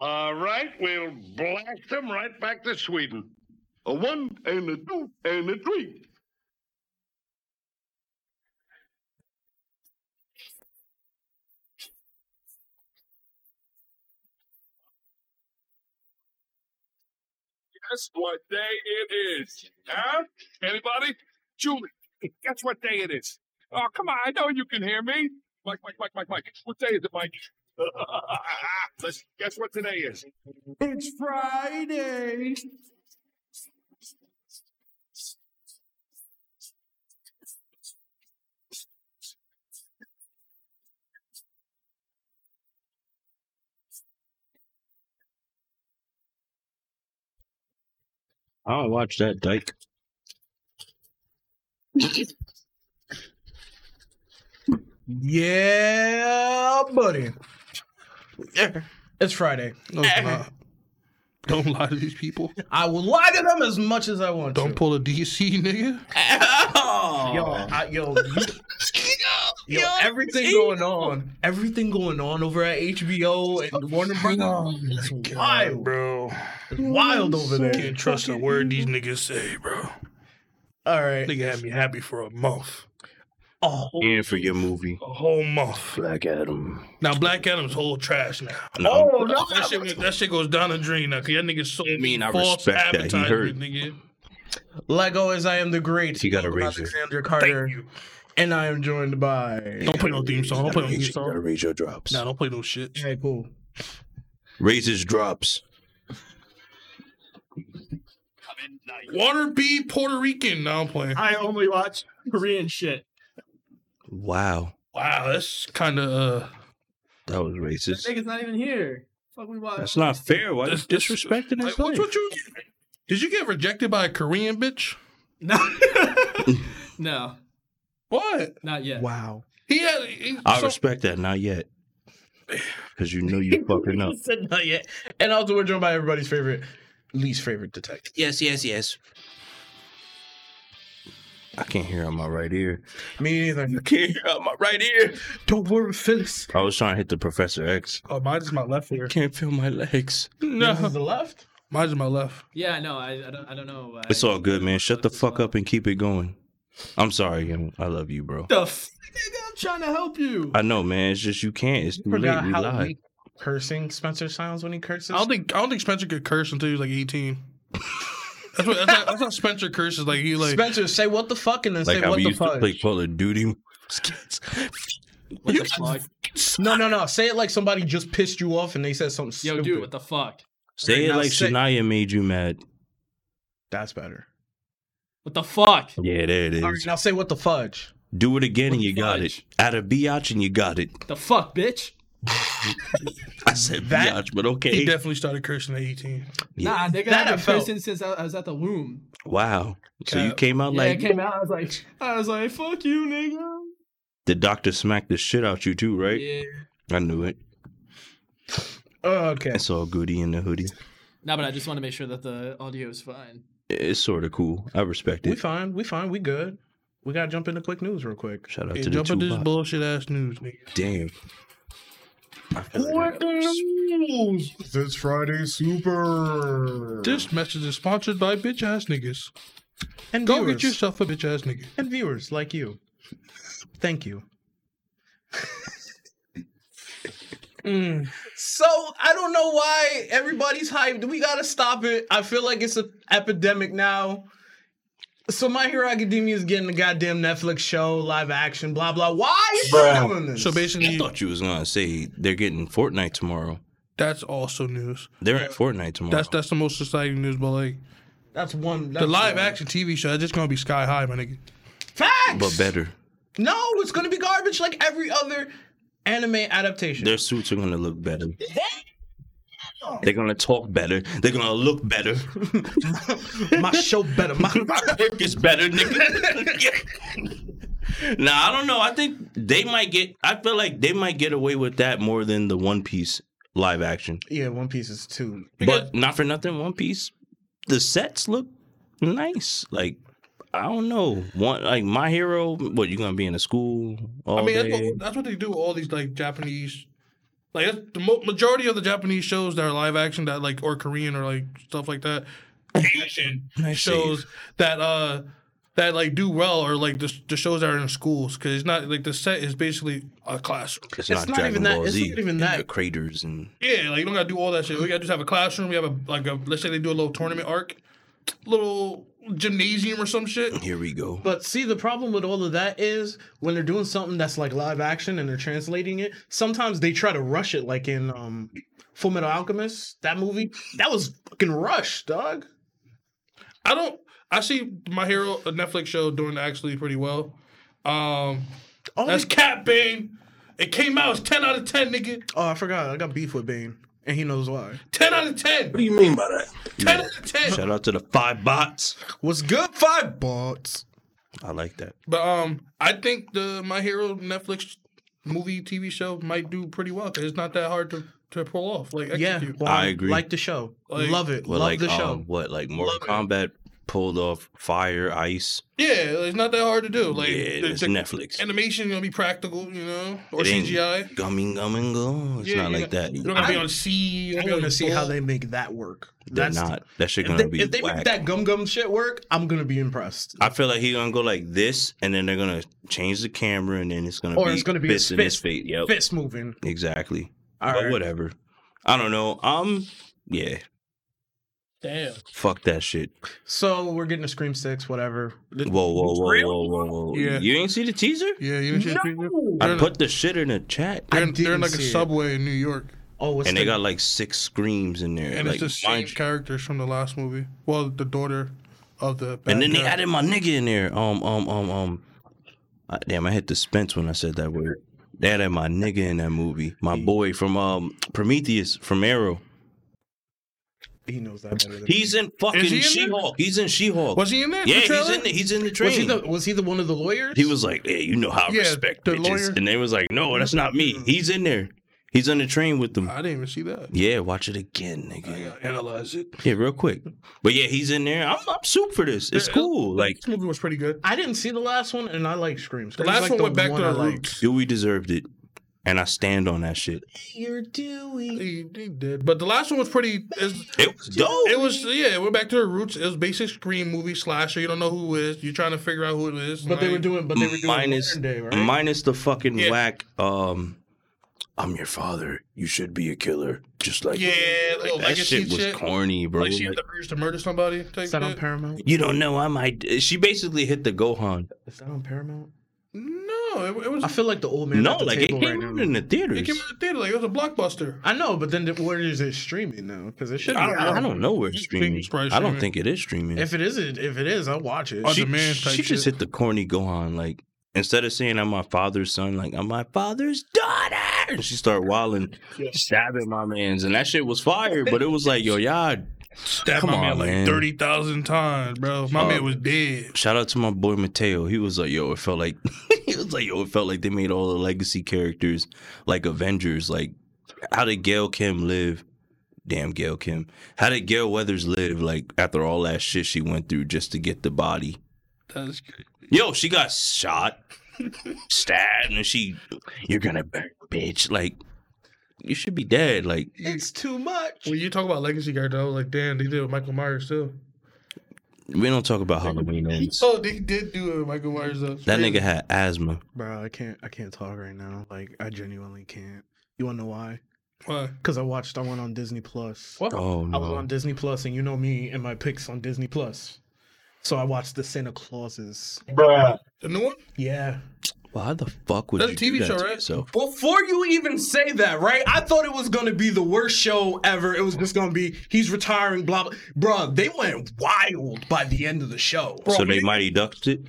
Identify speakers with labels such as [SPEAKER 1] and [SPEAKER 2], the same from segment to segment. [SPEAKER 1] All right, we'll blast them right back to Sweden.
[SPEAKER 2] A one and a two and a three.
[SPEAKER 3] Guess what day it is? Huh? Anybody? Julie, guess what day it is? Oh, come on. I know you can hear me. Mike, Mike, Mike, Mike, Mike. What day is it, Mike? Let's guess what today is.
[SPEAKER 4] It's Friday.
[SPEAKER 5] I'll watch Oh, that, Dyke.
[SPEAKER 4] Yeah, buddy. It's Friday. Don't, uh,
[SPEAKER 6] Don't lie to these people.
[SPEAKER 4] I will lie to them as much as I want
[SPEAKER 6] Don't
[SPEAKER 4] to.
[SPEAKER 6] pull a DC, nigga.
[SPEAKER 4] yo, I, yo, you- yo, everything going on, everything going on over at HBO and Warner Brothers. It's wild,
[SPEAKER 6] bro.
[SPEAKER 4] It's Oh, wild over there.
[SPEAKER 6] Can't trust a word these niggas say, bro.
[SPEAKER 4] All right.
[SPEAKER 6] Nigga had me happy for a month.
[SPEAKER 4] Oh,
[SPEAKER 5] And for your movie.
[SPEAKER 6] A whole month.
[SPEAKER 5] Black Adam.
[SPEAKER 6] Now Black Adam's whole trash now.
[SPEAKER 5] No.
[SPEAKER 4] oh no.
[SPEAKER 6] That shit, went- that shit goes down the drain now. Cause that nigga sold
[SPEAKER 5] I mean, I
[SPEAKER 6] false
[SPEAKER 5] respect that. He
[SPEAKER 6] advertisement,
[SPEAKER 5] heard.
[SPEAKER 6] nigga.
[SPEAKER 4] Lego is I am the great.
[SPEAKER 5] You got a
[SPEAKER 4] Malcolm
[SPEAKER 5] razor.
[SPEAKER 4] Alexander
[SPEAKER 6] Thank
[SPEAKER 4] Carter,
[SPEAKER 6] you.
[SPEAKER 4] and I am joined by.
[SPEAKER 6] Don't play no theme song. Don't play no theme
[SPEAKER 5] Gotta
[SPEAKER 6] song.
[SPEAKER 5] raise your drops.
[SPEAKER 6] Nah, don't play no shit.
[SPEAKER 4] Hey, cool.
[SPEAKER 5] Raise his drops.
[SPEAKER 6] Water be Puerto Rican. Now I'm playing.
[SPEAKER 7] I only watch Korean shit.
[SPEAKER 5] Wow.
[SPEAKER 6] Wow, that's kind of uh,
[SPEAKER 5] That was
[SPEAKER 7] That
[SPEAKER 5] racist.
[SPEAKER 7] nigga's not even here. Fuck, we watch.
[SPEAKER 8] That's not fair. Why
[SPEAKER 6] That's-
[SPEAKER 8] just disrespecting
[SPEAKER 6] like,
[SPEAKER 8] his life?
[SPEAKER 6] what's what you? Did you get rejected by a Korean bitch?
[SPEAKER 7] No, no,
[SPEAKER 6] What?
[SPEAKER 7] not yet.
[SPEAKER 4] Wow.
[SPEAKER 6] He had. He,
[SPEAKER 5] I
[SPEAKER 6] so-
[SPEAKER 5] respect that. Not yet. Because you know you fucking up.
[SPEAKER 4] Said not yet. And also we're joined by everybody's favorite, least favorite detective.
[SPEAKER 5] Yes, yes, yes. I can't hear out my right ear.
[SPEAKER 4] Me neither.
[SPEAKER 5] Can't hear out my right ear.
[SPEAKER 4] Don't worry, Phyllis.
[SPEAKER 5] I was trying to hit the Professor X.
[SPEAKER 6] oh, mine's my left ear.
[SPEAKER 5] Can't feel my legs.
[SPEAKER 4] This is
[SPEAKER 6] No,
[SPEAKER 4] the left.
[SPEAKER 6] mine's my left.
[SPEAKER 7] Yeah, no, I, I don't, I don't know. I,
[SPEAKER 5] It's all good, man. Shut the fuck up and keep it going. I'm sorry, Yim. I love you, bro.
[SPEAKER 7] The f- nigga, I'm trying to help you.
[SPEAKER 5] I know, man. It's just you can't. It's too late.
[SPEAKER 4] Forgot
[SPEAKER 5] We
[SPEAKER 4] how
[SPEAKER 5] lied.
[SPEAKER 4] weak cursing Spencer sounds when he curses.
[SPEAKER 6] I don't think I don't think Spencer could curse until he was like eighteen. That's what that's how, that's how Spencer curses. Like he like
[SPEAKER 4] Spencer, say what the fuck and then
[SPEAKER 5] Like
[SPEAKER 4] say
[SPEAKER 5] how
[SPEAKER 4] what
[SPEAKER 5] we
[SPEAKER 4] the
[SPEAKER 5] used to
[SPEAKER 4] fuck.
[SPEAKER 5] play Call of Duty.
[SPEAKER 7] What the fuck?
[SPEAKER 4] No, no, no. Say it like somebody just pissed you off and they said something
[SPEAKER 7] Yo,
[SPEAKER 4] stupid.
[SPEAKER 7] dude, what the fuck?
[SPEAKER 5] Say
[SPEAKER 4] Right,
[SPEAKER 5] it
[SPEAKER 4] now
[SPEAKER 5] like
[SPEAKER 4] say-
[SPEAKER 5] Shania made you mad.
[SPEAKER 4] That's better.
[SPEAKER 7] What the fuck?
[SPEAKER 6] Mm-hmm.
[SPEAKER 5] Yeah, there it is.
[SPEAKER 4] All right, now say what the fudge.
[SPEAKER 5] Do it again and
[SPEAKER 7] With
[SPEAKER 5] you got
[SPEAKER 7] fudge.
[SPEAKER 5] it. Out of biatch and you got it.
[SPEAKER 7] The fuck, bitch?
[SPEAKER 5] I said
[SPEAKER 4] That-
[SPEAKER 5] biatch, but
[SPEAKER 6] he
[SPEAKER 5] okay.
[SPEAKER 6] definitely started cursing at eighteen.
[SPEAKER 5] Yeah.
[SPEAKER 7] Nah, nigga,
[SPEAKER 4] That
[SPEAKER 7] I've
[SPEAKER 4] I
[SPEAKER 7] been
[SPEAKER 4] felt.
[SPEAKER 7] cursing since I, I was at the womb.
[SPEAKER 5] wow. So you
[SPEAKER 6] Cap.
[SPEAKER 5] came out
[SPEAKER 7] Yeah,
[SPEAKER 5] like
[SPEAKER 7] it came out. I was like, I was like, fuck you, nigga.
[SPEAKER 5] the doctor smacked the shit out you too, right?
[SPEAKER 7] Yeah.
[SPEAKER 5] I knew it.
[SPEAKER 4] Okay.
[SPEAKER 5] It's all goody in the hoodie.
[SPEAKER 7] No, but I just want to make sure that the audio is fine.
[SPEAKER 5] It's sort of cool. I respect
[SPEAKER 4] We
[SPEAKER 5] it.
[SPEAKER 4] fine. We fine. We good. We gotta jump into quick news real quick.
[SPEAKER 5] Shout out
[SPEAKER 6] Yeah,
[SPEAKER 5] to the
[SPEAKER 6] jump
[SPEAKER 5] two.
[SPEAKER 6] into this
[SPEAKER 5] bot.
[SPEAKER 6] bullshit ass news, nigga.
[SPEAKER 5] Damn. I feel like
[SPEAKER 1] What news?
[SPEAKER 4] This Friday super.
[SPEAKER 6] This message is sponsored by bitch ass niggas.
[SPEAKER 4] and
[SPEAKER 6] Go
[SPEAKER 4] viewers,
[SPEAKER 6] get yourself a bitch ass nigga.
[SPEAKER 4] and viewers like you. Thank you. Mm. So I don't know why everybody's hyped. We gotta stop it. I feel like it's an epidemic now. So My Hero Academia is getting a goddamn Netflix show, live action, blah blah. Why is
[SPEAKER 8] Bruh.
[SPEAKER 4] she doing this?
[SPEAKER 6] So
[SPEAKER 5] I
[SPEAKER 6] basically,
[SPEAKER 5] thought you was gonna say they're getting Fortnite tomorrow.
[SPEAKER 6] that's also news.
[SPEAKER 5] They're at Fortnite tomorrow.
[SPEAKER 6] That's that's the most exciting news. But like
[SPEAKER 4] that's one. That's
[SPEAKER 6] the live
[SPEAKER 4] one.
[SPEAKER 6] action TV show, that's just gonna be sky high, my nigga.
[SPEAKER 4] facts,
[SPEAKER 5] but better.
[SPEAKER 4] No, it's gonna be garbage like every other anime adaptation.
[SPEAKER 5] Their suits are gonna look better. They're gonna talk better. They're gonna look better.
[SPEAKER 4] my show better. My
[SPEAKER 5] work is better, nigga. nah, I don't know. I think they might get. I feel like they might get away with that more than the One Piece live action.
[SPEAKER 4] yeah, One Piece is too.
[SPEAKER 5] But not for nothing, One Piece. The sets look nice. Like I don't know. One like My Hero. What you gonna be in a school all
[SPEAKER 6] I mean, that's
[SPEAKER 5] day?
[SPEAKER 6] what, that's what they do. with All these like Japanese Like that's the mo- majority of the Japanese shows that are live action, that like or Korean or like stuff like that, Asian shows that uh that like do well are like the, the shows that are in schools because it's not like the set is basically a classroom.
[SPEAKER 5] It's,
[SPEAKER 4] not even that- it's not even
[SPEAKER 5] and
[SPEAKER 4] that.
[SPEAKER 5] The craters and
[SPEAKER 6] Yeah, like you don't gotta do all that shit. We gotta just have a classroom. We have a like a let's say they do a little tournament arc, little gymnasium or some shit.
[SPEAKER 5] here we go.
[SPEAKER 4] But see, the problem with all of that is when they're doing something that's like live action and they're translating it, sometimes they try to rush it, like in um, Full Metal Alchemist, that movie. That was fucking rushed, dog.
[SPEAKER 6] I don't. I see my hero a Netflix show doing actually pretty well. Um,
[SPEAKER 4] Oh,
[SPEAKER 6] that's Cat Bane. It came out as ten out of ten, nigga.
[SPEAKER 4] oh, I forgot. I got beef with Bane, and he knows why.
[SPEAKER 6] Ten out of ten.
[SPEAKER 8] do you mean by that?
[SPEAKER 6] Ten out of ten.
[SPEAKER 5] Shout out to the five bots.
[SPEAKER 4] What's good, five bots?
[SPEAKER 5] I like that.
[SPEAKER 6] But um, I think the My Hero Netflix movie TV show might do pretty well 'cause it's not that hard to to pull off. Like
[SPEAKER 4] Yeah,
[SPEAKER 6] execute.
[SPEAKER 4] well,
[SPEAKER 5] I agree.
[SPEAKER 4] Like the show,
[SPEAKER 6] Like-
[SPEAKER 4] love it,
[SPEAKER 5] Well,
[SPEAKER 4] love
[SPEAKER 5] like
[SPEAKER 4] the show.
[SPEAKER 5] Um, what like Mortal Kombat pulled off fire, ice.
[SPEAKER 6] yeah, it's not that hard to do. Like
[SPEAKER 5] yeah,
[SPEAKER 6] the,
[SPEAKER 5] it's
[SPEAKER 6] the
[SPEAKER 5] Netflix.
[SPEAKER 6] animation gonna be practical, you know, or
[SPEAKER 5] It ain't
[SPEAKER 6] CGI.
[SPEAKER 5] Gummy, gummy, go. It's
[SPEAKER 6] Yeah,
[SPEAKER 5] not
[SPEAKER 6] you're
[SPEAKER 5] like
[SPEAKER 6] not-
[SPEAKER 5] that.
[SPEAKER 6] You're not gonna be
[SPEAKER 5] I-
[SPEAKER 6] on C.
[SPEAKER 4] I'm gonna see how they make that work.
[SPEAKER 5] They're
[SPEAKER 4] That's
[SPEAKER 5] not. That shit
[SPEAKER 4] If
[SPEAKER 5] gonna
[SPEAKER 4] they,
[SPEAKER 5] be
[SPEAKER 4] if they
[SPEAKER 5] whack.
[SPEAKER 4] make that gum gum shit work, I'm gonna be impressed.
[SPEAKER 5] I feel like he's gonna go like this, and then they're gonna change the camera, and then it's gonna
[SPEAKER 4] Or
[SPEAKER 5] be
[SPEAKER 4] it's gonna be a
[SPEAKER 5] fist in his
[SPEAKER 4] fist-
[SPEAKER 5] face. Yep,
[SPEAKER 4] Fist moving.
[SPEAKER 5] exactly.
[SPEAKER 4] All
[SPEAKER 5] but
[SPEAKER 4] right.
[SPEAKER 5] whatever. I don't know. Um, yeah,
[SPEAKER 6] Damn.
[SPEAKER 5] fuck that shit.
[SPEAKER 4] So we're getting a Scream Six, whatever.
[SPEAKER 5] Whoa, whoa, whoa, whoa, whoa, whoa.
[SPEAKER 6] Yeah.
[SPEAKER 5] You ain't see the teaser?
[SPEAKER 6] Yeah, you didn't see the preview?
[SPEAKER 5] I put the shit in the chat,
[SPEAKER 6] They're,
[SPEAKER 4] I
[SPEAKER 6] in, they're
[SPEAKER 4] didn't
[SPEAKER 6] in like a
[SPEAKER 4] see it.
[SPEAKER 6] subway in New York,
[SPEAKER 4] Oh, what's
[SPEAKER 5] and they
[SPEAKER 4] the-
[SPEAKER 5] got like six screams in there.
[SPEAKER 6] and
[SPEAKER 5] like,
[SPEAKER 6] it's the same
[SPEAKER 5] mind you-
[SPEAKER 6] characters from the last movie. Well, the daughter of the. bad
[SPEAKER 5] and then they
[SPEAKER 6] guy.
[SPEAKER 5] added my nigga in there. Um, um, um, um. I, damn, I hit the Spence when I said that word. They added my nigga in that movie. My boy from um Prometheus from Arrow.
[SPEAKER 4] he knows that better than
[SPEAKER 5] He's in fucking
[SPEAKER 6] he in there?
[SPEAKER 5] She-Hulk. He's in She-Hulk.
[SPEAKER 6] Was he in there?
[SPEAKER 5] Yeah,
[SPEAKER 6] the
[SPEAKER 5] he's
[SPEAKER 6] trailer?
[SPEAKER 5] in the, he's in the train.
[SPEAKER 4] Was he the was he the one of the lawyers?
[SPEAKER 5] He was like, "Hey, you know how I
[SPEAKER 6] Yeah,
[SPEAKER 5] respect
[SPEAKER 6] the
[SPEAKER 5] bitches,"
[SPEAKER 6] lawyer. Mm.
[SPEAKER 5] and they was like, "No, that's not me. He's in there. He's on the train with them."
[SPEAKER 6] I didn't even see that.
[SPEAKER 5] Yeah, watch it again, nigga.
[SPEAKER 6] Analyze it.
[SPEAKER 5] Yeah, real quick. But yeah, he's in there. I'm, I'm soup for this. It's cool. Like,
[SPEAKER 6] This movie was pretty good.
[SPEAKER 4] I didn't see the last one, and I like Scream.
[SPEAKER 6] The
[SPEAKER 4] Scream's
[SPEAKER 6] last
[SPEAKER 4] like
[SPEAKER 6] one went back to
[SPEAKER 4] I
[SPEAKER 6] the
[SPEAKER 4] like.
[SPEAKER 6] roots.
[SPEAKER 5] Dewey deserved it, and I stand on that shit.
[SPEAKER 4] You're doing.
[SPEAKER 6] He, he did, but the last one was pretty. it's-
[SPEAKER 5] It was dope.
[SPEAKER 6] It was yeah. It went back to the roots. It was basic scream movie slasher. You don't know who it is. You're trying to figure out who it is.
[SPEAKER 4] But they were
[SPEAKER 6] like-
[SPEAKER 4] doing. But they were doing
[SPEAKER 5] minus
[SPEAKER 4] modern day, right?
[SPEAKER 5] minus the fucking
[SPEAKER 6] Yeah.
[SPEAKER 5] whack. Um, I'm your father. You should be a killer, just like
[SPEAKER 6] Yeah,
[SPEAKER 5] Like,
[SPEAKER 6] little
[SPEAKER 5] that
[SPEAKER 6] legacy
[SPEAKER 5] shit was
[SPEAKER 6] shit.
[SPEAKER 5] corny, bro.
[SPEAKER 6] Like she had
[SPEAKER 5] Like,
[SPEAKER 6] the urge to murder somebody. type
[SPEAKER 4] Is that on
[SPEAKER 6] shit.
[SPEAKER 4] Paramount?
[SPEAKER 5] you don't know. I might. She basically hit the Gohan.
[SPEAKER 4] Is that on Paramount?
[SPEAKER 6] No, it, it was.
[SPEAKER 4] I feel like the old man.
[SPEAKER 5] no,
[SPEAKER 4] at the
[SPEAKER 5] like it
[SPEAKER 4] table
[SPEAKER 5] came
[SPEAKER 4] right
[SPEAKER 5] out
[SPEAKER 4] now.
[SPEAKER 5] in the theaters.
[SPEAKER 6] it came out of the theater. Like it was a blockbuster.
[SPEAKER 4] I know, but then th- where is it streaming now? Because it should.
[SPEAKER 5] I
[SPEAKER 4] Be.
[SPEAKER 5] don't, I don't know where it's
[SPEAKER 6] It's
[SPEAKER 5] streaming.
[SPEAKER 6] probably
[SPEAKER 5] I don't
[SPEAKER 6] streaming.
[SPEAKER 5] think it is streaming.
[SPEAKER 4] If it is, it- if it is, I'll watch it.
[SPEAKER 6] On
[SPEAKER 5] she
[SPEAKER 6] demand
[SPEAKER 5] she
[SPEAKER 6] type shit.
[SPEAKER 5] just hit the corny Gohan. Like instead of saying I'm my father's son, like I'm my father's daughter, and she started wilding, stabbing my man's, and that shit was fire. But it was like, yo, y'all.
[SPEAKER 6] Stabbed
[SPEAKER 5] Come
[SPEAKER 6] my man
[SPEAKER 5] on,
[SPEAKER 6] like
[SPEAKER 5] man.
[SPEAKER 6] thirty thousand times, bro. My
[SPEAKER 5] Oh.
[SPEAKER 6] man was dead.
[SPEAKER 5] Shout out to my boy Mateo. He was like, yo, it felt like he was like, yo, it felt like they made all the legacy characters like Avengers. Like, how did Gail Kim live? Damn Gail Kim. How did Gail Weathers live? Like after all that shit she went through just to get the body.
[SPEAKER 6] That's
[SPEAKER 5] Yo, she got shot, stabbed, and she, you're gonna burn, bitch. Like, you should be dead. Like,
[SPEAKER 4] It's too much.
[SPEAKER 6] When you talk about legacy character, I was like, damn, they did it with Michael Myers too.
[SPEAKER 5] we don't talk about Halloween ends.
[SPEAKER 6] Oh, they did do it with Michael Myers though.
[SPEAKER 5] That nigga had asthma.
[SPEAKER 4] Bro, I can't. I can't talk right now. Like I genuinely can't. You wanna know why?
[SPEAKER 6] Why?
[SPEAKER 4] Because I watched. I went on Disney Plus. What?
[SPEAKER 5] Oh
[SPEAKER 4] I was on
[SPEAKER 5] no.
[SPEAKER 4] Disney Plus, and you know me and my picks on Disney Plus. So I watched the Santa Clauses.
[SPEAKER 6] The new one?
[SPEAKER 4] Yeah.
[SPEAKER 5] Why the fuck would
[SPEAKER 6] That's a
[SPEAKER 5] you
[SPEAKER 6] TV
[SPEAKER 5] do that
[SPEAKER 6] show,
[SPEAKER 5] to
[SPEAKER 6] right?
[SPEAKER 5] yourself?
[SPEAKER 4] Before you even say that, right? I thought it was gonna be the worst show ever. It was just gonna be he's retiring, blah blah. Bro, they went wild by the end of the show.
[SPEAKER 5] so they mighty ducked it.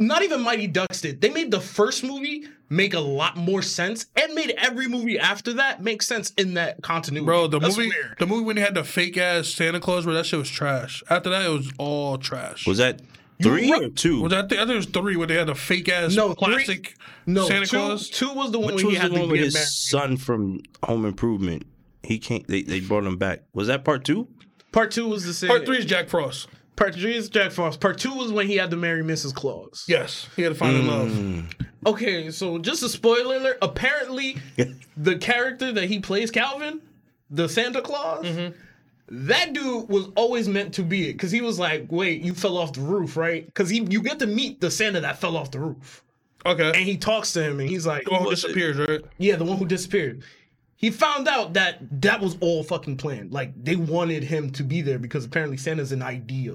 [SPEAKER 4] Not even Mighty Ducks did. They made the first movie make a lot more sense, and made every movie after that make sense in that continuity.
[SPEAKER 6] Bro, the
[SPEAKER 4] That's
[SPEAKER 6] movie
[SPEAKER 4] weird.
[SPEAKER 6] the movie when they had the fake ass Santa Claus, bro, that shit was trash. After that it was all trash.
[SPEAKER 5] Was that three
[SPEAKER 4] right.
[SPEAKER 5] or two?
[SPEAKER 6] was that, I think I think it was three where they had the fake ass
[SPEAKER 4] No, three-
[SPEAKER 6] classic
[SPEAKER 4] No,
[SPEAKER 6] Santa
[SPEAKER 4] two,
[SPEAKER 6] Claus?
[SPEAKER 4] two was the one
[SPEAKER 5] Which
[SPEAKER 4] where
[SPEAKER 5] was
[SPEAKER 4] he
[SPEAKER 5] the
[SPEAKER 4] had to
[SPEAKER 5] one with
[SPEAKER 4] get
[SPEAKER 5] his
[SPEAKER 4] married.
[SPEAKER 5] son from Home Improvement? He can't. They, they brought him back. Was that part two?
[SPEAKER 4] Part two was the same.
[SPEAKER 6] Part three is Jack Frost.
[SPEAKER 4] Part three is Jack Frost. Part two was when he had to marry Mrs. Claus.
[SPEAKER 5] Mm.
[SPEAKER 6] Yes. He had to find in love.
[SPEAKER 4] Okay, so just a spoiler alert. Apparently, the character that he plays, Calvin, the Santa Claus, that dude was always meant to be it. Because he was like, wait, you fell off the roof, right? Because you get to meet the Santa that fell off the roof.
[SPEAKER 6] Okay.
[SPEAKER 4] And he talks to him and he's like,
[SPEAKER 6] The one who
[SPEAKER 5] What's it?
[SPEAKER 6] disappears, right?
[SPEAKER 4] yeah, the one who disappeared. He found out that that was all fucking planned. Like, they wanted him to be there because apparently Santa's an idea.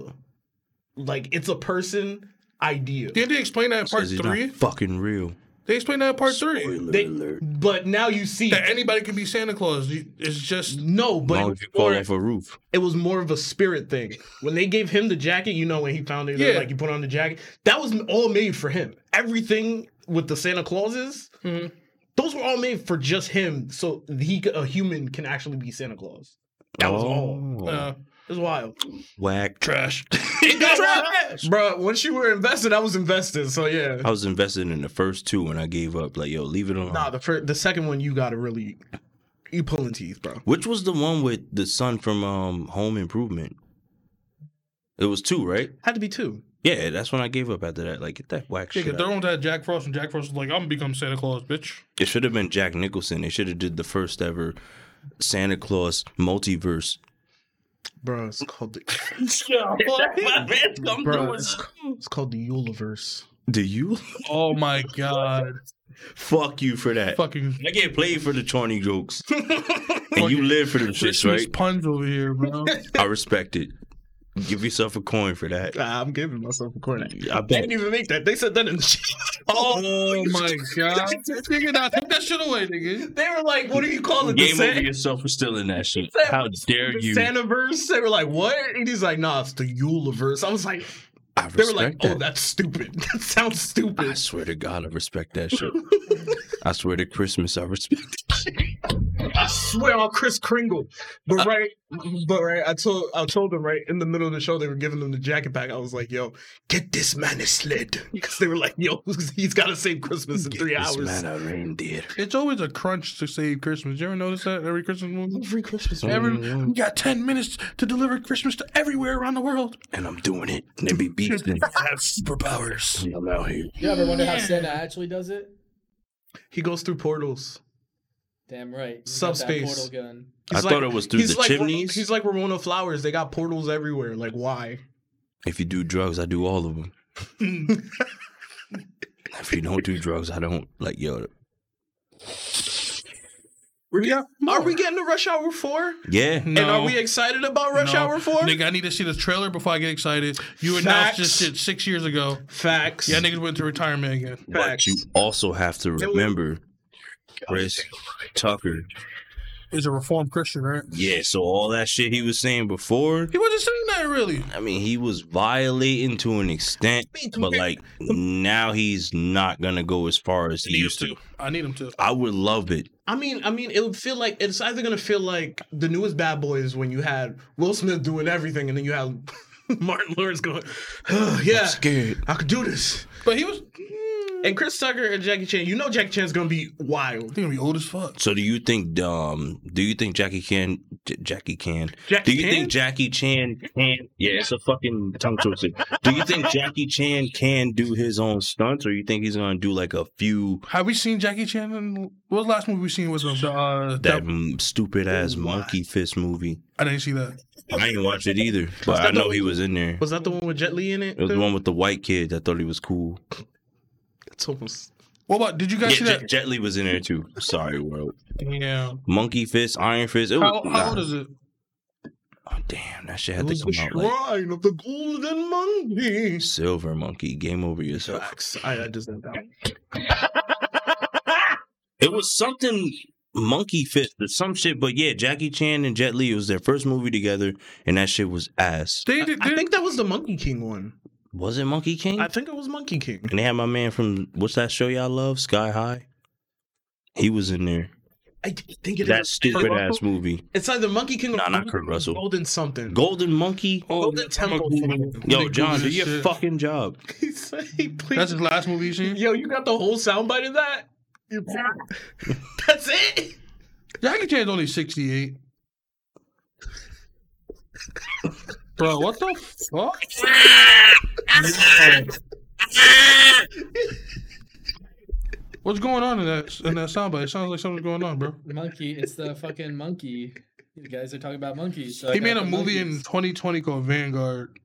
[SPEAKER 4] Like, it's a person idea.
[SPEAKER 6] Didn't they explain that in part
[SPEAKER 5] Because he's
[SPEAKER 6] three?
[SPEAKER 5] not fucking real.
[SPEAKER 6] They explained that in part three.
[SPEAKER 4] They- but now you see.
[SPEAKER 6] That anybody can be Santa Claus. You- It's just
[SPEAKER 4] no, but
[SPEAKER 5] Long as you fall off a roof.
[SPEAKER 4] it was more of a spirit thing. When they gave him the jacket, you know, when he found it,
[SPEAKER 6] Yeah.
[SPEAKER 4] like you put on the jacket, that was all made for him. Everything with the Santa Clauses, those were all made for just him, so he c- a human can actually be Santa Claus. That was all.
[SPEAKER 5] Oh,
[SPEAKER 6] uh,
[SPEAKER 4] It was wild,
[SPEAKER 5] whack trash.
[SPEAKER 4] bro. Once you were invested, I was invested. So yeah.
[SPEAKER 5] I was invested in the first two when I gave up. Like, yo, leave it alone.
[SPEAKER 4] Nah, the first, the second one, you gotta really, you pulling teeth, bro.
[SPEAKER 5] Which was the one with the son from um Home Improvement? It was two, right?
[SPEAKER 4] Had to be two.
[SPEAKER 5] Yeah, that's when I gave up after that. Like, get that whack
[SPEAKER 6] yeah, 'cause
[SPEAKER 5] shit.
[SPEAKER 6] they're
[SPEAKER 5] out.
[SPEAKER 6] on that Jack Frost, and Jack Frost was like, "I'm gonna become Santa Claus, bitch."
[SPEAKER 5] It should have been Jack Nicholson. They should have did the first ever Santa Claus multiverse.
[SPEAKER 4] Bro, it's called the,
[SPEAKER 5] Bruh.
[SPEAKER 4] bro, it's, it's called the Yuliverse.
[SPEAKER 5] Do you?
[SPEAKER 6] Oh my god,
[SPEAKER 5] Fuck you for that.
[SPEAKER 6] fucking
[SPEAKER 5] I get played for the corny jokes, and you live for them shits,
[SPEAKER 6] Christmas
[SPEAKER 5] right?
[SPEAKER 6] puns over here, bro. Oh
[SPEAKER 5] I respect it. Give yourself a coin for that.
[SPEAKER 4] Nah, I'm giving myself a corner.
[SPEAKER 5] I
[SPEAKER 4] They
[SPEAKER 5] bet.
[SPEAKER 4] didn't even make that. They said that in
[SPEAKER 6] oh my god, nigga, now take that shit away, nigga.
[SPEAKER 4] They were like, what do you call it? The
[SPEAKER 5] Game over
[SPEAKER 4] Santa,
[SPEAKER 5] yourself for stealing that shit.
[SPEAKER 4] Santa-
[SPEAKER 5] How dare
[SPEAKER 4] the
[SPEAKER 5] you?
[SPEAKER 4] Santaverse? They were like, what? And he's like, nah, it's the Yuliverse. I was like,
[SPEAKER 5] I
[SPEAKER 4] they were like,
[SPEAKER 5] respect
[SPEAKER 4] oh,
[SPEAKER 5] that.
[SPEAKER 4] that's stupid. That sounds
[SPEAKER 5] I
[SPEAKER 4] stupid.
[SPEAKER 5] swear to God, I respect that shit. I swear to Christmas, I respect it.
[SPEAKER 4] I swear on Chris Kringle.
[SPEAKER 5] Uh,
[SPEAKER 4] But right, but right, I told I told them right in the middle of the show they were giving them the jacket back. I was like, yo, get this man a sled. Because they were like, yo, he's gotta save Christmas in three
[SPEAKER 5] This
[SPEAKER 4] hours.
[SPEAKER 5] man a reindeer.
[SPEAKER 6] It's always a crunch to save Christmas. You ever notice that every Christmas movie?
[SPEAKER 4] Every Christmas.
[SPEAKER 5] Mm-hmm.
[SPEAKER 6] Every, you got ten minutes to deliver Christmas to everywhere around the world.
[SPEAKER 5] And I'm doing it. And it be beats and
[SPEAKER 6] have superpowers.
[SPEAKER 5] I'm out here.
[SPEAKER 7] You ever wonder how Santa actually does it?
[SPEAKER 4] He goes through portals.
[SPEAKER 7] Damn right. He's got that
[SPEAKER 4] Subspace.
[SPEAKER 7] portal gun.
[SPEAKER 5] I
[SPEAKER 4] He's
[SPEAKER 5] thought
[SPEAKER 4] like-
[SPEAKER 5] it was through
[SPEAKER 4] he's
[SPEAKER 5] the
[SPEAKER 4] like,
[SPEAKER 5] chimneys.
[SPEAKER 4] He's like Ramona Flowers. They got portals everywhere. Like, why?
[SPEAKER 5] if you do drugs, I do all of them. if you don't do drugs, I don't. Like, yo.
[SPEAKER 6] Yeah.
[SPEAKER 4] Are we getting to Rush Hour 4?
[SPEAKER 5] Yeah.
[SPEAKER 4] And are we excited about Rush
[SPEAKER 6] No.
[SPEAKER 4] Hour 4?
[SPEAKER 6] Nigga, I need to see the trailer before I get excited. You announced this
[SPEAKER 4] Facts.
[SPEAKER 6] shit six years ago.
[SPEAKER 4] Facts.
[SPEAKER 6] Yeah, niggas went to retirement again.
[SPEAKER 5] But you also have to
[SPEAKER 4] we-
[SPEAKER 5] remember Chris Tucker.
[SPEAKER 6] Is a reformed Christian, right?
[SPEAKER 5] Yeah, so all that shit he was saying before,
[SPEAKER 6] He wasn't saying that really.
[SPEAKER 5] I mean, he was violating to an extent, but like now he's not gonna go as far as he
[SPEAKER 6] Need him
[SPEAKER 5] used to.
[SPEAKER 6] I need him to.
[SPEAKER 5] I would love it.
[SPEAKER 4] I mean, I mean, it would feel like it's either gonna feel like the newest Bad Boys when you had Will Smith doing everything, and then you have Martin Lawrence going, "Ugh, "Yeah,
[SPEAKER 5] Scared.
[SPEAKER 4] I could do this."
[SPEAKER 6] But he was. mm,
[SPEAKER 4] And Chris Tucker and Jackie Chan, you know, Jackie Chan's gonna be wild.
[SPEAKER 6] He gonna be old as fuck.
[SPEAKER 5] So do you think um do you think Jackie can J- Jackie can
[SPEAKER 4] Jackie
[SPEAKER 5] do you
[SPEAKER 4] Chan?
[SPEAKER 5] think Jackie Chan can yeah it's a fucking tongue twister do you think Jackie Chan can do his own stunts or you think he's gonna do like a few
[SPEAKER 6] Have we seen Jackie Chan? In, what was the last movie we seen with him? The, uh,
[SPEAKER 5] that
[SPEAKER 6] that,
[SPEAKER 5] mm, stupid ass monkey fist movie
[SPEAKER 6] I didn't see that.
[SPEAKER 5] I ain't watch it either but I know he was in there
[SPEAKER 4] Was that the one with Jet Li in it?
[SPEAKER 5] it was the one with the white kid that thought he was cool
[SPEAKER 4] It's almost.
[SPEAKER 6] What about? Did you
[SPEAKER 5] yeah
[SPEAKER 6] guys see
[SPEAKER 5] Jet,
[SPEAKER 6] that?
[SPEAKER 5] Jet Li was in there too sorry world
[SPEAKER 6] Damn.
[SPEAKER 5] monkey fist Iron Fist it
[SPEAKER 6] How,
[SPEAKER 5] was,
[SPEAKER 6] how old is it?
[SPEAKER 5] oh, damn that shit
[SPEAKER 4] It
[SPEAKER 5] had to
[SPEAKER 4] was
[SPEAKER 5] come
[SPEAKER 4] the
[SPEAKER 5] out like
[SPEAKER 4] shrine of the golden monkey.
[SPEAKER 5] Silver Monkey Game Over Yourself
[SPEAKER 4] Facts. I, I just did that.
[SPEAKER 5] It was something monkey fist or some shit, but yeah, Jackie Chan and Jet Li it was their first movie together, and that shit was ass.
[SPEAKER 6] They did.
[SPEAKER 4] I
[SPEAKER 6] they-
[SPEAKER 4] think that was the Monkey King one.
[SPEAKER 5] Was it Monkey King?
[SPEAKER 4] I think it was Monkey King.
[SPEAKER 5] and they had my man from what's that show y'all love, Sky High. He was in there.
[SPEAKER 4] I d- think it
[SPEAKER 5] That
[SPEAKER 4] is.
[SPEAKER 5] stupid ass movie,
[SPEAKER 4] It's either Monkey King or
[SPEAKER 5] Nah, not
[SPEAKER 4] Golden-
[SPEAKER 5] Kurt Russell.
[SPEAKER 4] Golden something.
[SPEAKER 5] Golden Monkey.
[SPEAKER 4] Golden Temple.
[SPEAKER 5] Yo, John, do
[SPEAKER 6] this
[SPEAKER 5] your
[SPEAKER 6] shit.
[SPEAKER 5] fucking job.
[SPEAKER 4] He said, he please-
[SPEAKER 6] That's his last movie you seen.
[SPEAKER 4] Yo, you got the whole soundbite of that? You- That's it?
[SPEAKER 6] Jackie Chan's only sixty eight. Bro, what the fuck? What's going on in that in that soundbite? It sounds like something's going on, bro.
[SPEAKER 7] Monkey. It's the fucking monkey. You guys are talking about monkeys. so I
[SPEAKER 6] He
[SPEAKER 7] got
[SPEAKER 6] made a
[SPEAKER 7] the
[SPEAKER 6] movie in
[SPEAKER 7] monkeys.
[SPEAKER 6] 2020 called Vanguard.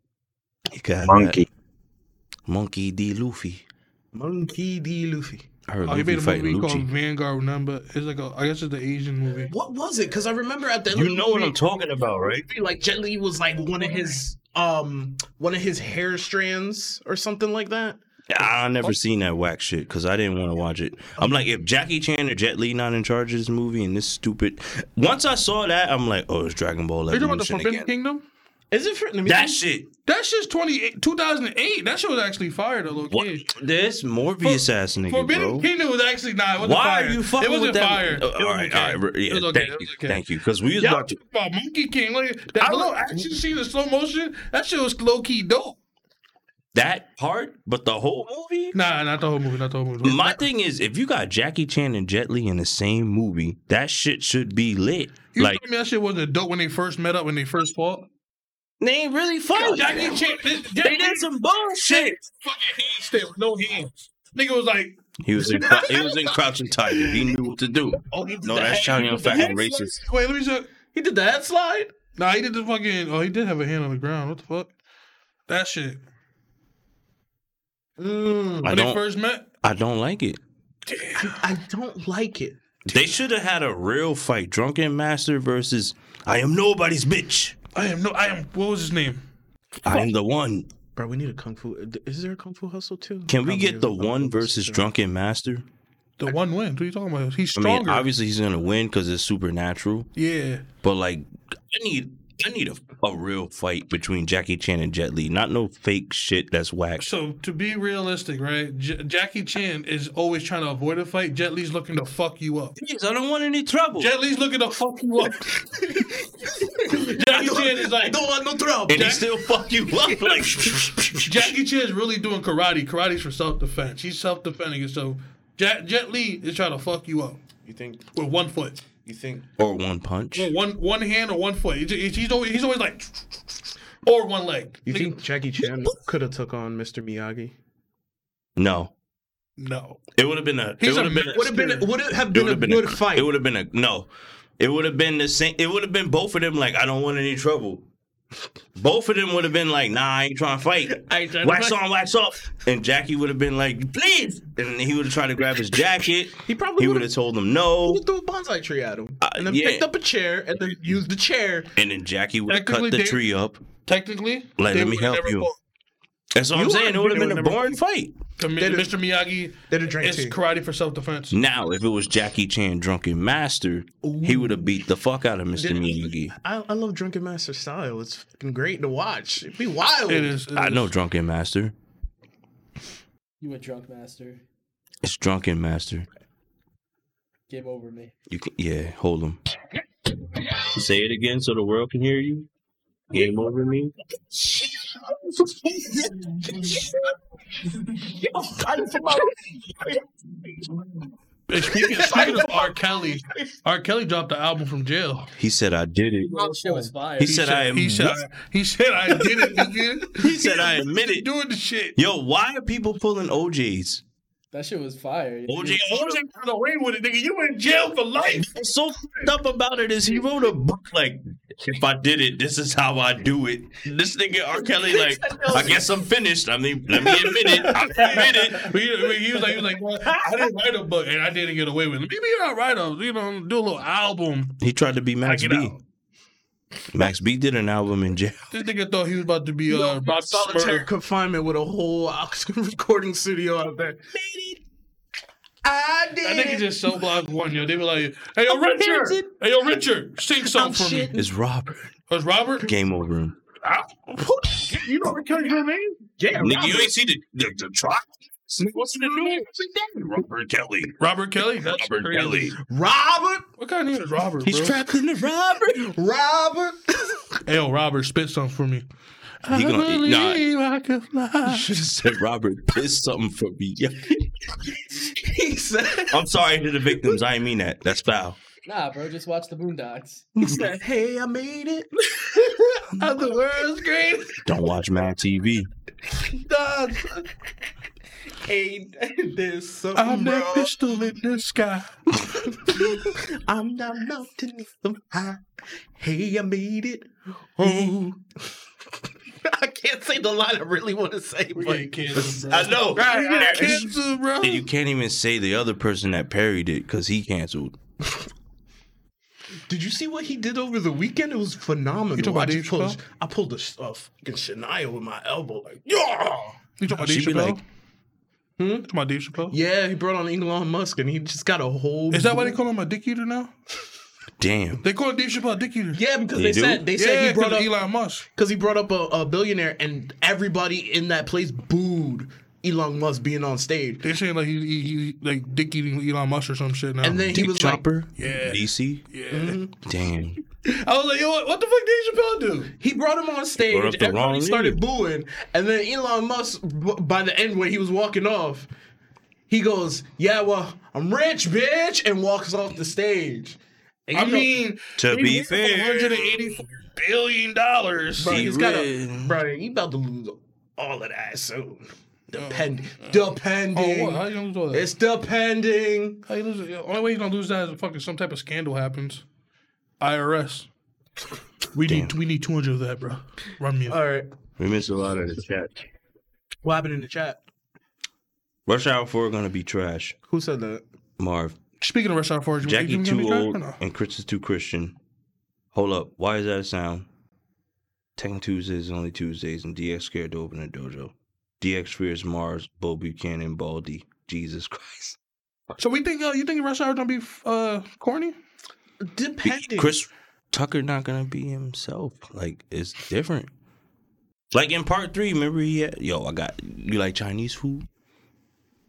[SPEAKER 5] You got
[SPEAKER 8] Monkey.
[SPEAKER 5] that. Monkey D. Luffy.
[SPEAKER 4] Monkey D. Luffy.
[SPEAKER 5] I heard
[SPEAKER 6] Oh, he
[SPEAKER 5] Luffy
[SPEAKER 6] made a
[SPEAKER 5] fighting
[SPEAKER 6] movie called
[SPEAKER 5] Lucci.
[SPEAKER 6] Vanguard number. It's like a, I guess it's the Asian movie.
[SPEAKER 4] What was it? Because I remember at the end of
[SPEAKER 8] You
[SPEAKER 4] the
[SPEAKER 8] know what I'm
[SPEAKER 4] movie,
[SPEAKER 8] talking about, right?
[SPEAKER 4] like Jet Li was like one of his um one of his hair strands or something like that.
[SPEAKER 5] I never seen that whack shit because I didn't want to watch it. I'm like, if Jackie Chan or Jet Li not in charge of this movie and this stupid, once I saw that, I'm like, oh, it's Dragon Ball
[SPEAKER 6] Are you talking about the
[SPEAKER 5] Evolution
[SPEAKER 6] Forbidden
[SPEAKER 5] again.
[SPEAKER 6] Kingdom?
[SPEAKER 4] Is it for
[SPEAKER 5] That shit.
[SPEAKER 6] That shit's 28, 2008. That shit was actually fire though, low
[SPEAKER 5] What?
[SPEAKER 6] key.
[SPEAKER 5] This Morbius ass nigga,
[SPEAKER 6] Forbidden
[SPEAKER 5] bro.
[SPEAKER 6] Kingdom was actually not. It wasn't
[SPEAKER 5] Why
[SPEAKER 6] fire.
[SPEAKER 5] are you fucking
[SPEAKER 6] It wasn't
[SPEAKER 5] with that?
[SPEAKER 6] fire.
[SPEAKER 5] Oh,
[SPEAKER 6] It
[SPEAKER 5] all
[SPEAKER 6] was
[SPEAKER 5] right,
[SPEAKER 6] okay.
[SPEAKER 5] all right, yeah,
[SPEAKER 6] It was okay.
[SPEAKER 5] thank
[SPEAKER 6] It
[SPEAKER 5] you,
[SPEAKER 6] was okay.
[SPEAKER 5] thank you, because we was
[SPEAKER 6] Y'all
[SPEAKER 5] about to.
[SPEAKER 6] talking about Monkey King? Like, that little action scene in slow motion. That shit was low key dope.
[SPEAKER 5] that part, but the whole movie.
[SPEAKER 6] Nah, not the whole movie. Not the whole movie.
[SPEAKER 5] My thing is, if you got Jackie Chan and Jet Li in the same movie, that shit should be lit.
[SPEAKER 6] you
[SPEAKER 5] like
[SPEAKER 6] told me that shit wasn't dope when they first met up when they first fought.
[SPEAKER 5] they ain't really fight.
[SPEAKER 6] Jackie Chan, this,
[SPEAKER 5] They did some bullshit.
[SPEAKER 6] fucking hand step, no hands. Nigga was like,
[SPEAKER 5] He was in he was in Crouching Tiger. He knew what to do.
[SPEAKER 4] Oh, he did
[SPEAKER 5] No,
[SPEAKER 4] the
[SPEAKER 5] that's
[SPEAKER 4] head-
[SPEAKER 5] Johnny on fucking racist.
[SPEAKER 6] wait, let me check.
[SPEAKER 4] He did the head slide.
[SPEAKER 6] Nah, he did the fucking. Oh, he did have a hand on the ground. What the fuck? That shit. Mm,
[SPEAKER 5] I
[SPEAKER 6] When they
[SPEAKER 5] don't
[SPEAKER 6] first met,
[SPEAKER 5] I don't like it.
[SPEAKER 4] I don't like it.
[SPEAKER 5] They should have had a real fight. Drunken Master versus I am nobody's bitch.
[SPEAKER 6] I am no, I am. What was his name?
[SPEAKER 5] I am the one.
[SPEAKER 4] Bro, we need a kung fu. Is there a kung fu hustle too?
[SPEAKER 5] Can we
[SPEAKER 4] Probably
[SPEAKER 5] get
[SPEAKER 4] is
[SPEAKER 5] the
[SPEAKER 4] a Kung Fu
[SPEAKER 5] one
[SPEAKER 4] Hustle
[SPEAKER 5] versus
[SPEAKER 4] too.
[SPEAKER 5] Drunken Master?
[SPEAKER 6] The one win. What are you talking about? He's
[SPEAKER 5] I
[SPEAKER 6] stronger.
[SPEAKER 5] mean, obviously he's gonna win because it's supernatural.
[SPEAKER 6] yeah.
[SPEAKER 5] But like, I need I need a, a real fight between Jackie Chan and Jet Li, not no fake shit that's whack.
[SPEAKER 6] So to be realistic, right? J- Jackie Chan is always trying to avoid a fight. Jet Li's looking to fuck you up.
[SPEAKER 5] Please, I don't want any trouble.
[SPEAKER 6] Jet Li's looking to fuck you up. Jackie Chan is like,
[SPEAKER 4] want no trouble.
[SPEAKER 5] and he still fuck you up. Like,
[SPEAKER 6] Jackie Chan is really doing karate. Karate's for self defense. He's self defending himself. Jet, Jet Li is trying to fuck you up
[SPEAKER 4] You think?
[SPEAKER 6] with one foot,
[SPEAKER 4] You think?
[SPEAKER 5] or one punch.
[SPEAKER 6] with one one hand or one foot. He's, he's- he's always he's always like, or one leg.
[SPEAKER 4] You
[SPEAKER 6] Nigga,
[SPEAKER 4] think Jackie Chan could have took on Mr. Miyagi?
[SPEAKER 5] No,
[SPEAKER 6] No.
[SPEAKER 5] it would have been a.
[SPEAKER 6] He's
[SPEAKER 5] it would
[SPEAKER 6] a
[SPEAKER 5] have been. A,
[SPEAKER 6] master.
[SPEAKER 4] Would have been. Would it have
[SPEAKER 5] it
[SPEAKER 4] been
[SPEAKER 5] would
[SPEAKER 4] a
[SPEAKER 5] have been
[SPEAKER 4] good
[SPEAKER 5] a,
[SPEAKER 4] fight?
[SPEAKER 5] It would have been a no. It would have been the same. It would have been both of them. Like I don't want any trouble. Both of them would have been like, "Nah, I ain't trying to fight.
[SPEAKER 4] I ain't trying to
[SPEAKER 5] wax
[SPEAKER 4] fight.
[SPEAKER 5] on, wax off." And Jackie would have been like, "Please," and he would have tried to grab his jacket.
[SPEAKER 4] He probably
[SPEAKER 5] He would
[SPEAKER 4] would've-
[SPEAKER 5] have told him no.
[SPEAKER 4] He threw a bonsai tree at him, and then
[SPEAKER 5] yeah.
[SPEAKER 4] picked up a chair, and then used the chair.
[SPEAKER 5] And then Jackie would have cut
[SPEAKER 6] Technically,
[SPEAKER 5] the
[SPEAKER 6] they-
[SPEAKER 5] tree up.
[SPEAKER 6] Technically,
[SPEAKER 5] Like,
[SPEAKER 6] they
[SPEAKER 5] let me
[SPEAKER 6] would've
[SPEAKER 5] help
[SPEAKER 6] never
[SPEAKER 5] you.
[SPEAKER 6] fought.
[SPEAKER 5] That's what I'm
[SPEAKER 6] You
[SPEAKER 5] saying. It
[SPEAKER 6] are-
[SPEAKER 5] would have
[SPEAKER 6] they
[SPEAKER 5] been a
[SPEAKER 6] would've
[SPEAKER 5] boring fight.
[SPEAKER 6] To Mi-
[SPEAKER 4] They'd have-
[SPEAKER 6] Mr. Miyagi,
[SPEAKER 4] They'd have drank
[SPEAKER 6] it's
[SPEAKER 4] tea.
[SPEAKER 6] karate for self defense.
[SPEAKER 5] Now, if it was Jackie Chan, Drunken Master, he would have beat the fuck out of Mr. Miyagi.
[SPEAKER 4] I, I love Drunken Master style. It's fucking great to watch. It'd be wild.
[SPEAKER 6] It is. it
[SPEAKER 5] I
[SPEAKER 6] is.
[SPEAKER 5] know Drunken Master.
[SPEAKER 7] You a drunk master.
[SPEAKER 5] It's Drunken Master.
[SPEAKER 7] Game over me.
[SPEAKER 5] You can, yeah, hold him. Say it again so the world can hear you. Game over me.
[SPEAKER 6] And Speaking, speaking of R. Kelly, R. Kelly dropped the album from jail.
[SPEAKER 5] He said I did it.
[SPEAKER 7] That shit was fire.
[SPEAKER 5] He said I am.
[SPEAKER 6] He said, he said I did it again.
[SPEAKER 5] He said I admit it.
[SPEAKER 6] Doing the shit.
[SPEAKER 5] Yo, why are people pulling OJs?
[SPEAKER 7] That shit was fire.
[SPEAKER 5] OJ,
[SPEAKER 6] OJ got away with it, nigga. You in jail for life.
[SPEAKER 5] What's so fucked up about it is he wrote a book like, if I did it, this is how I do it. This nigga R. Kelly like, I guess I'm finished. I mean, let me admit it. I admit it.
[SPEAKER 6] But he, but he was like, he was like, well, I didn't write a book and I didn't get away with it. Maybe I'll write a, you know, do a little album.
[SPEAKER 5] He tried to be Max
[SPEAKER 6] Check it
[SPEAKER 5] B. Max B did an album in jail.
[SPEAKER 6] This nigga thought he was about to be uh, Bob
[SPEAKER 4] solitary
[SPEAKER 6] Solitaire.
[SPEAKER 4] confinement with a whole recording studio out there. I
[SPEAKER 6] That
[SPEAKER 4] did.
[SPEAKER 6] nigga just so blocked one, yo. They were like, hey, yo, Richard. Hey, yo, Richard, sing something for me.
[SPEAKER 5] It's Robert.
[SPEAKER 6] Was Robert?
[SPEAKER 5] Game over.
[SPEAKER 3] You know what kind of name?
[SPEAKER 4] yeah,
[SPEAKER 5] Nigga, you ain't see the, the, the trial?
[SPEAKER 3] What's the name?
[SPEAKER 5] Robert Kelly.
[SPEAKER 6] Robert Kelly? That's
[SPEAKER 5] Robert
[SPEAKER 6] crazy.
[SPEAKER 5] Kelly.
[SPEAKER 4] Robert.
[SPEAKER 6] What kind of name is Robert,
[SPEAKER 5] He's
[SPEAKER 6] bro?
[SPEAKER 5] trapped in the robbery.
[SPEAKER 4] Robert.
[SPEAKER 6] Hey, yo, Robert, spit something for me.
[SPEAKER 5] He
[SPEAKER 6] I
[SPEAKER 5] gonna eat- nah.
[SPEAKER 6] believe I can fly.
[SPEAKER 5] Should have said Robert pissed something for me. Yeah.
[SPEAKER 4] he said.
[SPEAKER 5] I'm sorry to the victims. I ain't mean that. That's foul.
[SPEAKER 7] Nah, bro, just watch the Boondocks.
[SPEAKER 4] He said, "Hey, I made it. I'm the world's greatest."
[SPEAKER 5] Don't watch Mad TV.
[SPEAKER 4] dog." Hey, there's something,
[SPEAKER 6] I'm that pistol in the sky.
[SPEAKER 4] I'm not mountain, I'm high. Hey, I made it. Oh. I can't say the line I really want to say, but I know.
[SPEAKER 6] Cancel, bro.
[SPEAKER 5] And you can't even say the other person that parried it because he canceled.
[SPEAKER 4] Did you see what he did over the weekend? It was phenomenal.
[SPEAKER 6] You talking
[SPEAKER 4] I
[SPEAKER 6] about
[SPEAKER 4] just
[SPEAKER 6] Dave
[SPEAKER 4] pulled,
[SPEAKER 6] Chappelle?
[SPEAKER 4] I pulled a uh, fucking Shania with my elbow, like yeah.
[SPEAKER 6] You talking about
[SPEAKER 5] She
[SPEAKER 6] Dave
[SPEAKER 5] be
[SPEAKER 6] Chappelle?
[SPEAKER 5] like-
[SPEAKER 6] hmm? Talking about Dave Chappelle?
[SPEAKER 4] Yeah, he brought on Elon Musk, and he just got a whole.
[SPEAKER 6] Is that why they call him a dick eater now?
[SPEAKER 5] Damn.
[SPEAKER 6] They call Dave Chappelle a dick eater.
[SPEAKER 4] Yeah, because
[SPEAKER 5] They
[SPEAKER 4] they
[SPEAKER 5] do?
[SPEAKER 4] said they said
[SPEAKER 6] yeah,
[SPEAKER 4] he brought up
[SPEAKER 6] 'cause of Elon Musk.
[SPEAKER 4] because he brought up a, a billionaire, and everybody in that place booed Elon Musk being on stage.
[SPEAKER 6] They're saying like he, he, he like dick eating Elon Musk or some shit now.
[SPEAKER 4] And then he
[SPEAKER 5] Dick
[SPEAKER 4] was
[SPEAKER 5] Chopper?
[SPEAKER 6] Yeah.
[SPEAKER 5] DC?
[SPEAKER 6] yeah,
[SPEAKER 5] Damn.
[SPEAKER 6] I was like, yo, what, what the fuck Dave Chappelle do?
[SPEAKER 4] like, he brought him on stage.
[SPEAKER 5] Brought up the
[SPEAKER 4] Everybody
[SPEAKER 5] wrong
[SPEAKER 4] started booing, and then Elon Musk, b- by the end when he was walking off, he goes, "Yeah, well, I'm rich, bitch," and walks off the stage. And
[SPEAKER 6] I
[SPEAKER 4] you know-
[SPEAKER 6] mean,
[SPEAKER 5] To
[SPEAKER 6] he
[SPEAKER 5] be
[SPEAKER 6] worth
[SPEAKER 5] fair.
[SPEAKER 6] 184 billion dollars.
[SPEAKER 4] Bro,
[SPEAKER 5] He
[SPEAKER 4] he's got a
[SPEAKER 5] ran.
[SPEAKER 4] bro. He about to lose all of that soon. Depend, depending.
[SPEAKER 6] Mm, Oh, what? How you gonna lose all that?
[SPEAKER 4] it's depending.
[SPEAKER 6] How you lose it? The only way you're gonna lose that is if fucking some type of scandal happens. IRS. We need we need two hundred of that, bro. Run me.
[SPEAKER 4] All right.
[SPEAKER 5] We missed a lot of the chat.
[SPEAKER 4] What happened in the chat?
[SPEAKER 5] Rush Hour 4 gonna be trash.
[SPEAKER 4] Who said that?
[SPEAKER 5] Marv.
[SPEAKER 6] Speaking of rush hour forage,
[SPEAKER 5] Jackie too old and Chris is too Christian. Hold up. Why is that a sound? Tech Tuesdays is only Tuesdays and DX scared to open a dojo. DX fears Mars, Bo Buchanan, Baldy. Jesus Christ.
[SPEAKER 6] So we think uh, you think rush hour gonna be uh, corny?
[SPEAKER 4] Depending.
[SPEAKER 5] Chris Tucker not gonna be himself. Like it's different. Like in part three, remember he had yo, I got you like Chinese food?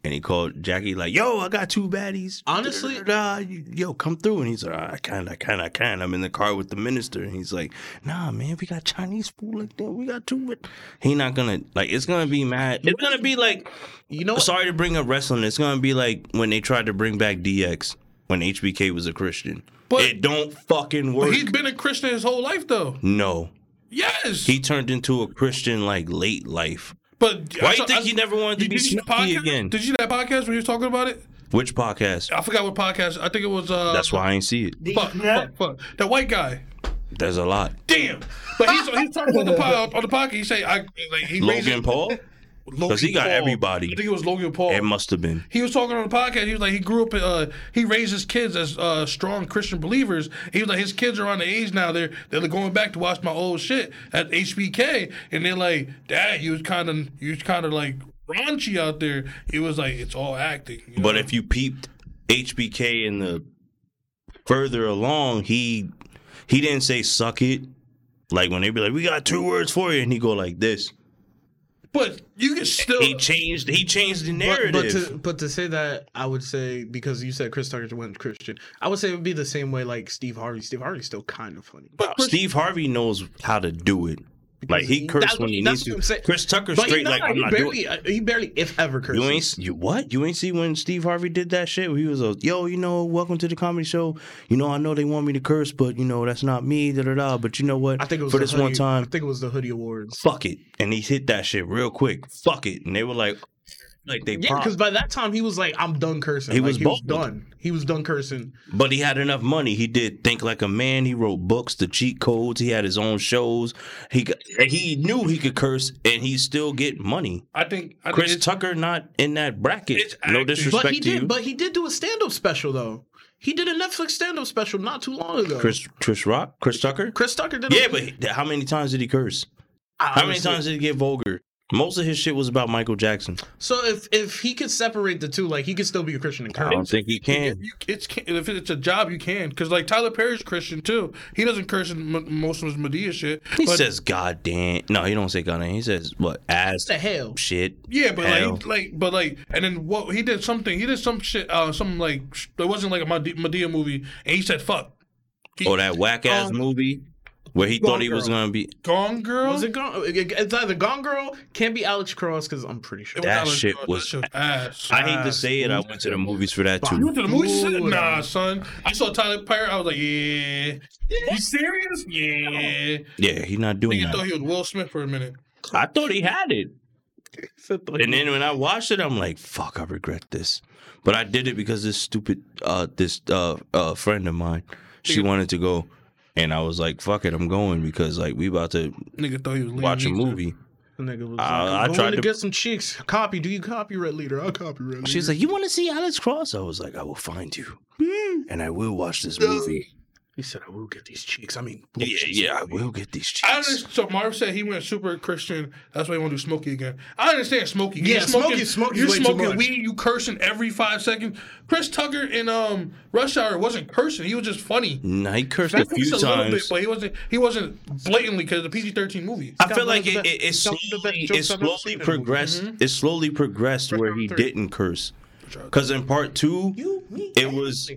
[SPEAKER 5] And he called Jackie like, yo, I got two baddies.
[SPEAKER 4] Honestly-
[SPEAKER 5] Da-da-da-da. yo, come through. And he's like, "Ah, I can, I can, I can. I'm in the car with the minister. And he's like, nah, man, we got Chinese food like that. We got two. But he not gonna like. It's gonna be mad. It's gonna be like
[SPEAKER 4] you know what?
[SPEAKER 5] Sorry to bring up wrestling. It's gonna be like when they tried to bring back DX when HBK was a Christian.
[SPEAKER 6] But-
[SPEAKER 5] it don't fucking work.
[SPEAKER 6] He's been a Christian his whole life though.
[SPEAKER 5] no,
[SPEAKER 6] Yes.
[SPEAKER 5] he turned into a Christian like late life.
[SPEAKER 6] but
[SPEAKER 5] Why
[SPEAKER 6] I
[SPEAKER 5] you
[SPEAKER 6] saw-
[SPEAKER 5] think
[SPEAKER 6] I-
[SPEAKER 5] he never wanted to
[SPEAKER 6] you-
[SPEAKER 5] be
[SPEAKER 6] did you see the
[SPEAKER 5] sneaky
[SPEAKER 6] podcast?
[SPEAKER 5] again?
[SPEAKER 6] Did Uh, you see that podcast where he was talking about it?
[SPEAKER 5] Which podcast?
[SPEAKER 6] I forgot what podcast. I think it was uh
[SPEAKER 5] That's why I ain't see it.
[SPEAKER 6] fuck, fuck, fuck. That white guy.
[SPEAKER 5] There's a lot.
[SPEAKER 6] Damn. But he's he's talking on the pod, on the podcast. He say I like he raised
[SPEAKER 5] Logan Paul. Because he got everybody.
[SPEAKER 6] I think it was Logan Paul.
[SPEAKER 5] It must have been.
[SPEAKER 6] he was talking on the podcast. He was like, he grew up. Uh, he raised his kids as uh, strong Christian believers. He was like, his kids are on the age now. They're they're going back to watch my old shit at HBK, and they're like, Dad, you was kind of you was kind of like raunchy out there. It was like it's all acting. you know?
[SPEAKER 5] But if you peeped HBK in the further along, he he didn't say suck it. Like when they be like, we got two words for you, and he go like this.
[SPEAKER 6] but you can still
[SPEAKER 5] He changed. He changed the
[SPEAKER 4] But,
[SPEAKER 5] narrative.
[SPEAKER 4] but to but to say that, I would say because you said Chris Tucker went Christian, I would say it would be the same way like Steve Harvey. Steve Harvey's still kind of funny.
[SPEAKER 5] Wow, Steve Harvey knows how to do it. Like he
[SPEAKER 4] That's-
[SPEAKER 5] cursed when he
[SPEAKER 4] that's
[SPEAKER 5] needs
[SPEAKER 4] what
[SPEAKER 5] to.
[SPEAKER 4] I'm saying.
[SPEAKER 5] Chris Tucker
[SPEAKER 4] But
[SPEAKER 5] straight
[SPEAKER 4] he,
[SPEAKER 5] like
[SPEAKER 4] nah,
[SPEAKER 5] I'm
[SPEAKER 4] he
[SPEAKER 5] not doing.
[SPEAKER 4] barely, uh, he barely if ever curses.
[SPEAKER 5] You ain't s- you what? You ain't see when Steve Harvey did that shit. Where he was a yo, you know, welcome to the comedy show. You know, I know they want me to curse, but you know that's not me. Da da da. But you know what?
[SPEAKER 4] I think it was
[SPEAKER 5] for
[SPEAKER 4] the
[SPEAKER 5] this
[SPEAKER 4] hoodie,
[SPEAKER 5] one time,
[SPEAKER 4] I think it was the hoodie awards.
[SPEAKER 5] fuck it, and he hit that shit real quick. Fuck it, and they were like, like they
[SPEAKER 4] Yeah,
[SPEAKER 5] yeah,
[SPEAKER 4] because by that time he was like, "I'm done cursing."
[SPEAKER 5] He
[SPEAKER 4] Like,
[SPEAKER 5] was
[SPEAKER 4] he was
[SPEAKER 5] bold.
[SPEAKER 4] done. He was done cursing.
[SPEAKER 5] but he had enough money. He did think like a man. He wrote books, the cheat codes. He had his own shows. He got, he knew he could curse, and he still get money.
[SPEAKER 6] I think I
[SPEAKER 5] Chris
[SPEAKER 6] think it's-
[SPEAKER 5] Tucker not in that bracket.
[SPEAKER 6] it's
[SPEAKER 5] No
[SPEAKER 6] acting.
[SPEAKER 5] disrespect
[SPEAKER 4] But he
[SPEAKER 5] to
[SPEAKER 4] did.
[SPEAKER 5] you.
[SPEAKER 4] But he did do a stand-up special though. He did a Netflix stand-up special not too long ago.
[SPEAKER 5] Chris Chris Rock, Chris Tucker.
[SPEAKER 4] Chris Tucker did.
[SPEAKER 5] Yeah,
[SPEAKER 4] a,
[SPEAKER 5] but he- how many times did he curse?
[SPEAKER 4] I
[SPEAKER 5] How many
[SPEAKER 4] honestly-
[SPEAKER 5] times did he get vulgar? Most of his shit was about Michael Jackson.
[SPEAKER 4] So if if he could separate the two, like he could still be a Christian and
[SPEAKER 5] I
[SPEAKER 4] curse.
[SPEAKER 5] don't think he can.
[SPEAKER 6] You, it's can- if it's a job you can because like Tyler Perry's Christian too. He doesn't curse in m- most of his Medea shit.
[SPEAKER 5] He
[SPEAKER 6] but-
[SPEAKER 5] says God damn. No, he don't say God damn. He says what
[SPEAKER 4] What
[SPEAKER 5] ass
[SPEAKER 4] the hell?
[SPEAKER 5] shit.
[SPEAKER 6] Yeah, but
[SPEAKER 5] Hell.
[SPEAKER 6] like, like, but like, and then what he did something. He did some shit. Uh, some like it wasn't like a Made- Medea movie, and he said "fuck." He,
[SPEAKER 5] Or Oh, that whack ass
[SPEAKER 6] Um,
[SPEAKER 5] movie where he thought he was
[SPEAKER 4] Girl.
[SPEAKER 5] gonna be.
[SPEAKER 6] Gone Girl.
[SPEAKER 4] Was it gone? It's either Gone Girl can't be Alex Cross because I'm pretty sure.
[SPEAKER 6] It was
[SPEAKER 5] That
[SPEAKER 6] Alex
[SPEAKER 5] shit
[SPEAKER 6] Ross.
[SPEAKER 5] was-
[SPEAKER 6] ass.
[SPEAKER 5] I hate to say it. I went to the movies for that
[SPEAKER 6] You
[SPEAKER 5] too.
[SPEAKER 6] went to the movie? She said,
[SPEAKER 4] Ooh,
[SPEAKER 6] nah,
[SPEAKER 4] that-
[SPEAKER 6] son. I saw Tyler Perry. I was like, yeah. You serious? Yeah.
[SPEAKER 5] Yeah, he's not doing
[SPEAKER 6] You thought
[SPEAKER 5] that.
[SPEAKER 6] he was Will Smith for a minute.
[SPEAKER 5] I thought he had it. And then when I watched it, I'm like, fuck, I regret this. But I did it because this stupid uh this uh uh friend of mine, she wanted to go. And I was like, fuck it, I'm going because like we about to
[SPEAKER 6] Nigga thought he was leaning
[SPEAKER 5] watch a
[SPEAKER 6] into it.
[SPEAKER 5] movie.
[SPEAKER 4] The nigga was like,
[SPEAKER 5] Uh, I
[SPEAKER 4] I'm going
[SPEAKER 5] tried
[SPEAKER 4] to,
[SPEAKER 5] to-
[SPEAKER 4] get some chicks. Copy. Do you copyright leader? I'll copyright leader.
[SPEAKER 5] She's like, You wanna see Alex Cross? I was like, I will find you. And I will watch this movie.
[SPEAKER 4] he said, I will get these chicks. I mean,
[SPEAKER 5] Yeah, yeah, I will get these
[SPEAKER 6] I
[SPEAKER 5] chicks.
[SPEAKER 6] understand. So Marv said he went super Christian. That's why he want to do Smokey again. I understand Smokey.
[SPEAKER 4] Yeah, Smokey- Smokey's
[SPEAKER 6] You're
[SPEAKER 4] way too
[SPEAKER 6] smoking
[SPEAKER 4] much.
[SPEAKER 6] weed. You cursing every five seconds. Chris Tucker in um Rush Hour wasn't cursing. He was just funny.
[SPEAKER 5] Nah, he cursed a
[SPEAKER 6] That's
[SPEAKER 5] few
[SPEAKER 6] just a little bit,
[SPEAKER 5] times.
[SPEAKER 6] but he wasn't. He wasn't blatantly because the PG thirteen movie.
[SPEAKER 5] I feel like
[SPEAKER 4] one
[SPEAKER 5] it,
[SPEAKER 4] of the
[SPEAKER 5] it, it
[SPEAKER 4] best- some of the best
[SPEAKER 5] slowly, it
[SPEAKER 4] jokes I've ever seen
[SPEAKER 5] slowly
[SPEAKER 4] in a movie.
[SPEAKER 5] progressed. It slowly progressed where he didn't curse. Because in part two, it was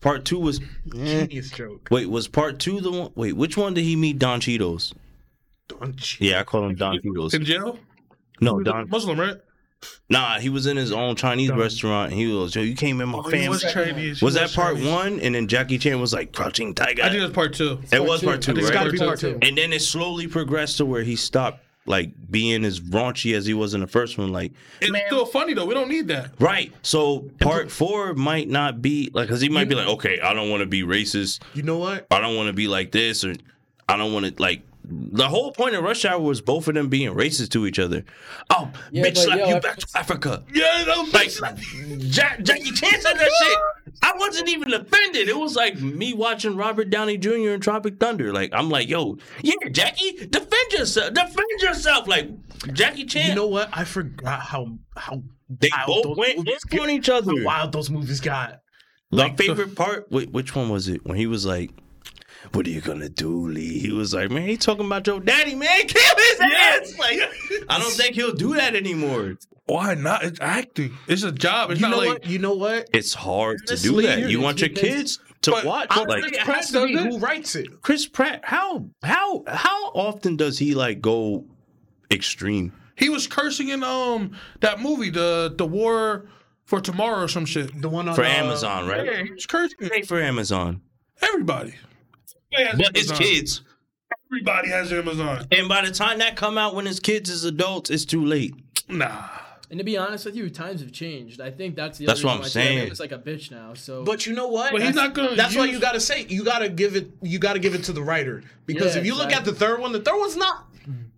[SPEAKER 5] part two was
[SPEAKER 4] genius joke.
[SPEAKER 5] wait was part two the one wait which one did he meet Don Cheetos?
[SPEAKER 4] Don Cheadle.
[SPEAKER 5] Yeah, I call him Don Cheetos.
[SPEAKER 6] in jail.
[SPEAKER 5] No, Don.
[SPEAKER 6] Muslim, right?
[SPEAKER 5] Nah, he was in his own Chinese restaurant. and He was yo, you came in my
[SPEAKER 6] He
[SPEAKER 5] family.
[SPEAKER 6] was
[SPEAKER 5] Was,
[SPEAKER 6] Chinese. He
[SPEAKER 5] that part
[SPEAKER 6] Chinese.
[SPEAKER 5] one? And then Jackie Chan was like crouching tiger.
[SPEAKER 6] I think that's part two.
[SPEAKER 5] it was part two,
[SPEAKER 6] I think it's
[SPEAKER 5] right?
[SPEAKER 6] gotta be part two.
[SPEAKER 5] And then it slowly progressed to where he stopped like being as raunchy as he was in the first one. Like
[SPEAKER 6] It's still funny though. We don't need that.
[SPEAKER 5] Right. So part four might not be like, cause he might be like, okay, I don't want to be racist.
[SPEAKER 4] You know what?
[SPEAKER 5] I don't want to be like this, or I don't want to like. The whole point of Rush Hour was both of them being racist to each other. Oh,
[SPEAKER 7] Yeah,
[SPEAKER 5] bitch,
[SPEAKER 7] but
[SPEAKER 5] slap
[SPEAKER 7] yo,
[SPEAKER 5] you
[SPEAKER 7] I-
[SPEAKER 5] back to Africa.
[SPEAKER 6] Yeah,
[SPEAKER 5] Like Jack, Jackie Chan said that shit. I wasn't even offended. It was like me watching Robert Downey Jr. in Tropic Thunder. Like I'm like, yo, yeah, Jackie, defend yourself, defend yourself. Like Jackie Chan,
[SPEAKER 4] You know what? I forgot how how
[SPEAKER 5] they
[SPEAKER 4] wild
[SPEAKER 5] both
[SPEAKER 4] those
[SPEAKER 5] went
[SPEAKER 4] movies
[SPEAKER 5] in on each other.
[SPEAKER 4] how wild those movies got.
[SPEAKER 5] My favorite part, wait, which one was it? When he was like, "What are you gonna do, Lee?" He was like, "Man, he talking about your daddy, man. Kill his ass!" Like, I don't think he'll do that anymore.
[SPEAKER 6] Why not? It's acting. It's a job. It's
[SPEAKER 4] You
[SPEAKER 6] not
[SPEAKER 4] know
[SPEAKER 6] like
[SPEAKER 4] what? You know what?
[SPEAKER 5] It's hard
[SPEAKER 4] Honestly,
[SPEAKER 5] to do that.
[SPEAKER 4] it's
[SPEAKER 5] You want your
[SPEAKER 4] because-
[SPEAKER 5] kids to
[SPEAKER 6] but
[SPEAKER 5] watch,
[SPEAKER 4] I
[SPEAKER 5] like
[SPEAKER 4] like, it has to be who writes it.
[SPEAKER 5] Chris Pratt. How how how often does he like go extreme?
[SPEAKER 6] he was cursing in um that movie, the the War for Tomorrow or some shit.
[SPEAKER 4] The one on
[SPEAKER 5] For
[SPEAKER 4] uh,
[SPEAKER 5] Amazon, right?
[SPEAKER 6] Yeah, he was cursing
[SPEAKER 5] Pay for Amazon,
[SPEAKER 6] everybody.
[SPEAKER 5] but it's kids.
[SPEAKER 6] Everybody has Amazon.
[SPEAKER 5] And by the time that come out, when his kids is adults, it's too late.
[SPEAKER 6] Nah.
[SPEAKER 7] And to be honest with you, times have changed. I think that's the
[SPEAKER 5] That's
[SPEAKER 7] other
[SPEAKER 5] what I'm
[SPEAKER 7] reason why Taylor
[SPEAKER 5] saying.
[SPEAKER 7] looks like a bitch now. So
[SPEAKER 4] But you know what?
[SPEAKER 6] But he's
[SPEAKER 4] That's-
[SPEAKER 6] not gonna
[SPEAKER 4] That's why
[SPEAKER 6] use-
[SPEAKER 4] you gotta say you gotta give it. You gotta give it to the writer because
[SPEAKER 7] Yeah,
[SPEAKER 4] if you look at
[SPEAKER 7] exactly.
[SPEAKER 4] the third one, the third one's not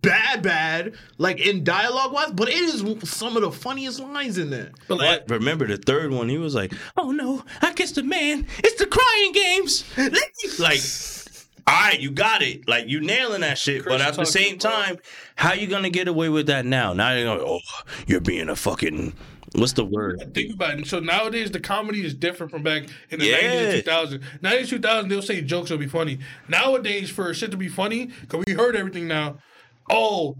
[SPEAKER 4] bad, bad like in dialogue wise, but it is some of the funniest lines in there.
[SPEAKER 5] But remember the third one, he was like, "Oh no, I kissed a man. It's the crying games." like, all right, you got it. Like you nailing that shit. but at the same time, how you gonna get away with that now? Now you're going, "Oh, you're being a fucking what's the word?"
[SPEAKER 6] Think about it. So nowadays the comedy is different from back in the
[SPEAKER 5] Yeah.
[SPEAKER 6] nineties and two thousand. Nineties two thousand, they'll say jokes will be funny. Nowadays, for shit to be funny, because we heard everything now. Oh,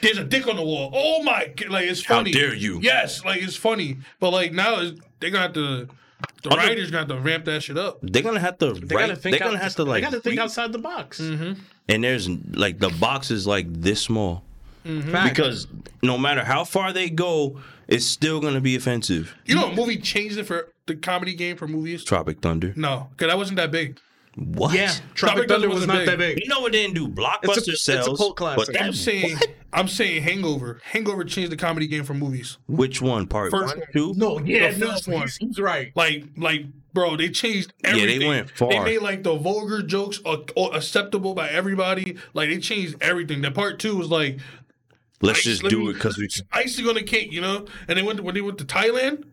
[SPEAKER 6] there's a dick on the wall. Oh my, g- like it's
[SPEAKER 5] How
[SPEAKER 6] funny.
[SPEAKER 5] dare you.
[SPEAKER 6] Yes, like it's funny. But like now, it's, they got the the
[SPEAKER 5] Under-
[SPEAKER 6] writers got to ramp that shit up.
[SPEAKER 5] They're gonna have to
[SPEAKER 4] They
[SPEAKER 5] write.
[SPEAKER 4] gotta think.
[SPEAKER 5] they're gonna
[SPEAKER 4] out-
[SPEAKER 5] have to
[SPEAKER 4] they
[SPEAKER 5] like.
[SPEAKER 4] gotta think outside the box.
[SPEAKER 6] Mm-hmm.
[SPEAKER 5] and there's like the box is like this small
[SPEAKER 4] Fact.
[SPEAKER 5] because no matter how far they go, it's still gonna be offensive.
[SPEAKER 6] You know, a movie changed it for the comedy game for movies.
[SPEAKER 5] Tropic Thunder.
[SPEAKER 6] No, because that wasn't that big.
[SPEAKER 5] What?
[SPEAKER 4] yeah, Tropic Thunder was not that big.
[SPEAKER 5] You know it didn't do
[SPEAKER 4] It's
[SPEAKER 5] blockbuster
[SPEAKER 4] a- it's a
[SPEAKER 5] sales.
[SPEAKER 4] cult classic.
[SPEAKER 5] But that
[SPEAKER 6] I'm saying, I'm saying, Hangover. Hangover changed the comedy game for movies.
[SPEAKER 5] Which one? Part
[SPEAKER 6] First
[SPEAKER 5] one,
[SPEAKER 6] one.
[SPEAKER 5] two.
[SPEAKER 4] No, yeah,
[SPEAKER 6] The
[SPEAKER 4] no,
[SPEAKER 6] first one.
[SPEAKER 4] he's, he's right.
[SPEAKER 6] Like, like, bro, they changed
[SPEAKER 5] they
[SPEAKER 6] everything.
[SPEAKER 5] went far.
[SPEAKER 6] They made like the vulgar jokes a- a- acceptable by everybody. Like, they changed everything. The part two was like
[SPEAKER 5] Let's
[SPEAKER 6] ice-
[SPEAKER 5] just
[SPEAKER 6] let
[SPEAKER 5] do
[SPEAKER 6] me-
[SPEAKER 5] it because we
[SPEAKER 6] icing on the cake, you know. And they went to, when they went to Thailand.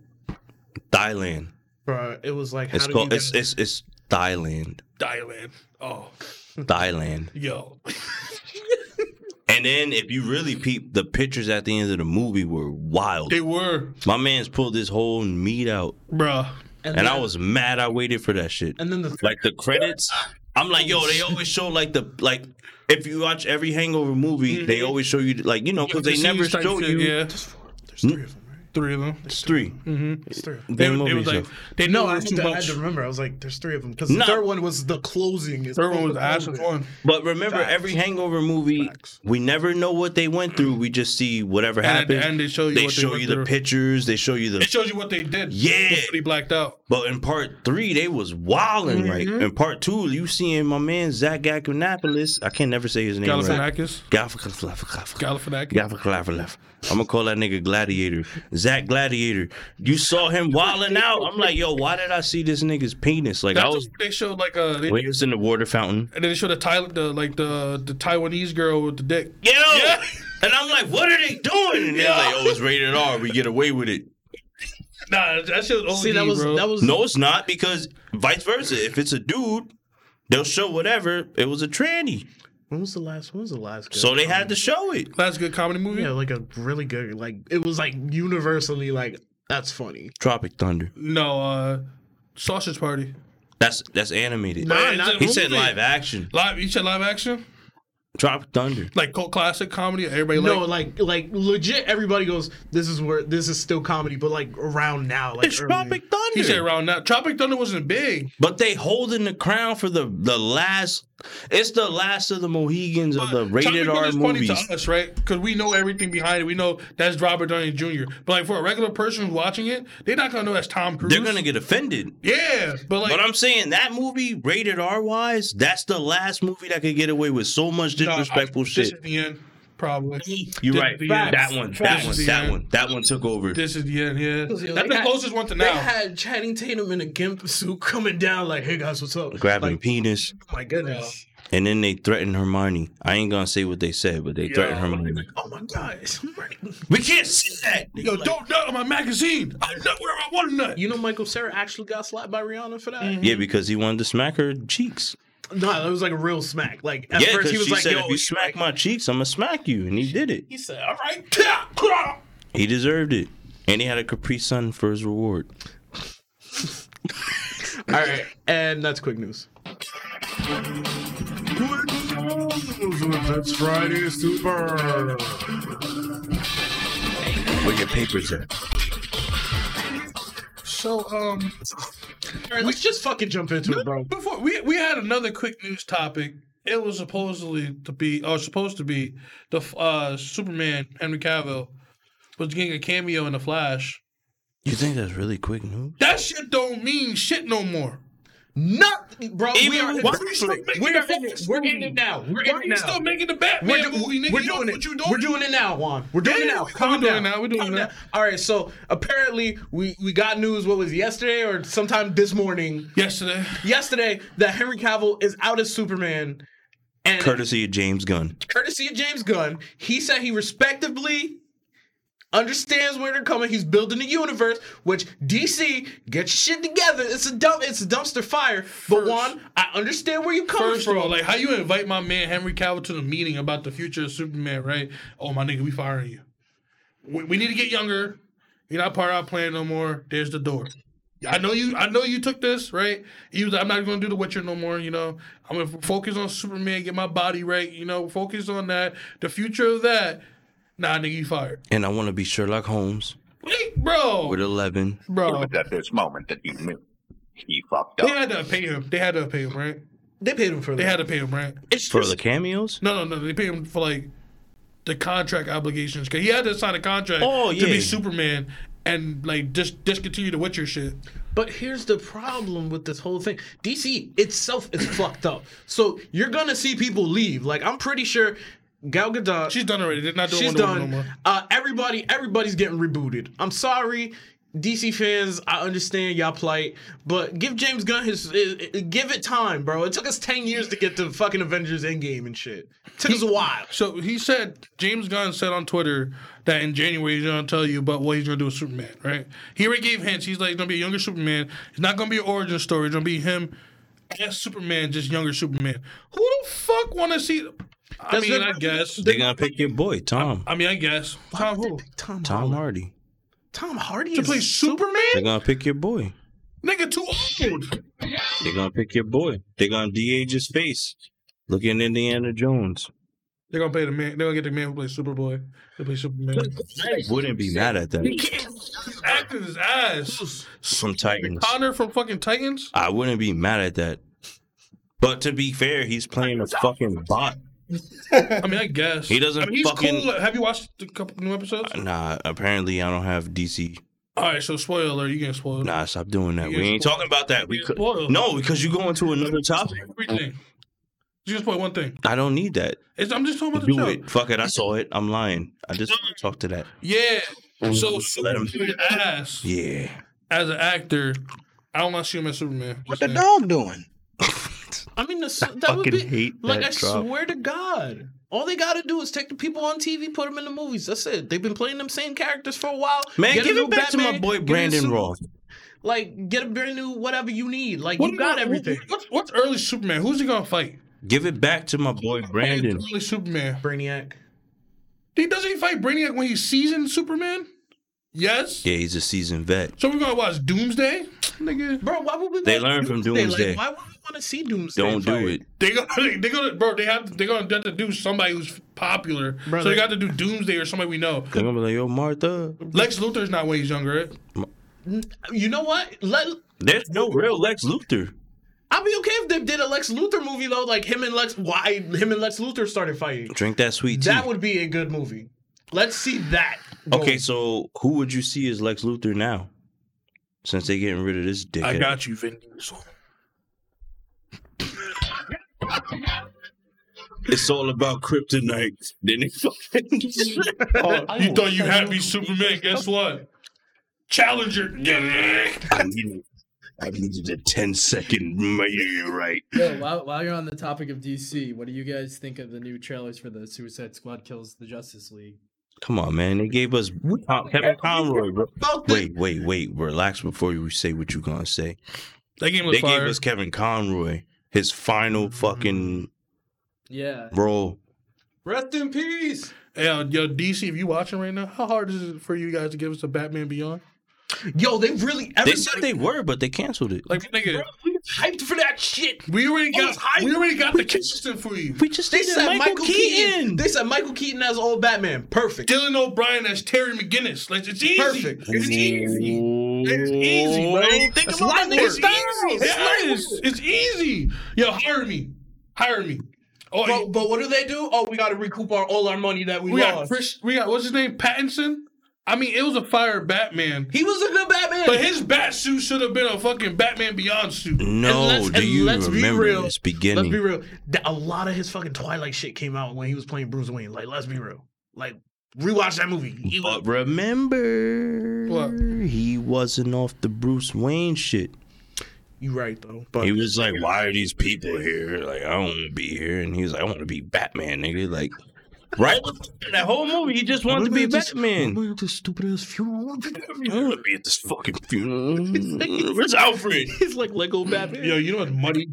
[SPEAKER 5] Thailand.
[SPEAKER 4] Bro, it was like how
[SPEAKER 5] It's
[SPEAKER 4] do
[SPEAKER 5] called.
[SPEAKER 4] you
[SPEAKER 5] It's
[SPEAKER 4] get-
[SPEAKER 5] it's it's Thailand.
[SPEAKER 6] Thailand. Oh,
[SPEAKER 5] Thailand.
[SPEAKER 6] yo,
[SPEAKER 5] And then if you really peep, the pictures at the end of the movie were wild.
[SPEAKER 6] they were,
[SPEAKER 5] My man's pulled this whole meat out,
[SPEAKER 6] bruh.
[SPEAKER 5] and I
[SPEAKER 4] then-
[SPEAKER 5] was mad. I waited for that shit.
[SPEAKER 4] and then the
[SPEAKER 5] like the credits. I'm like, yo, they always show like the like. If you watch every Hangover movie, they always show you like you know because they
[SPEAKER 6] The
[SPEAKER 5] never
[SPEAKER 6] scenes type
[SPEAKER 5] show
[SPEAKER 6] shit,
[SPEAKER 5] you.
[SPEAKER 6] Yeah.
[SPEAKER 4] Mm. there's three of them, right?
[SPEAKER 6] Three of them.
[SPEAKER 5] It's three.
[SPEAKER 6] Mm-hmm.
[SPEAKER 5] It's
[SPEAKER 4] three.
[SPEAKER 6] They,
[SPEAKER 5] They,
[SPEAKER 6] they
[SPEAKER 5] movie
[SPEAKER 6] was
[SPEAKER 5] show.
[SPEAKER 6] like they
[SPEAKER 4] No,
[SPEAKER 6] know
[SPEAKER 4] I,
[SPEAKER 6] it was
[SPEAKER 4] had
[SPEAKER 6] too
[SPEAKER 4] to, I had
[SPEAKER 6] much.
[SPEAKER 4] to remember. I was like, there's three of them because
[SPEAKER 5] No.
[SPEAKER 4] the third one was the closing. It's
[SPEAKER 6] Third one was
[SPEAKER 4] the
[SPEAKER 6] Ash's
[SPEAKER 4] closing.
[SPEAKER 6] one.
[SPEAKER 5] But remember, every Hangover movie,
[SPEAKER 6] Facts.
[SPEAKER 5] we never know what they went through. We just see whatever
[SPEAKER 6] And at the
[SPEAKER 5] happened.
[SPEAKER 6] end, they show you what they
[SPEAKER 5] show
[SPEAKER 6] went
[SPEAKER 5] you
[SPEAKER 6] through.
[SPEAKER 5] the pictures. They show you
[SPEAKER 6] It
[SPEAKER 5] the.
[SPEAKER 6] shows you what they did.
[SPEAKER 5] Yeah.
[SPEAKER 6] before they blacked out.
[SPEAKER 5] But in part three, they was wilding right. In part two, you seeing my man Zach Galifianakis. I can not never say his name right.
[SPEAKER 6] Galifianakis. Galifianakis.
[SPEAKER 5] Galifianakis. Gaffer I'm gonna call that nigga Gladiator. Zach Gladiator. You saw him wilding out. I'm like, yo, why did I see this nigga's penis? Like I
[SPEAKER 6] That's
[SPEAKER 5] was
[SPEAKER 6] what they showed like uh they,
[SPEAKER 5] when he was in the water fountain.
[SPEAKER 6] and then they showed the Thai the like the the Taiwanese girl with the dick.
[SPEAKER 5] Yo! And I'm like, what are they doing? And they're
[SPEAKER 6] Yeah.
[SPEAKER 5] like, oh, it's rated R. We get away with it.
[SPEAKER 6] Nah, that shit was OD,
[SPEAKER 4] See, that was
[SPEAKER 6] bro.
[SPEAKER 4] that was
[SPEAKER 5] No, it's not because vice versa. If it's a dude, they'll show whatever. It was a tranny,
[SPEAKER 4] When was the last? When was the last? Good
[SPEAKER 5] so they had to show it.
[SPEAKER 6] That's a good comedy movie.
[SPEAKER 4] Yeah, like a really good. Like it was like universally like that's funny.
[SPEAKER 5] Tropic Thunder.
[SPEAKER 6] No, uh Sausage Party.
[SPEAKER 5] That's that's animated.
[SPEAKER 4] Nah,
[SPEAKER 6] it's
[SPEAKER 4] not
[SPEAKER 6] a
[SPEAKER 5] He
[SPEAKER 6] movie.
[SPEAKER 5] said live action.
[SPEAKER 6] Live you said live action?
[SPEAKER 5] Tropic Thunder.
[SPEAKER 6] Like cult classic comedy everybody
[SPEAKER 4] no,
[SPEAKER 6] like
[SPEAKER 4] like like legit. Everybody goes. This is where this is still comedy, but like around now, like
[SPEAKER 5] It's
[SPEAKER 4] early.
[SPEAKER 5] Tropic Thunder.
[SPEAKER 6] he said around that. Tropic Thunder wasn't big.
[SPEAKER 5] But they holding the crown for the the last. It's the last of the Mohegans of the rated
[SPEAKER 6] Tropic
[SPEAKER 5] R
[SPEAKER 6] Thunder's funny
[SPEAKER 5] movies.
[SPEAKER 6] to us, right? Because we know everything behind it. We know that's Robert Downey Jr. But like for a regular person watching it, they're not gonna know that's Tom Cruise.
[SPEAKER 5] They're gonna get offended.
[SPEAKER 6] yeah, but like
[SPEAKER 5] But I'm saying that movie, rated R wise, that's the last movie that could get away with so much
[SPEAKER 6] Nah, I-
[SPEAKER 5] disrespectful
[SPEAKER 6] This
[SPEAKER 5] shit.
[SPEAKER 6] is the end, probably.
[SPEAKER 5] You're
[SPEAKER 6] this
[SPEAKER 5] right.
[SPEAKER 6] is the end.
[SPEAKER 5] That one, that
[SPEAKER 6] Facts.
[SPEAKER 5] one,
[SPEAKER 6] This is the
[SPEAKER 5] that
[SPEAKER 6] end.
[SPEAKER 5] one, that one took over.
[SPEAKER 6] This is the end. Yeah,
[SPEAKER 4] They
[SPEAKER 6] that's the
[SPEAKER 4] had-
[SPEAKER 6] closest one to
[SPEAKER 4] They
[SPEAKER 6] now.
[SPEAKER 4] had Channing Tatum in a gimp suit coming down, like, "Hey guys, what's up?"
[SPEAKER 5] Grabbing
[SPEAKER 4] like,
[SPEAKER 5] penis,
[SPEAKER 4] oh my goodness.
[SPEAKER 5] and then they threatened Hermione. I ain't gonna say what they said, but they threatened Hermione.
[SPEAKER 4] Oh my god, it's
[SPEAKER 5] We can't see that.
[SPEAKER 6] Yo, don't nut on my magazine. I nut where I want to nut.
[SPEAKER 4] You know, Michael Sarah actually got slapped by Rihanna for that.
[SPEAKER 5] Yeah, because he wanted to smack her cheeks.
[SPEAKER 4] No, that was like a real smack. Like at
[SPEAKER 5] Yeah,
[SPEAKER 4] first
[SPEAKER 5] because
[SPEAKER 4] he was
[SPEAKER 5] she
[SPEAKER 4] like,
[SPEAKER 5] said,
[SPEAKER 4] "Yo,
[SPEAKER 5] "If you
[SPEAKER 4] he's
[SPEAKER 5] smack
[SPEAKER 4] like,
[SPEAKER 5] my cheeks, I'm gonna smack you," and he did it.
[SPEAKER 6] He said, "All right."
[SPEAKER 5] He deserved it. And he had a Capri Sun for his reward.
[SPEAKER 4] all right," and that's quick news.
[SPEAKER 2] That's Friday Super.
[SPEAKER 5] Where your papers at?
[SPEAKER 6] So, um,
[SPEAKER 4] All right, let's just fucking jump into it, bro.
[SPEAKER 6] before we we had another quick news topic. It was supposedly to be, or supposed to be, the uh Superman Henry Cavill was getting a cameo in the Flash.
[SPEAKER 5] You think that's really quick news?
[SPEAKER 6] That shit don't mean shit no more.
[SPEAKER 4] Not, bro. we
[SPEAKER 5] Even
[SPEAKER 4] are,
[SPEAKER 5] why-
[SPEAKER 6] Why are you still making
[SPEAKER 4] we
[SPEAKER 6] the
[SPEAKER 4] are in it.
[SPEAKER 6] Flash
[SPEAKER 4] We're in
[SPEAKER 6] movie?
[SPEAKER 4] it now. We're
[SPEAKER 6] Why
[SPEAKER 4] in
[SPEAKER 6] are
[SPEAKER 4] it
[SPEAKER 6] you
[SPEAKER 4] now.
[SPEAKER 6] still making the Batman
[SPEAKER 4] We're, do-
[SPEAKER 6] movie? Nigga,
[SPEAKER 4] we're
[SPEAKER 6] You know
[SPEAKER 4] doing
[SPEAKER 6] what
[SPEAKER 4] it.
[SPEAKER 6] you doing?
[SPEAKER 4] We're doing it now, Juan. We're doing
[SPEAKER 6] Yeah,
[SPEAKER 4] it now.
[SPEAKER 6] we-
[SPEAKER 4] Calm
[SPEAKER 6] we're doing
[SPEAKER 4] down.
[SPEAKER 6] it now. We're doing
[SPEAKER 4] Calm
[SPEAKER 6] it now.
[SPEAKER 4] down. All right. So apparently, we we got news. What was it, yesterday or sometime this morning?
[SPEAKER 6] Yesterday,
[SPEAKER 4] Yesterday that Henry Cavill is out as Superman, and
[SPEAKER 5] Courtesy of James Gunn.
[SPEAKER 4] courtesy of James Gunn, he said he respectively understands where they're coming. He's building a universe, which DC get your shit together. It's a dump. It's a dumpster fire. but Juan, I understand where you come
[SPEAKER 6] first
[SPEAKER 4] from.
[SPEAKER 6] of all, like how you invite my man Henry Cavill to the meeting about the future of Superman, right? Oh my nigga, we firing you. We, we need to get younger. You're not part of our plan no more. There's the door. I know you. I know you took this right. You, was like, I'm not going to do the Witcher no more. You know, I'm going to focus on Superman, get my body right. You know, focus on that. The future of that. Nah, nigga, you fired.
[SPEAKER 5] And I want to be Sherlock Holmes
[SPEAKER 6] Wait, bro,
[SPEAKER 5] with 11.
[SPEAKER 6] bro.
[SPEAKER 2] At this moment that you knew, he fucked
[SPEAKER 6] They had to pay him. They had to pay him, right?
[SPEAKER 4] they paid him for that.
[SPEAKER 6] They had to pay him, right?
[SPEAKER 4] it's
[SPEAKER 5] For
[SPEAKER 4] just-
[SPEAKER 5] the cameos?
[SPEAKER 6] No, no, no. They pay him for like the contract obligations because he had to sign a contract
[SPEAKER 5] Oh,
[SPEAKER 6] to
[SPEAKER 5] yeah.
[SPEAKER 6] be Superman and like just discontinue the Witcher shit.
[SPEAKER 4] But here's the problem with this whole thing. DC itself is fucked up. So you're gonna see people leave. Like I'm pretty sure Gal Gadot.
[SPEAKER 6] She's done already. They're not doing
[SPEAKER 4] she's
[SPEAKER 6] Wonder Woman
[SPEAKER 4] done.
[SPEAKER 6] no more.
[SPEAKER 4] uh, everybody, everybody's getting rebooted. I'm sorry, DC fans. I understand y'all plight, but give James Gunn his, i- i- give it time, bro. It took us ten years to get to fucking Avengers Endgame and shit. took us a while.
[SPEAKER 6] So he said James Gunn said on Twitter that in January he's gonna tell you about what he's gonna do with Superman, right? He already gave hints. He's like it's gonna be a younger Superman. It's not gonna be an origin story. It's gonna be him as Superman, just younger Superman. Who the fuck wanna see? I
[SPEAKER 4] That's
[SPEAKER 6] mean,
[SPEAKER 4] the-
[SPEAKER 6] I guess.
[SPEAKER 5] They're going to pick your boy, Tom.
[SPEAKER 6] I mean, I guess. Tom who?
[SPEAKER 4] Tom
[SPEAKER 5] Tom
[SPEAKER 4] Hardy.
[SPEAKER 5] Hardy.
[SPEAKER 4] Tom Hardy
[SPEAKER 6] To
[SPEAKER 4] is
[SPEAKER 6] play
[SPEAKER 5] They're
[SPEAKER 6] Superman?
[SPEAKER 5] going to pick your boy.
[SPEAKER 6] Nigga, too old.
[SPEAKER 5] They're going to pick your boy. They're going to de-age his face. Look at Indiana Jones.
[SPEAKER 6] They're gonna play the man. They're gonna get the man who plays Superboy. They play Superman.
[SPEAKER 5] I wouldn't be mad at that.
[SPEAKER 6] Acting his ass.
[SPEAKER 5] Some Titans.
[SPEAKER 6] Connor from fucking Titans.
[SPEAKER 5] I wouldn't be mad at that. But to be fair, he's playing a fucking bot.
[SPEAKER 6] I mean, I guess
[SPEAKER 5] He doesn't
[SPEAKER 6] I mean, he's
[SPEAKER 5] fucking-
[SPEAKER 6] cool. Have you watched a couple new episodes?
[SPEAKER 5] Nah, apparently I don't have DC.
[SPEAKER 6] All right, so spoiler alert. You getting spoiled?
[SPEAKER 5] Nah, stop doing that.
[SPEAKER 6] You
[SPEAKER 5] We ain't
[SPEAKER 6] spoil-
[SPEAKER 5] talking about that. We
[SPEAKER 6] you
[SPEAKER 5] could,
[SPEAKER 6] spoil.
[SPEAKER 5] no, because you go into another topic.
[SPEAKER 6] Everything. You just spoil one thing.
[SPEAKER 5] I don't need that.
[SPEAKER 6] It's, I'm just talking about the
[SPEAKER 5] Do
[SPEAKER 6] show.
[SPEAKER 5] it. Fuck it. I saw it. I'm lying. I just want to talk to that.
[SPEAKER 6] Yeah.
[SPEAKER 5] Mm.
[SPEAKER 6] So
[SPEAKER 5] Let him-
[SPEAKER 6] Superman ass
[SPEAKER 5] Yeah.
[SPEAKER 6] as an actor, I don't want to see him as Superman.
[SPEAKER 8] What the dog doing?
[SPEAKER 4] I mean, the, s- that would
[SPEAKER 5] fucking
[SPEAKER 4] be
[SPEAKER 5] hate
[SPEAKER 4] like
[SPEAKER 5] that
[SPEAKER 4] I
[SPEAKER 5] drop.
[SPEAKER 4] swear to God, all they gotta do is take the people on TV, put them in the movies. That's it. They've been playing them same characters for a while.
[SPEAKER 5] Man,
[SPEAKER 4] Get a
[SPEAKER 5] give
[SPEAKER 4] new
[SPEAKER 5] it back to my
[SPEAKER 4] Batman,
[SPEAKER 5] boy
[SPEAKER 4] get a
[SPEAKER 5] Brandon
[SPEAKER 4] suit,
[SPEAKER 5] Roth.
[SPEAKER 4] Like, get a brand new whatever you need. Like,
[SPEAKER 6] What
[SPEAKER 4] you got
[SPEAKER 6] about-
[SPEAKER 4] everything.
[SPEAKER 6] What's, what's early Superman? Who's he gonna fight?
[SPEAKER 5] Give it back to my boy Brandon.
[SPEAKER 6] Early Superman.
[SPEAKER 4] Brainiac.
[SPEAKER 6] He doesn't he fight Brainiac when he's seasoned Superman? Yes.
[SPEAKER 5] Yeah, he's a seasoned vet.
[SPEAKER 6] So we're gonna watch Doomsday, nigga.
[SPEAKER 4] Bro, why would we?
[SPEAKER 5] They
[SPEAKER 4] want
[SPEAKER 5] learn from Doomsday.
[SPEAKER 4] Like, why would we want to see Doomsday?
[SPEAKER 5] Don't do
[SPEAKER 4] fight?
[SPEAKER 5] it.
[SPEAKER 6] They gonna they gonna bro. They have they gonna have to do somebody who's popular.
[SPEAKER 4] Bro,
[SPEAKER 6] so they
[SPEAKER 4] they-
[SPEAKER 6] got to do Doomsday or somebody we know.
[SPEAKER 5] They're gonna be like, yo, Martha.
[SPEAKER 6] Lex Luthor's not when he's younger. Right?
[SPEAKER 4] You know what? Let
[SPEAKER 5] There's no real Lex Luthor.
[SPEAKER 4] I'd be okay if they did a Lex Luthor movie though. Like him and Lex, why him and Lex Luthor started fighting.
[SPEAKER 5] Drink that sweet tea.
[SPEAKER 4] That would be a good movie. Let's see that. go.
[SPEAKER 5] Okay, so who would you see as Lex Luthor now? Since they getting rid of this dickhead.
[SPEAKER 6] I got you, Vin Diesel.
[SPEAKER 5] It's all about kryptonite. Then it's
[SPEAKER 4] Oh,
[SPEAKER 6] you thought you had me Superman? Guess what? Challenger.
[SPEAKER 5] I needed, I needed a 10 second meteorite.
[SPEAKER 7] Yo, while, while you're on the topic of DC, what do you guys think of the new trailers for the Suicide Squad kills the Justice League?
[SPEAKER 5] Come on, man. They gave us Tom- Kevin Conroy. bro.
[SPEAKER 4] About this-
[SPEAKER 5] Wait, wait, wait. Relax before you say what you're going to say.
[SPEAKER 6] That game was
[SPEAKER 5] They gave
[SPEAKER 6] fire.
[SPEAKER 5] us Kevin Conroy, his final fucking
[SPEAKER 7] Yeah.
[SPEAKER 5] role.
[SPEAKER 4] Rest in peace.
[SPEAKER 6] Yo, uh, yo, DC, if you watching right now, how hard is it for you guys to give us a Batman Beyond?
[SPEAKER 4] Yo, they really
[SPEAKER 5] They
[SPEAKER 4] everybody
[SPEAKER 5] said they were, but they canceled it.
[SPEAKER 6] Like, nigga,
[SPEAKER 4] hyped for that shit.
[SPEAKER 6] we already got we already got the consistent for you.
[SPEAKER 5] We just
[SPEAKER 4] They
[SPEAKER 5] needed
[SPEAKER 4] said Michael, Keaton. They said Michael Keaton as old Batman. Perfect.
[SPEAKER 6] Dylan O'Brien as Terry McGinnis. Like, it's easy.
[SPEAKER 4] Perfect.
[SPEAKER 6] It's easy. It's easy, bro.
[SPEAKER 5] Think
[SPEAKER 4] That's
[SPEAKER 5] about that
[SPEAKER 4] lightning
[SPEAKER 5] nigga's
[SPEAKER 4] work.
[SPEAKER 5] style.
[SPEAKER 4] It's
[SPEAKER 6] Yeah, it's, it's easy. Yo, hire me. Hire me. Oh,
[SPEAKER 4] But, but what do they do? Oh, we got to recoup our all our money that we,
[SPEAKER 6] we got
[SPEAKER 4] lost.
[SPEAKER 6] Chris. We got what's his name? Pattinson. I mean, it was a fire Batman,
[SPEAKER 4] he was a good Batman.
[SPEAKER 6] but his bat suit should have been a fucking Batman Beyond suit.
[SPEAKER 5] No,
[SPEAKER 4] And let's-
[SPEAKER 5] do
[SPEAKER 4] and
[SPEAKER 5] you
[SPEAKER 4] let's be
[SPEAKER 5] remember
[SPEAKER 4] real.
[SPEAKER 5] this
[SPEAKER 4] let's
[SPEAKER 5] beginning?
[SPEAKER 4] be real. Th- A lot of his fucking Twilight shit came out when he was playing Bruce Wayne. Like, let's be real. Like, rewatch that movie. He was-
[SPEAKER 5] But remember,
[SPEAKER 6] What?
[SPEAKER 5] he wasn't off the Bruce Wayne shit.
[SPEAKER 4] you right though. But
[SPEAKER 5] He was like, "Why are these people here? Like, I don't want to be here." And he was like, "I want to be Batman, nigga." Like, right? That whole movie, he just wanted to be Batman.
[SPEAKER 4] at this stupid ass funeral.
[SPEAKER 5] I don't want to be at this fucking funeral. Where's Alfred?
[SPEAKER 4] He's like Lego Batman.
[SPEAKER 6] Yo, you know what money?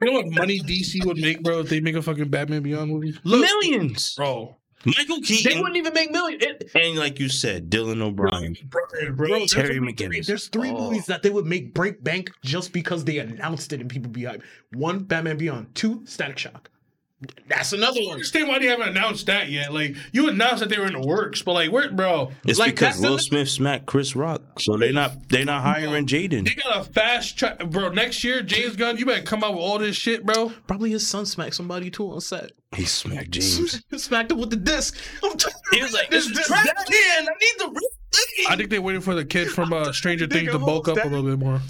[SPEAKER 6] You know what money DC would make, bro, if they make a fucking Batman Beyond movie,
[SPEAKER 5] Millions.
[SPEAKER 6] bro?
[SPEAKER 5] Michael
[SPEAKER 4] They
[SPEAKER 5] Keaton,
[SPEAKER 4] wouldn't even make million. It,
[SPEAKER 5] and like you said, Dylan O'Brien,
[SPEAKER 4] bro, there's
[SPEAKER 5] Terry
[SPEAKER 4] only three-
[SPEAKER 5] McGinnis.
[SPEAKER 4] There's three movies that they would make break bank just because they announced it and people be hyped. One, Batman Beyond. Two, Static Shock. That's another
[SPEAKER 6] I
[SPEAKER 4] one.
[SPEAKER 6] understand why they haven't announced that yet. Like you announced that they were in the works, but like, where, bro?
[SPEAKER 5] It's
[SPEAKER 4] Like,
[SPEAKER 5] because
[SPEAKER 4] that's the-
[SPEAKER 5] Will Smith smacked Chris Rock, so they're not they're not hiring Jaden.
[SPEAKER 6] They got a fast track, bro. Next year, James Gunn, you better come out with all this shit, bro.
[SPEAKER 4] Probably his son smacked somebody too on set.
[SPEAKER 5] He smacked James.
[SPEAKER 4] Smacked him with the disc. I'm tired
[SPEAKER 5] He was like, "This is trash
[SPEAKER 4] can. I need the real
[SPEAKER 6] I think they're waiting for the kid from uh, Stranger Things to bulk up a little bit more.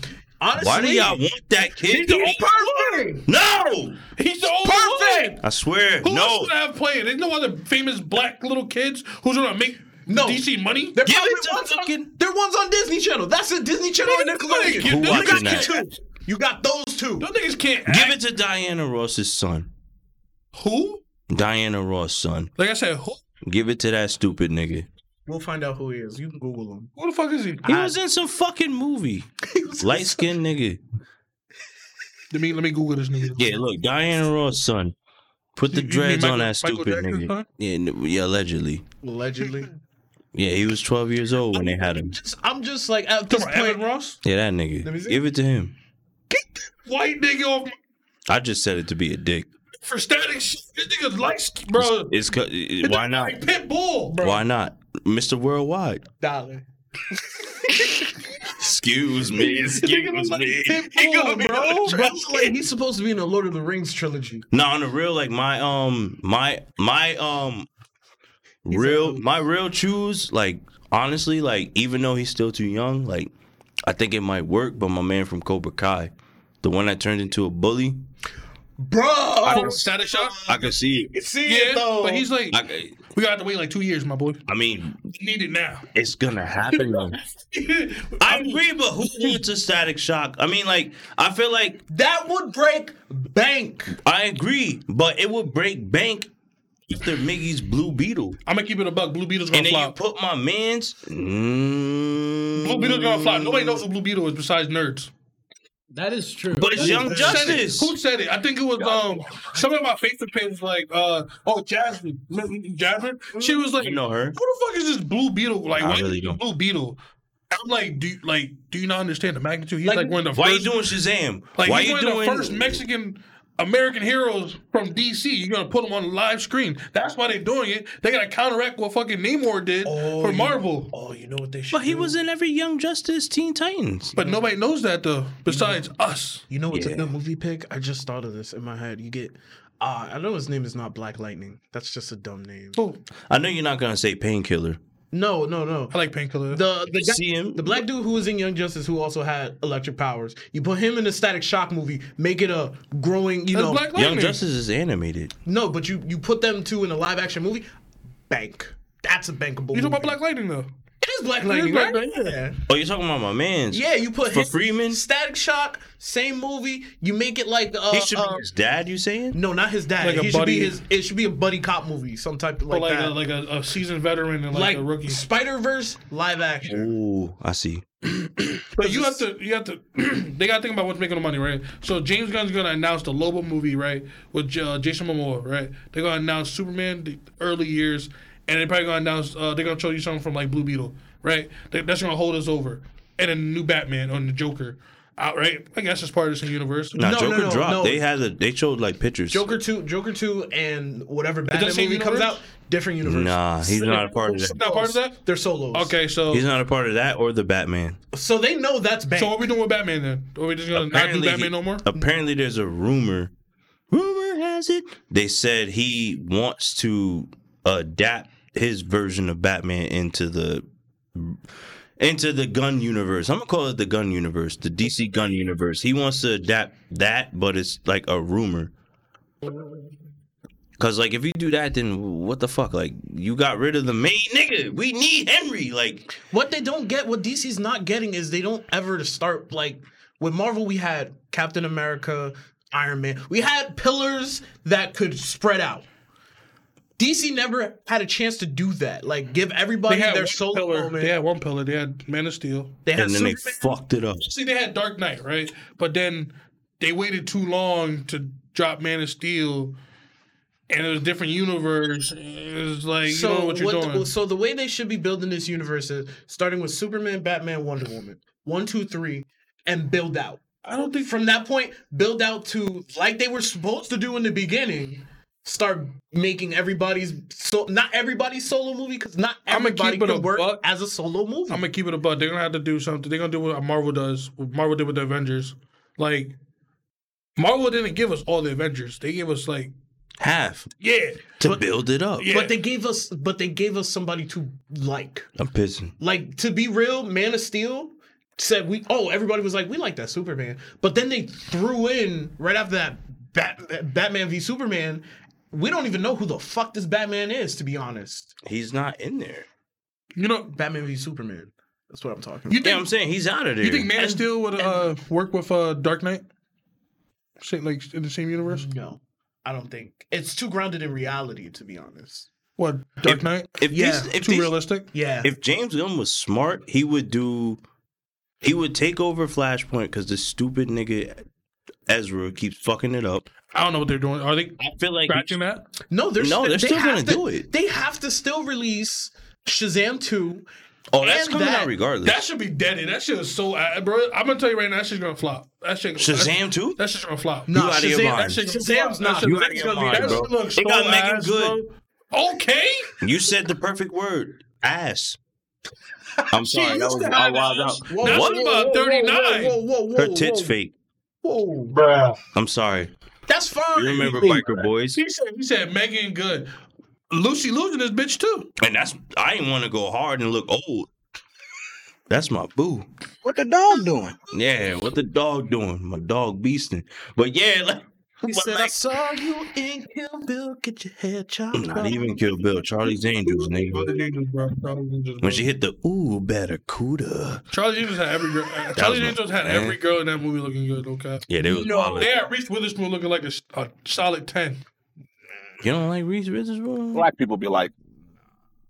[SPEAKER 4] Honestly,
[SPEAKER 5] Why do y'all want that
[SPEAKER 4] He's
[SPEAKER 5] kid?
[SPEAKER 4] perfect.
[SPEAKER 5] No,
[SPEAKER 6] He's the only
[SPEAKER 4] Perfect.
[SPEAKER 6] one.
[SPEAKER 5] I swear,
[SPEAKER 6] Who else
[SPEAKER 5] no.
[SPEAKER 6] would I have playing? There's no other famous black little kids who's gonna make
[SPEAKER 4] No.
[SPEAKER 6] DC money.
[SPEAKER 4] They're
[SPEAKER 5] Give
[SPEAKER 4] probably
[SPEAKER 5] it to
[SPEAKER 4] ones
[SPEAKER 5] the
[SPEAKER 4] on-
[SPEAKER 5] fucking-
[SPEAKER 4] they're ones on Disney Channel. That's a Disney Channel and Nickelodeon.
[SPEAKER 6] Who
[SPEAKER 4] You got
[SPEAKER 5] watching
[SPEAKER 4] your
[SPEAKER 5] that?
[SPEAKER 4] two. You got those two.
[SPEAKER 6] Those niggas can't act.
[SPEAKER 5] Give it to Diana Ross's son.
[SPEAKER 6] who?
[SPEAKER 5] Diana Ross, son.
[SPEAKER 6] Like I said, who?
[SPEAKER 5] Give it to that stupid nigga.
[SPEAKER 4] We'll find out who he is. You can Google him.
[SPEAKER 6] Who the fuck is he?
[SPEAKER 5] He was in some fucking movie. Light skinned nigga.
[SPEAKER 6] Let me let me Google this nigga.
[SPEAKER 5] Yeah, look, Diana Ross, son. Put the
[SPEAKER 6] You- you mean
[SPEAKER 5] dreads on
[SPEAKER 6] Michael-
[SPEAKER 5] that
[SPEAKER 6] Michael
[SPEAKER 5] stupid
[SPEAKER 6] Jackson's
[SPEAKER 5] nigga.
[SPEAKER 6] son?
[SPEAKER 5] Yeah, n- yeah, allegedly.
[SPEAKER 4] Allegedly.
[SPEAKER 5] Yeah, he was 12 years old when they had him.
[SPEAKER 4] Just, I'm just like at this
[SPEAKER 6] Come on, Evan
[SPEAKER 4] point.
[SPEAKER 6] Ross,
[SPEAKER 5] Yeah,
[SPEAKER 4] Let
[SPEAKER 5] that
[SPEAKER 4] me see.
[SPEAKER 5] nigga. Give it to him.
[SPEAKER 6] white nigga off.
[SPEAKER 5] I just said it to be a dick.
[SPEAKER 6] for static shit. This nigga's light, sk- bro.
[SPEAKER 5] It's, co- it- why not?
[SPEAKER 6] Like pit bull, bro.
[SPEAKER 5] Why not, Mister Worldwide?
[SPEAKER 4] Dollar.
[SPEAKER 5] Excuse me, excuse me.
[SPEAKER 4] Pitbull, bro. Bro, like, he's supposed to be in the Lord of the Rings trilogy.
[SPEAKER 5] No, on the real, like my um, my my um, real my real choose. Like honestly, like even though he's still too young, like I think it might work. But my man from Cobra Kai, the one that turned into a bully,
[SPEAKER 4] Bro,
[SPEAKER 6] Oh, static shock.
[SPEAKER 5] I could see. It.
[SPEAKER 4] see
[SPEAKER 6] Yeah,
[SPEAKER 4] it though.
[SPEAKER 6] but he's like,
[SPEAKER 5] I, could-
[SPEAKER 6] we got to wait like two years, my boy.
[SPEAKER 5] I mean,
[SPEAKER 6] Need it now.
[SPEAKER 5] it's gonna happen though. I agree, but who wants a static shock? I mean, like I feel like
[SPEAKER 4] that would break bank.
[SPEAKER 5] I agree, but it would break bank after Miggy's Blue Beetle.
[SPEAKER 6] I'm gonna keep it a buck. Blue Beetle's
[SPEAKER 5] And
[SPEAKER 6] gonna
[SPEAKER 5] then you
[SPEAKER 6] flop.
[SPEAKER 5] put my man's. Mm,
[SPEAKER 6] Blue Beetle's gonna flop. Nobody knows who Blue Beetle is besides nerds.
[SPEAKER 7] That is true.
[SPEAKER 5] But it's Young Justice.
[SPEAKER 6] Who said it? I think it was um some of my Facebook page was like uh oh Jasmine Jasmine. She was like
[SPEAKER 5] You know her.
[SPEAKER 6] who the fuck is this blue beetle? Like,
[SPEAKER 5] I
[SPEAKER 6] why
[SPEAKER 5] really
[SPEAKER 6] is this
[SPEAKER 5] don't.
[SPEAKER 6] blue beetle? I'm like, do you, like, do you not understand the magnitude? He's like,
[SPEAKER 4] Like,
[SPEAKER 6] one of the
[SPEAKER 5] Why
[SPEAKER 6] first,
[SPEAKER 5] you doing Shazam?
[SPEAKER 6] like,
[SPEAKER 5] Why
[SPEAKER 6] he's
[SPEAKER 5] you
[SPEAKER 6] one
[SPEAKER 5] doing
[SPEAKER 6] of the first Mexican American heroes from DC. You're gonna put him on live screen. That's why they're doing it. They gotta counteract what fucking Namor did
[SPEAKER 4] Oh,
[SPEAKER 6] for
[SPEAKER 4] yeah.
[SPEAKER 6] Marvel.
[SPEAKER 4] Oh, you know what they should
[SPEAKER 5] But he
[SPEAKER 4] do?
[SPEAKER 5] was in every Young Justice Teen Titans.
[SPEAKER 6] But nobody knows that though, besides us.
[SPEAKER 4] You know what's
[SPEAKER 5] Yeah.
[SPEAKER 4] a good movie pick? I just thought of this in my head. You get uh I know his name is not Black Lightning. That's just a dumb name.
[SPEAKER 6] Oh,
[SPEAKER 5] I know you're not gonna say painkiller.
[SPEAKER 4] No, no, no.
[SPEAKER 6] I like painkiller.
[SPEAKER 4] The the guy,
[SPEAKER 5] See him.
[SPEAKER 4] the black dude who was in Young Justice who also had electric powers. You put him in the Static Shock movie, make it a growing, you
[SPEAKER 6] That's
[SPEAKER 4] know.
[SPEAKER 6] Black
[SPEAKER 5] Young
[SPEAKER 6] Lightning.
[SPEAKER 5] Justice is animated.
[SPEAKER 4] No, but you you put them two in a live action movie, bank. That's a bankable.
[SPEAKER 6] You
[SPEAKER 4] movie.
[SPEAKER 6] talking about Black Lightning though?
[SPEAKER 4] It is Black Lightning,
[SPEAKER 6] Black
[SPEAKER 4] right? Yeah.
[SPEAKER 5] Oh, you're talking about my man's.
[SPEAKER 4] Yeah, you put
[SPEAKER 5] For
[SPEAKER 4] his-
[SPEAKER 5] Freeman?
[SPEAKER 4] Static Shock, same movie. You make it like uh,
[SPEAKER 5] He should
[SPEAKER 4] uh,
[SPEAKER 5] be his dad. You saying?
[SPEAKER 4] no, not his dad.
[SPEAKER 6] Like a
[SPEAKER 4] he should
[SPEAKER 6] buddy-
[SPEAKER 4] be his. It should be a buddy cop movie, some type like,
[SPEAKER 6] Or like
[SPEAKER 4] that.
[SPEAKER 6] a, like a, a seasoned veteran and like,
[SPEAKER 4] like
[SPEAKER 6] a rookie.
[SPEAKER 4] Spider Verse live action.
[SPEAKER 5] Ooh, I see.
[SPEAKER 6] But you have to, you have to. they got to think about what's making the money, right? So James Gunn's gonna announce the Lobo movie, right, with uh, Jason Momoa, right? They're gonna announce Superman the early years, and they're probably gonna announce uh, they're gonna show you something from like Blue Beetle, right? They, that's gonna hold us over, and then the new Batman on the Joker, out, right? I guess it's part of the same universe.
[SPEAKER 5] Now
[SPEAKER 4] No, no,
[SPEAKER 5] Joker
[SPEAKER 4] no,
[SPEAKER 5] dropped.
[SPEAKER 4] no.
[SPEAKER 5] They had a. They showed like pictures.
[SPEAKER 4] Joker two, Joker two, and whatever Batman
[SPEAKER 6] same
[SPEAKER 4] movie comes
[SPEAKER 6] universe?
[SPEAKER 4] out, different universe.
[SPEAKER 5] Nah, he's not a part of that.
[SPEAKER 6] Not part of that.
[SPEAKER 4] They're solos.
[SPEAKER 6] Okay, so
[SPEAKER 5] He's not a part of that or the Batman.
[SPEAKER 4] so they know that's bank.
[SPEAKER 6] so what are we doing with Batman then? Are we just gonna not do Batman
[SPEAKER 5] he-
[SPEAKER 6] no more?
[SPEAKER 5] Apparently, there's a rumor. Rumor has it they said he wants to adapt his version of Batman into the into the gun universe. I'm gonna call it the gun universe, the DC gun universe. He wants to adapt that, but it's like a rumor. Cause like if you do that, then what the fuck? Like you got rid of the main nigga. We need Henry. Like
[SPEAKER 4] What they don't get, what DC's not getting, is they don't ever start like with Marvel. We had Captain America, Iron Man. We had pillars that could spread out. DC never had a chance to do that. Like give everybody
[SPEAKER 6] They had
[SPEAKER 4] their
[SPEAKER 6] one
[SPEAKER 4] solo
[SPEAKER 6] pillar.
[SPEAKER 4] moment.
[SPEAKER 6] They had one pillar. They had Man of Steel.
[SPEAKER 4] They had
[SPEAKER 5] and then they
[SPEAKER 4] Superman.
[SPEAKER 5] fucked it up.
[SPEAKER 6] See, they had Dark Knight, right? But then they waited too long to drop Man of Steel, and it was a different universe. It was like you don't know what you're
[SPEAKER 4] what the-
[SPEAKER 6] doing.
[SPEAKER 4] so the way they should be building this universe is starting with Superman, Batman, Wonder Woman, one, two, three, and build out.
[SPEAKER 6] I don't think
[SPEAKER 4] From that point, build out to like they were supposed to do in the beginning. Start making everybody's so not everybody's solo movie because not
[SPEAKER 6] I'ma
[SPEAKER 4] everybody
[SPEAKER 6] keep it a
[SPEAKER 4] can work
[SPEAKER 6] buck.
[SPEAKER 4] as a solo movie.
[SPEAKER 6] I'm gonna keep it a buck. They're gonna have to do something. They're gonna do what Marvel does. What Marvel did with the Avengers. Like Marvel didn't give us all the Avengers. They gave us like
[SPEAKER 5] Half
[SPEAKER 6] yeah,
[SPEAKER 5] to build it up.
[SPEAKER 6] yeah.
[SPEAKER 4] But they gave us, but they gave us somebody to like.
[SPEAKER 5] I'm pissing.
[SPEAKER 4] Like to be real, Man of Steel said we. Oh, everybody was like, we like that Superman, but then they threw in right after that Bat, Batman v Superman. We don't even know who the fuck this Batman is, to be honest.
[SPEAKER 5] He's not in there.
[SPEAKER 6] you know.
[SPEAKER 4] Oh, Batman v Superman. That's what I'm talking.
[SPEAKER 6] You
[SPEAKER 5] Yeah,
[SPEAKER 6] think
[SPEAKER 5] I'm saying he's out of there.
[SPEAKER 6] you think Man of Steel would uh, work with uh, Dark Knight? Same, like in the same universe.
[SPEAKER 4] about. No, I don't think it's too grounded in reality, to be honest.
[SPEAKER 6] What Dark Knight?
[SPEAKER 5] if
[SPEAKER 4] Yeah,
[SPEAKER 5] these- if
[SPEAKER 6] Too
[SPEAKER 5] these-
[SPEAKER 6] realistic.
[SPEAKER 4] Yeah,
[SPEAKER 5] if James Gunn was smart, he would do. He would take over Flashpoint because this stupid nigga Ezra keeps fucking it up.
[SPEAKER 6] I don't know what they're doing. Are they
[SPEAKER 5] I feel like
[SPEAKER 6] scratching that?
[SPEAKER 4] no, they're
[SPEAKER 5] No, they're
[SPEAKER 4] they
[SPEAKER 5] still
[SPEAKER 4] have
[SPEAKER 5] gonna
[SPEAKER 4] to-
[SPEAKER 5] do it.
[SPEAKER 4] They have to still release Shazam two
[SPEAKER 5] Oh, that's
[SPEAKER 6] And
[SPEAKER 5] coming
[SPEAKER 6] that-
[SPEAKER 5] out regardless.
[SPEAKER 6] That should be deaded. That shit is so, uh, bro. I'm gonna tell you right now, that shit's gonna flop. That shit.
[SPEAKER 5] Shazam too?
[SPEAKER 6] That shit's gonna flop.
[SPEAKER 5] No, You outta your
[SPEAKER 6] Shazam-
[SPEAKER 5] mind.
[SPEAKER 6] That shit gonna
[SPEAKER 4] Shazam's
[SPEAKER 6] flop.
[SPEAKER 4] not-
[SPEAKER 6] That shit-
[SPEAKER 5] You outta
[SPEAKER 6] that's
[SPEAKER 5] your
[SPEAKER 6] gonna be-
[SPEAKER 5] mind,
[SPEAKER 6] that
[SPEAKER 5] bro.
[SPEAKER 6] shit looks
[SPEAKER 5] They gotta
[SPEAKER 6] so
[SPEAKER 5] make 'em
[SPEAKER 6] ass,
[SPEAKER 5] good.
[SPEAKER 6] bro. Okay.
[SPEAKER 5] You said the perfect word. Ass. I'm sorry, that was I wild out.
[SPEAKER 4] Whoa,
[SPEAKER 6] That's
[SPEAKER 5] What?
[SPEAKER 6] about 39.
[SPEAKER 4] Whoa, whoa, whoa,
[SPEAKER 5] Her
[SPEAKER 4] whoa,
[SPEAKER 5] tits
[SPEAKER 4] whoa.
[SPEAKER 5] fake.
[SPEAKER 4] Whoa.
[SPEAKER 2] Bruh.
[SPEAKER 5] I'm sorry.
[SPEAKER 4] That's fine.
[SPEAKER 5] You remember biker boys?
[SPEAKER 6] He said, he said Megan good. Lucy losing this bitch too.
[SPEAKER 5] And that's I didn't want to go hard and look old. That's my boo.
[SPEAKER 8] What the dog doing?
[SPEAKER 5] Yeah, what the dog doing? My dog beasting. But yeah, like,
[SPEAKER 4] He
[SPEAKER 5] but
[SPEAKER 4] said, I
[SPEAKER 5] like-
[SPEAKER 4] saw you in Kill Bill. Get your head chopped
[SPEAKER 5] not
[SPEAKER 4] off."
[SPEAKER 5] even Kill Bill. Charlie's Angels, nigga.
[SPEAKER 6] Charlie Angels, bro. Charlie Angels.
[SPEAKER 5] When she hit the ooh better cuda.
[SPEAKER 6] Charlie Angels had every girl. uh,
[SPEAKER 5] was
[SPEAKER 6] Charlie
[SPEAKER 5] my-
[SPEAKER 6] Angels had
[SPEAKER 5] man.
[SPEAKER 6] every girl in that movie looking good. Okay.
[SPEAKER 5] Yeah, they was.
[SPEAKER 6] No, they had Reese Witherspoon looking like a, s- a solid ten.
[SPEAKER 5] You don't like Reese Witherspoon?
[SPEAKER 2] Black people be like,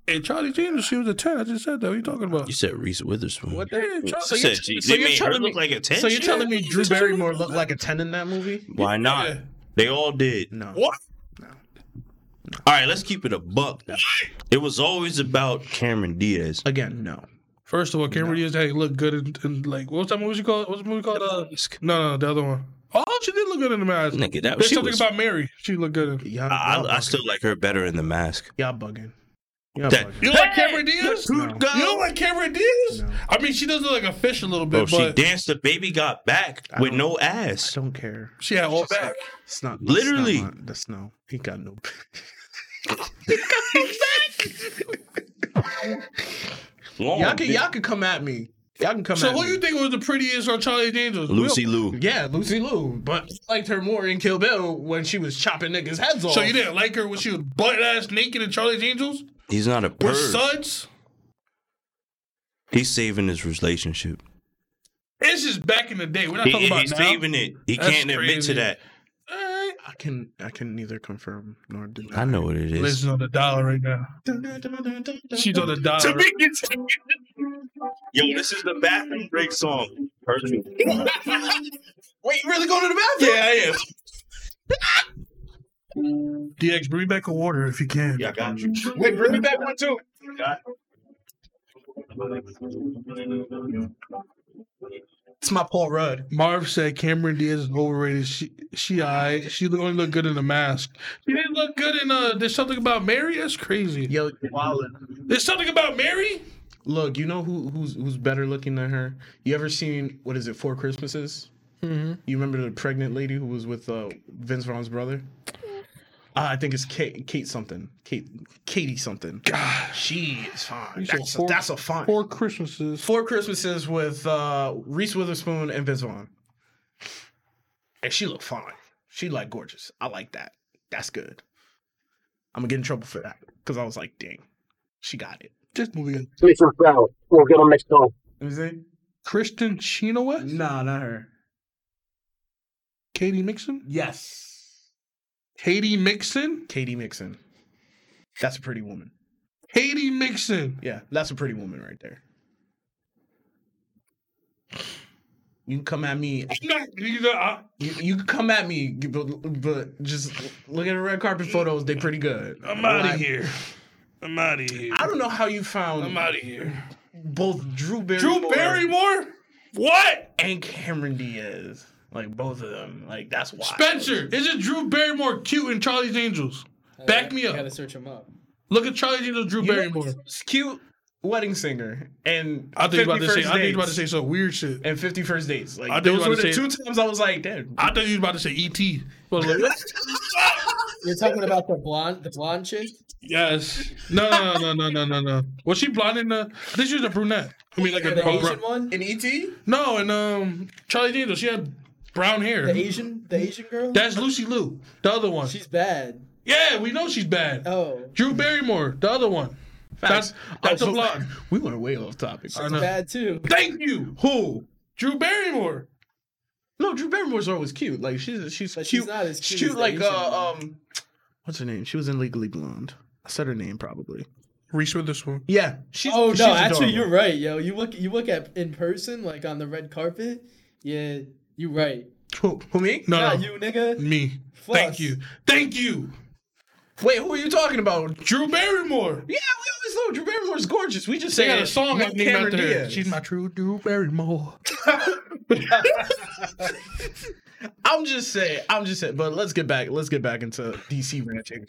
[SPEAKER 6] Hey, Charlie Angels, she was a ten. I just said that. What are you talking about?
[SPEAKER 5] You said Reese Witherspoon.
[SPEAKER 6] What the hell? Charlie-
[SPEAKER 5] So
[SPEAKER 6] you're-
[SPEAKER 5] said she,
[SPEAKER 4] so
[SPEAKER 5] they
[SPEAKER 4] you're
[SPEAKER 5] made her
[SPEAKER 4] telling
[SPEAKER 5] look
[SPEAKER 4] me-
[SPEAKER 5] like a ten.
[SPEAKER 4] So you're
[SPEAKER 5] shit?
[SPEAKER 4] telling me Drew Barrymore looked like a 10 in that movie?
[SPEAKER 5] Why not?
[SPEAKER 6] Yeah.
[SPEAKER 5] They all did.
[SPEAKER 4] No.
[SPEAKER 6] What?
[SPEAKER 5] All right, let's keep it a buck. It was always about Cameron Diaz.
[SPEAKER 4] Again, no.
[SPEAKER 6] First of all, Cameron Diaz had looked good in, in like what's that movie she called? What's the movie called? Uh, no, no, the other one. Oh, she did look good in the mask.
[SPEAKER 5] Nigga, that
[SPEAKER 6] There's
[SPEAKER 5] she
[SPEAKER 6] something
[SPEAKER 5] was.
[SPEAKER 6] about Mary. She looked good. In.
[SPEAKER 4] Y'all,
[SPEAKER 5] I,
[SPEAKER 4] y'all
[SPEAKER 5] I, I
[SPEAKER 4] bugging.
[SPEAKER 5] still like her better in the mask.
[SPEAKER 4] Y'all bugging. Y'all
[SPEAKER 5] That-
[SPEAKER 4] bugging.
[SPEAKER 6] You like Cameron Diaz?
[SPEAKER 4] No.
[SPEAKER 6] You don't like Cameron Diaz?
[SPEAKER 4] No.
[SPEAKER 6] I mean, she does look like a fish a little
[SPEAKER 5] Bro,
[SPEAKER 6] bit,
[SPEAKER 5] she
[SPEAKER 6] but she,
[SPEAKER 5] danced. The baby got back
[SPEAKER 4] I
[SPEAKER 5] with
[SPEAKER 4] don't-
[SPEAKER 5] no
[SPEAKER 4] I
[SPEAKER 5] ass.
[SPEAKER 4] don't care.
[SPEAKER 6] had all back.
[SPEAKER 4] It's not it's
[SPEAKER 5] Literally.
[SPEAKER 4] not my- that's no. He got no.
[SPEAKER 5] Long
[SPEAKER 4] y'all can
[SPEAKER 5] dick.
[SPEAKER 4] y'all can come at me. Y'all can come
[SPEAKER 6] So
[SPEAKER 4] at
[SPEAKER 6] who
[SPEAKER 4] me.
[SPEAKER 6] you think was the prettiest on Charlie's Angels?
[SPEAKER 5] Lucy
[SPEAKER 6] We
[SPEAKER 5] Lou.
[SPEAKER 4] yeah, Lucy Liu, but I liked her more in Kill Bill when she was chopping niggas' heads
[SPEAKER 6] don't-
[SPEAKER 4] off.
[SPEAKER 6] So you didn't like her when she was butt ass naked in Charlie's Angels?
[SPEAKER 5] He's not a
[SPEAKER 6] With
[SPEAKER 5] perv.
[SPEAKER 6] suds?
[SPEAKER 5] He's saving his relationship.
[SPEAKER 6] It's just back in the day. We're not
[SPEAKER 5] He,
[SPEAKER 6] talking about
[SPEAKER 5] he's
[SPEAKER 6] now.
[SPEAKER 5] saving it. He
[SPEAKER 6] That's
[SPEAKER 5] can't admit
[SPEAKER 6] crazy.
[SPEAKER 5] to that.
[SPEAKER 6] All right.
[SPEAKER 4] I can I can neither confirm nor deny.
[SPEAKER 5] I know what it is.
[SPEAKER 6] Liz is on the dollar right now. She's on the dollar.
[SPEAKER 5] Yo, this is the bathroom break song. Heard you.
[SPEAKER 4] Wait, you really going to the bathroom?
[SPEAKER 5] Yeah, yeah.
[SPEAKER 6] DX, bring back a water if you can.
[SPEAKER 5] I got you.
[SPEAKER 4] Wait, bring me back one too. It's my Paul Rudd.
[SPEAKER 6] Marv said Cameron Diaz is overrated. She she I she only looked good in the mask. She didn't look good in uh there's something about Mary? That's crazy.
[SPEAKER 4] Yo,
[SPEAKER 6] There's something about Mary?
[SPEAKER 4] look, you know who who's who's better looking than her? You ever seen what is it? Four Christmases. Mm-hmm. You remember the pregnant lady who was with uh, Vince Vaughn's brother? Uh, I think it's Kate, Kate something, Kate, Katie something. God, she is fine.
[SPEAKER 6] said
[SPEAKER 4] That's,
[SPEAKER 6] four-
[SPEAKER 4] that's a fine. Four,
[SPEAKER 6] Four Christmases.
[SPEAKER 4] Christmases with uh, Reese Witherspoon and Vince Vaughn, and she looked fine. She like gorgeous. I like that. That's good. I'm gonna get in trouble for that because I was like, dang, she got it.
[SPEAKER 6] This movie.
[SPEAKER 9] Police are found. We'll get them next call.
[SPEAKER 4] Let me see.
[SPEAKER 6] Kristen Chenoweth?
[SPEAKER 7] Nah, not her.
[SPEAKER 6] Katie Mixon?
[SPEAKER 7] Yes.
[SPEAKER 6] Katie Mixon?
[SPEAKER 4] Katie Mixon. That's a pretty woman.
[SPEAKER 6] Katie Mixon.
[SPEAKER 4] Yeah, that's a pretty woman right there. You can come at me.
[SPEAKER 6] I'm not- you know, I-
[SPEAKER 4] You, you can come at me, but, but just look at the red carpet photos. They pretty good.
[SPEAKER 6] I'm out
[SPEAKER 4] Like,
[SPEAKER 6] of here. I'm out of here.
[SPEAKER 4] I don't know how you
[SPEAKER 6] I'm
[SPEAKER 4] found
[SPEAKER 6] out of here.
[SPEAKER 4] both Drew Barrymore
[SPEAKER 6] Drew Barrymore? What?
[SPEAKER 4] and Cameron Diaz. Like both of them. Like that's why.
[SPEAKER 6] Spencer, isn't Drew Barrymore cute in Charlie's Angels? Back me
[SPEAKER 7] I gotta
[SPEAKER 6] up.
[SPEAKER 7] search him up.
[SPEAKER 6] Look at Charlie's Angels, Drew
[SPEAKER 4] You know
[SPEAKER 6] Barrymore.
[SPEAKER 4] who's cute wedding singer and
[SPEAKER 6] I think you about to say.
[SPEAKER 4] 51st
[SPEAKER 6] I think you about to
[SPEAKER 4] Dates
[SPEAKER 6] say some weird shit.
[SPEAKER 4] and Fifty First Dates. Like
[SPEAKER 6] I think you
[SPEAKER 4] those
[SPEAKER 6] about
[SPEAKER 4] were
[SPEAKER 6] to
[SPEAKER 4] the
[SPEAKER 6] say-
[SPEAKER 4] two times I was like, damn,
[SPEAKER 6] I thought you was about to say E E.T. I was like, what?
[SPEAKER 7] You're talking about the blonde, the blonde chick.
[SPEAKER 6] yes. No, no, no, no, no, no, no. Was she blonde in the? I think she was a brunette. I mean, like a,
[SPEAKER 7] The
[SPEAKER 6] a
[SPEAKER 7] Asian
[SPEAKER 6] brown.
[SPEAKER 7] one.
[SPEAKER 4] In ET?
[SPEAKER 6] No, and um, Charlie D'Angelo. She had brown
[SPEAKER 7] The
[SPEAKER 6] hair.
[SPEAKER 7] Asian, the Asian girl.
[SPEAKER 6] That's Lucy Liu, the other one.
[SPEAKER 7] She's bad.
[SPEAKER 6] yeah, we know she's bad.
[SPEAKER 7] Oh,
[SPEAKER 6] Drew Barrymore, the other one. That's that's a blonde.
[SPEAKER 4] We went way off topic.
[SPEAKER 6] I know.
[SPEAKER 7] bad too.
[SPEAKER 6] Thank you. Who? Drew Barrymore.
[SPEAKER 4] No, Drew Barrymore's always cute. Like she's she's
[SPEAKER 7] But
[SPEAKER 4] cute.
[SPEAKER 7] she's not as
[SPEAKER 4] she's
[SPEAKER 7] cute.
[SPEAKER 4] cute
[SPEAKER 7] as the
[SPEAKER 4] like
[SPEAKER 7] Asian
[SPEAKER 4] uh,
[SPEAKER 7] one.
[SPEAKER 4] um, what's her name? She was in Legally Blonde. I said her name probably.
[SPEAKER 6] Reese Witherspoon.
[SPEAKER 4] Yeah. She's,
[SPEAKER 7] Oh
[SPEAKER 4] she's
[SPEAKER 7] no, actually
[SPEAKER 4] adorable.
[SPEAKER 7] you're right, yo. You look, you look at in person, like on the red carpet. Yeah, you right.
[SPEAKER 4] Who, who me?
[SPEAKER 6] No,
[SPEAKER 7] Not
[SPEAKER 6] no.
[SPEAKER 7] you, nigga.
[SPEAKER 6] Me.
[SPEAKER 7] Fuss.
[SPEAKER 6] Thank you. Thank you.
[SPEAKER 4] Wait, who are you talking about?
[SPEAKER 6] Drew Barrymore.
[SPEAKER 4] Yeah, we is though. Drew Barrymore's gorgeous. We just
[SPEAKER 6] They
[SPEAKER 4] say
[SPEAKER 6] got a song
[SPEAKER 4] no
[SPEAKER 6] named
[SPEAKER 4] Cameron
[SPEAKER 6] after her.
[SPEAKER 4] Diaz.
[SPEAKER 6] She's my true Drew Barrymore.
[SPEAKER 4] I'm just saying. I'm just saying. But let's get back. Let's get back into DC ranting.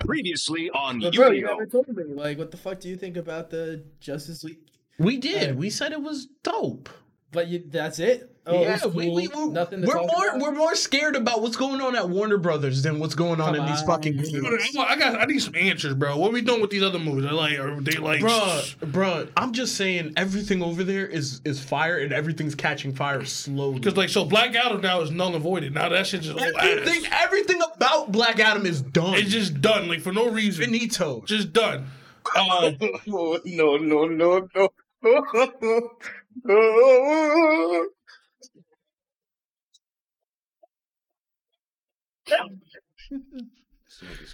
[SPEAKER 2] Previously on
[SPEAKER 7] But bro, you
[SPEAKER 2] Yu-Gi-Oh!
[SPEAKER 7] never told me. Like, what the fuck do you think about the Justice League?
[SPEAKER 4] We did. We said it was dope.
[SPEAKER 7] But you, that's it. Oh,
[SPEAKER 4] yeah,
[SPEAKER 7] it's cool.
[SPEAKER 4] we, we, we're,
[SPEAKER 7] nothing. To
[SPEAKER 4] we're
[SPEAKER 7] talk
[SPEAKER 4] more
[SPEAKER 7] about?
[SPEAKER 4] we're more scared about what's going on at Warner Brothers than what's going on
[SPEAKER 7] Come
[SPEAKER 4] in these
[SPEAKER 7] on.
[SPEAKER 4] fucking games.
[SPEAKER 6] Dude, I want- I got. I need some answers, bro. What we doing with these other movies? Are like, are they like?
[SPEAKER 4] Bruh, bruh, I'm just saying everything over there is is fire and everything's catching fire slowly.
[SPEAKER 6] Because like, so Black Adam now is null and voided. Now that shit just old ass.
[SPEAKER 4] everything, everything about Black Adam is done.
[SPEAKER 6] It's just done, like for no reason.
[SPEAKER 4] finito.
[SPEAKER 6] Just done. Uh,
[SPEAKER 1] Oh, no, no, no, no.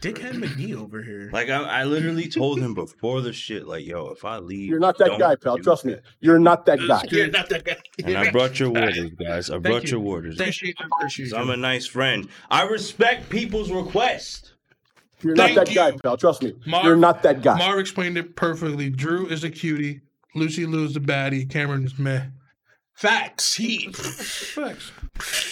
[SPEAKER 4] Dickhead McGee over here.
[SPEAKER 5] Like I, I literally told him before the shit, like, yo, if I leave,
[SPEAKER 9] You're not that
[SPEAKER 5] don't
[SPEAKER 9] guy, pal.
[SPEAKER 5] do
[SPEAKER 9] Trust me. You're not that guy.
[SPEAKER 4] You're not that guy.
[SPEAKER 5] And I brought your waters, guys. I brought
[SPEAKER 4] you.
[SPEAKER 5] your waters.
[SPEAKER 4] Thank you. I appreciate
[SPEAKER 5] So I'm
[SPEAKER 4] you.
[SPEAKER 5] a nice friend. I respect people's request.
[SPEAKER 9] You're not
[SPEAKER 6] Thank
[SPEAKER 9] that guy,
[SPEAKER 6] you.
[SPEAKER 9] pal. Trust me.
[SPEAKER 6] Mark-
[SPEAKER 9] You're not that guy.
[SPEAKER 6] Marv explained it perfectly. Drew is a cutie. Lucy Lou is the baddie. Cameron is meh.
[SPEAKER 4] Facts. He
[SPEAKER 6] Facts.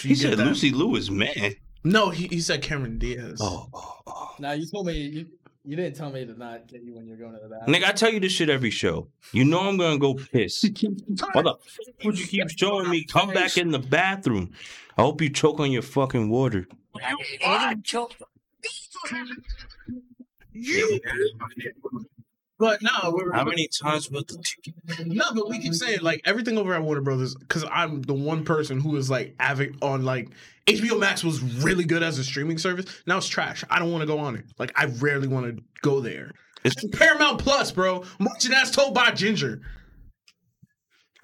[SPEAKER 5] He said Lucy Lou is man.
[SPEAKER 4] no, he, he said Cameron Diaz.
[SPEAKER 5] Oh, oh, oh.
[SPEAKER 7] Nah, you told me you, you didn't tell me to not get you when you're going to the bathroom.
[SPEAKER 5] Nigga, I tell you this shit every show. You know I'm gonna go piss. Why the fuck would you keep showing me? Come back in the bathroom. I hope you choke on your fucking water.
[SPEAKER 4] But no, we're,
[SPEAKER 5] How many times will the
[SPEAKER 4] no, but we keep saying like everything over at Warner Brothers because I'm the one person who is like avid on like HBO Max was really good as a streaming service. Now it's trash. I don't want to go on it. Like I rarely want to go there.
[SPEAKER 5] It's-
[SPEAKER 4] Paramount Plus, bro. I'm watching that's told by Ginger.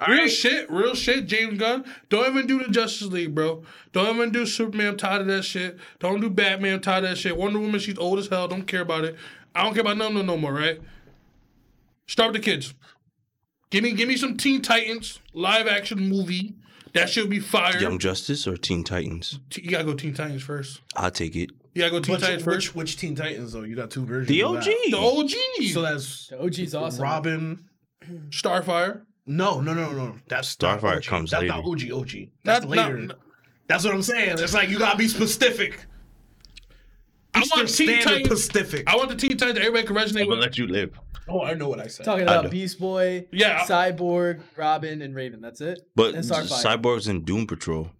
[SPEAKER 6] Real shit, real shit, James Gunn. Don't even do the Justice League, bro. Don't even do Superman. I'm tired of that shit. Don't do Batman. I'm tired of that shit. Wonder Woman, she's old as hell. Don't care about it. I don't care about none of them no more, right? Start with the kids. Give me give me some Teen Titans live action movie. That should be fire.
[SPEAKER 5] Young Justice or Teen Titans?
[SPEAKER 6] T- You gotta go Teen Titans first.
[SPEAKER 5] I'll take it.
[SPEAKER 6] You gotta go Teen
[SPEAKER 4] Which,
[SPEAKER 6] Titans
[SPEAKER 4] which
[SPEAKER 6] first.
[SPEAKER 4] which Teen Titans though? You got two versions.
[SPEAKER 5] The
[SPEAKER 4] of
[SPEAKER 5] OG.
[SPEAKER 4] that.
[SPEAKER 6] The OG.
[SPEAKER 4] So that's
[SPEAKER 7] The OG's awesome.
[SPEAKER 4] Robin.
[SPEAKER 6] Starfire.
[SPEAKER 4] No, no, no, no. That's not
[SPEAKER 5] Starfire
[SPEAKER 4] OG.
[SPEAKER 5] comes
[SPEAKER 4] That's not OG.
[SPEAKER 5] later.
[SPEAKER 4] OG. That's
[SPEAKER 6] Not-
[SPEAKER 4] later.
[SPEAKER 6] not-
[SPEAKER 4] That's what I'm saying. It's like you gotta be specific.
[SPEAKER 6] I
[SPEAKER 4] Eastern
[SPEAKER 6] want Teen
[SPEAKER 4] Standard
[SPEAKER 6] Titans.
[SPEAKER 4] Pacific.
[SPEAKER 6] I want the Teen Titans that everybody can resonate
[SPEAKER 5] I'm gonna
[SPEAKER 6] with.
[SPEAKER 5] let you live.
[SPEAKER 4] Oh, I know what I said.
[SPEAKER 7] Talking
[SPEAKER 5] I
[SPEAKER 7] about
[SPEAKER 5] know.
[SPEAKER 7] Beast Boy,
[SPEAKER 6] Yeah.
[SPEAKER 7] Cyborg, Robin, and Raven. That's it.
[SPEAKER 5] But
[SPEAKER 7] and Starfire.
[SPEAKER 5] Cyborg's in Doom Patrol.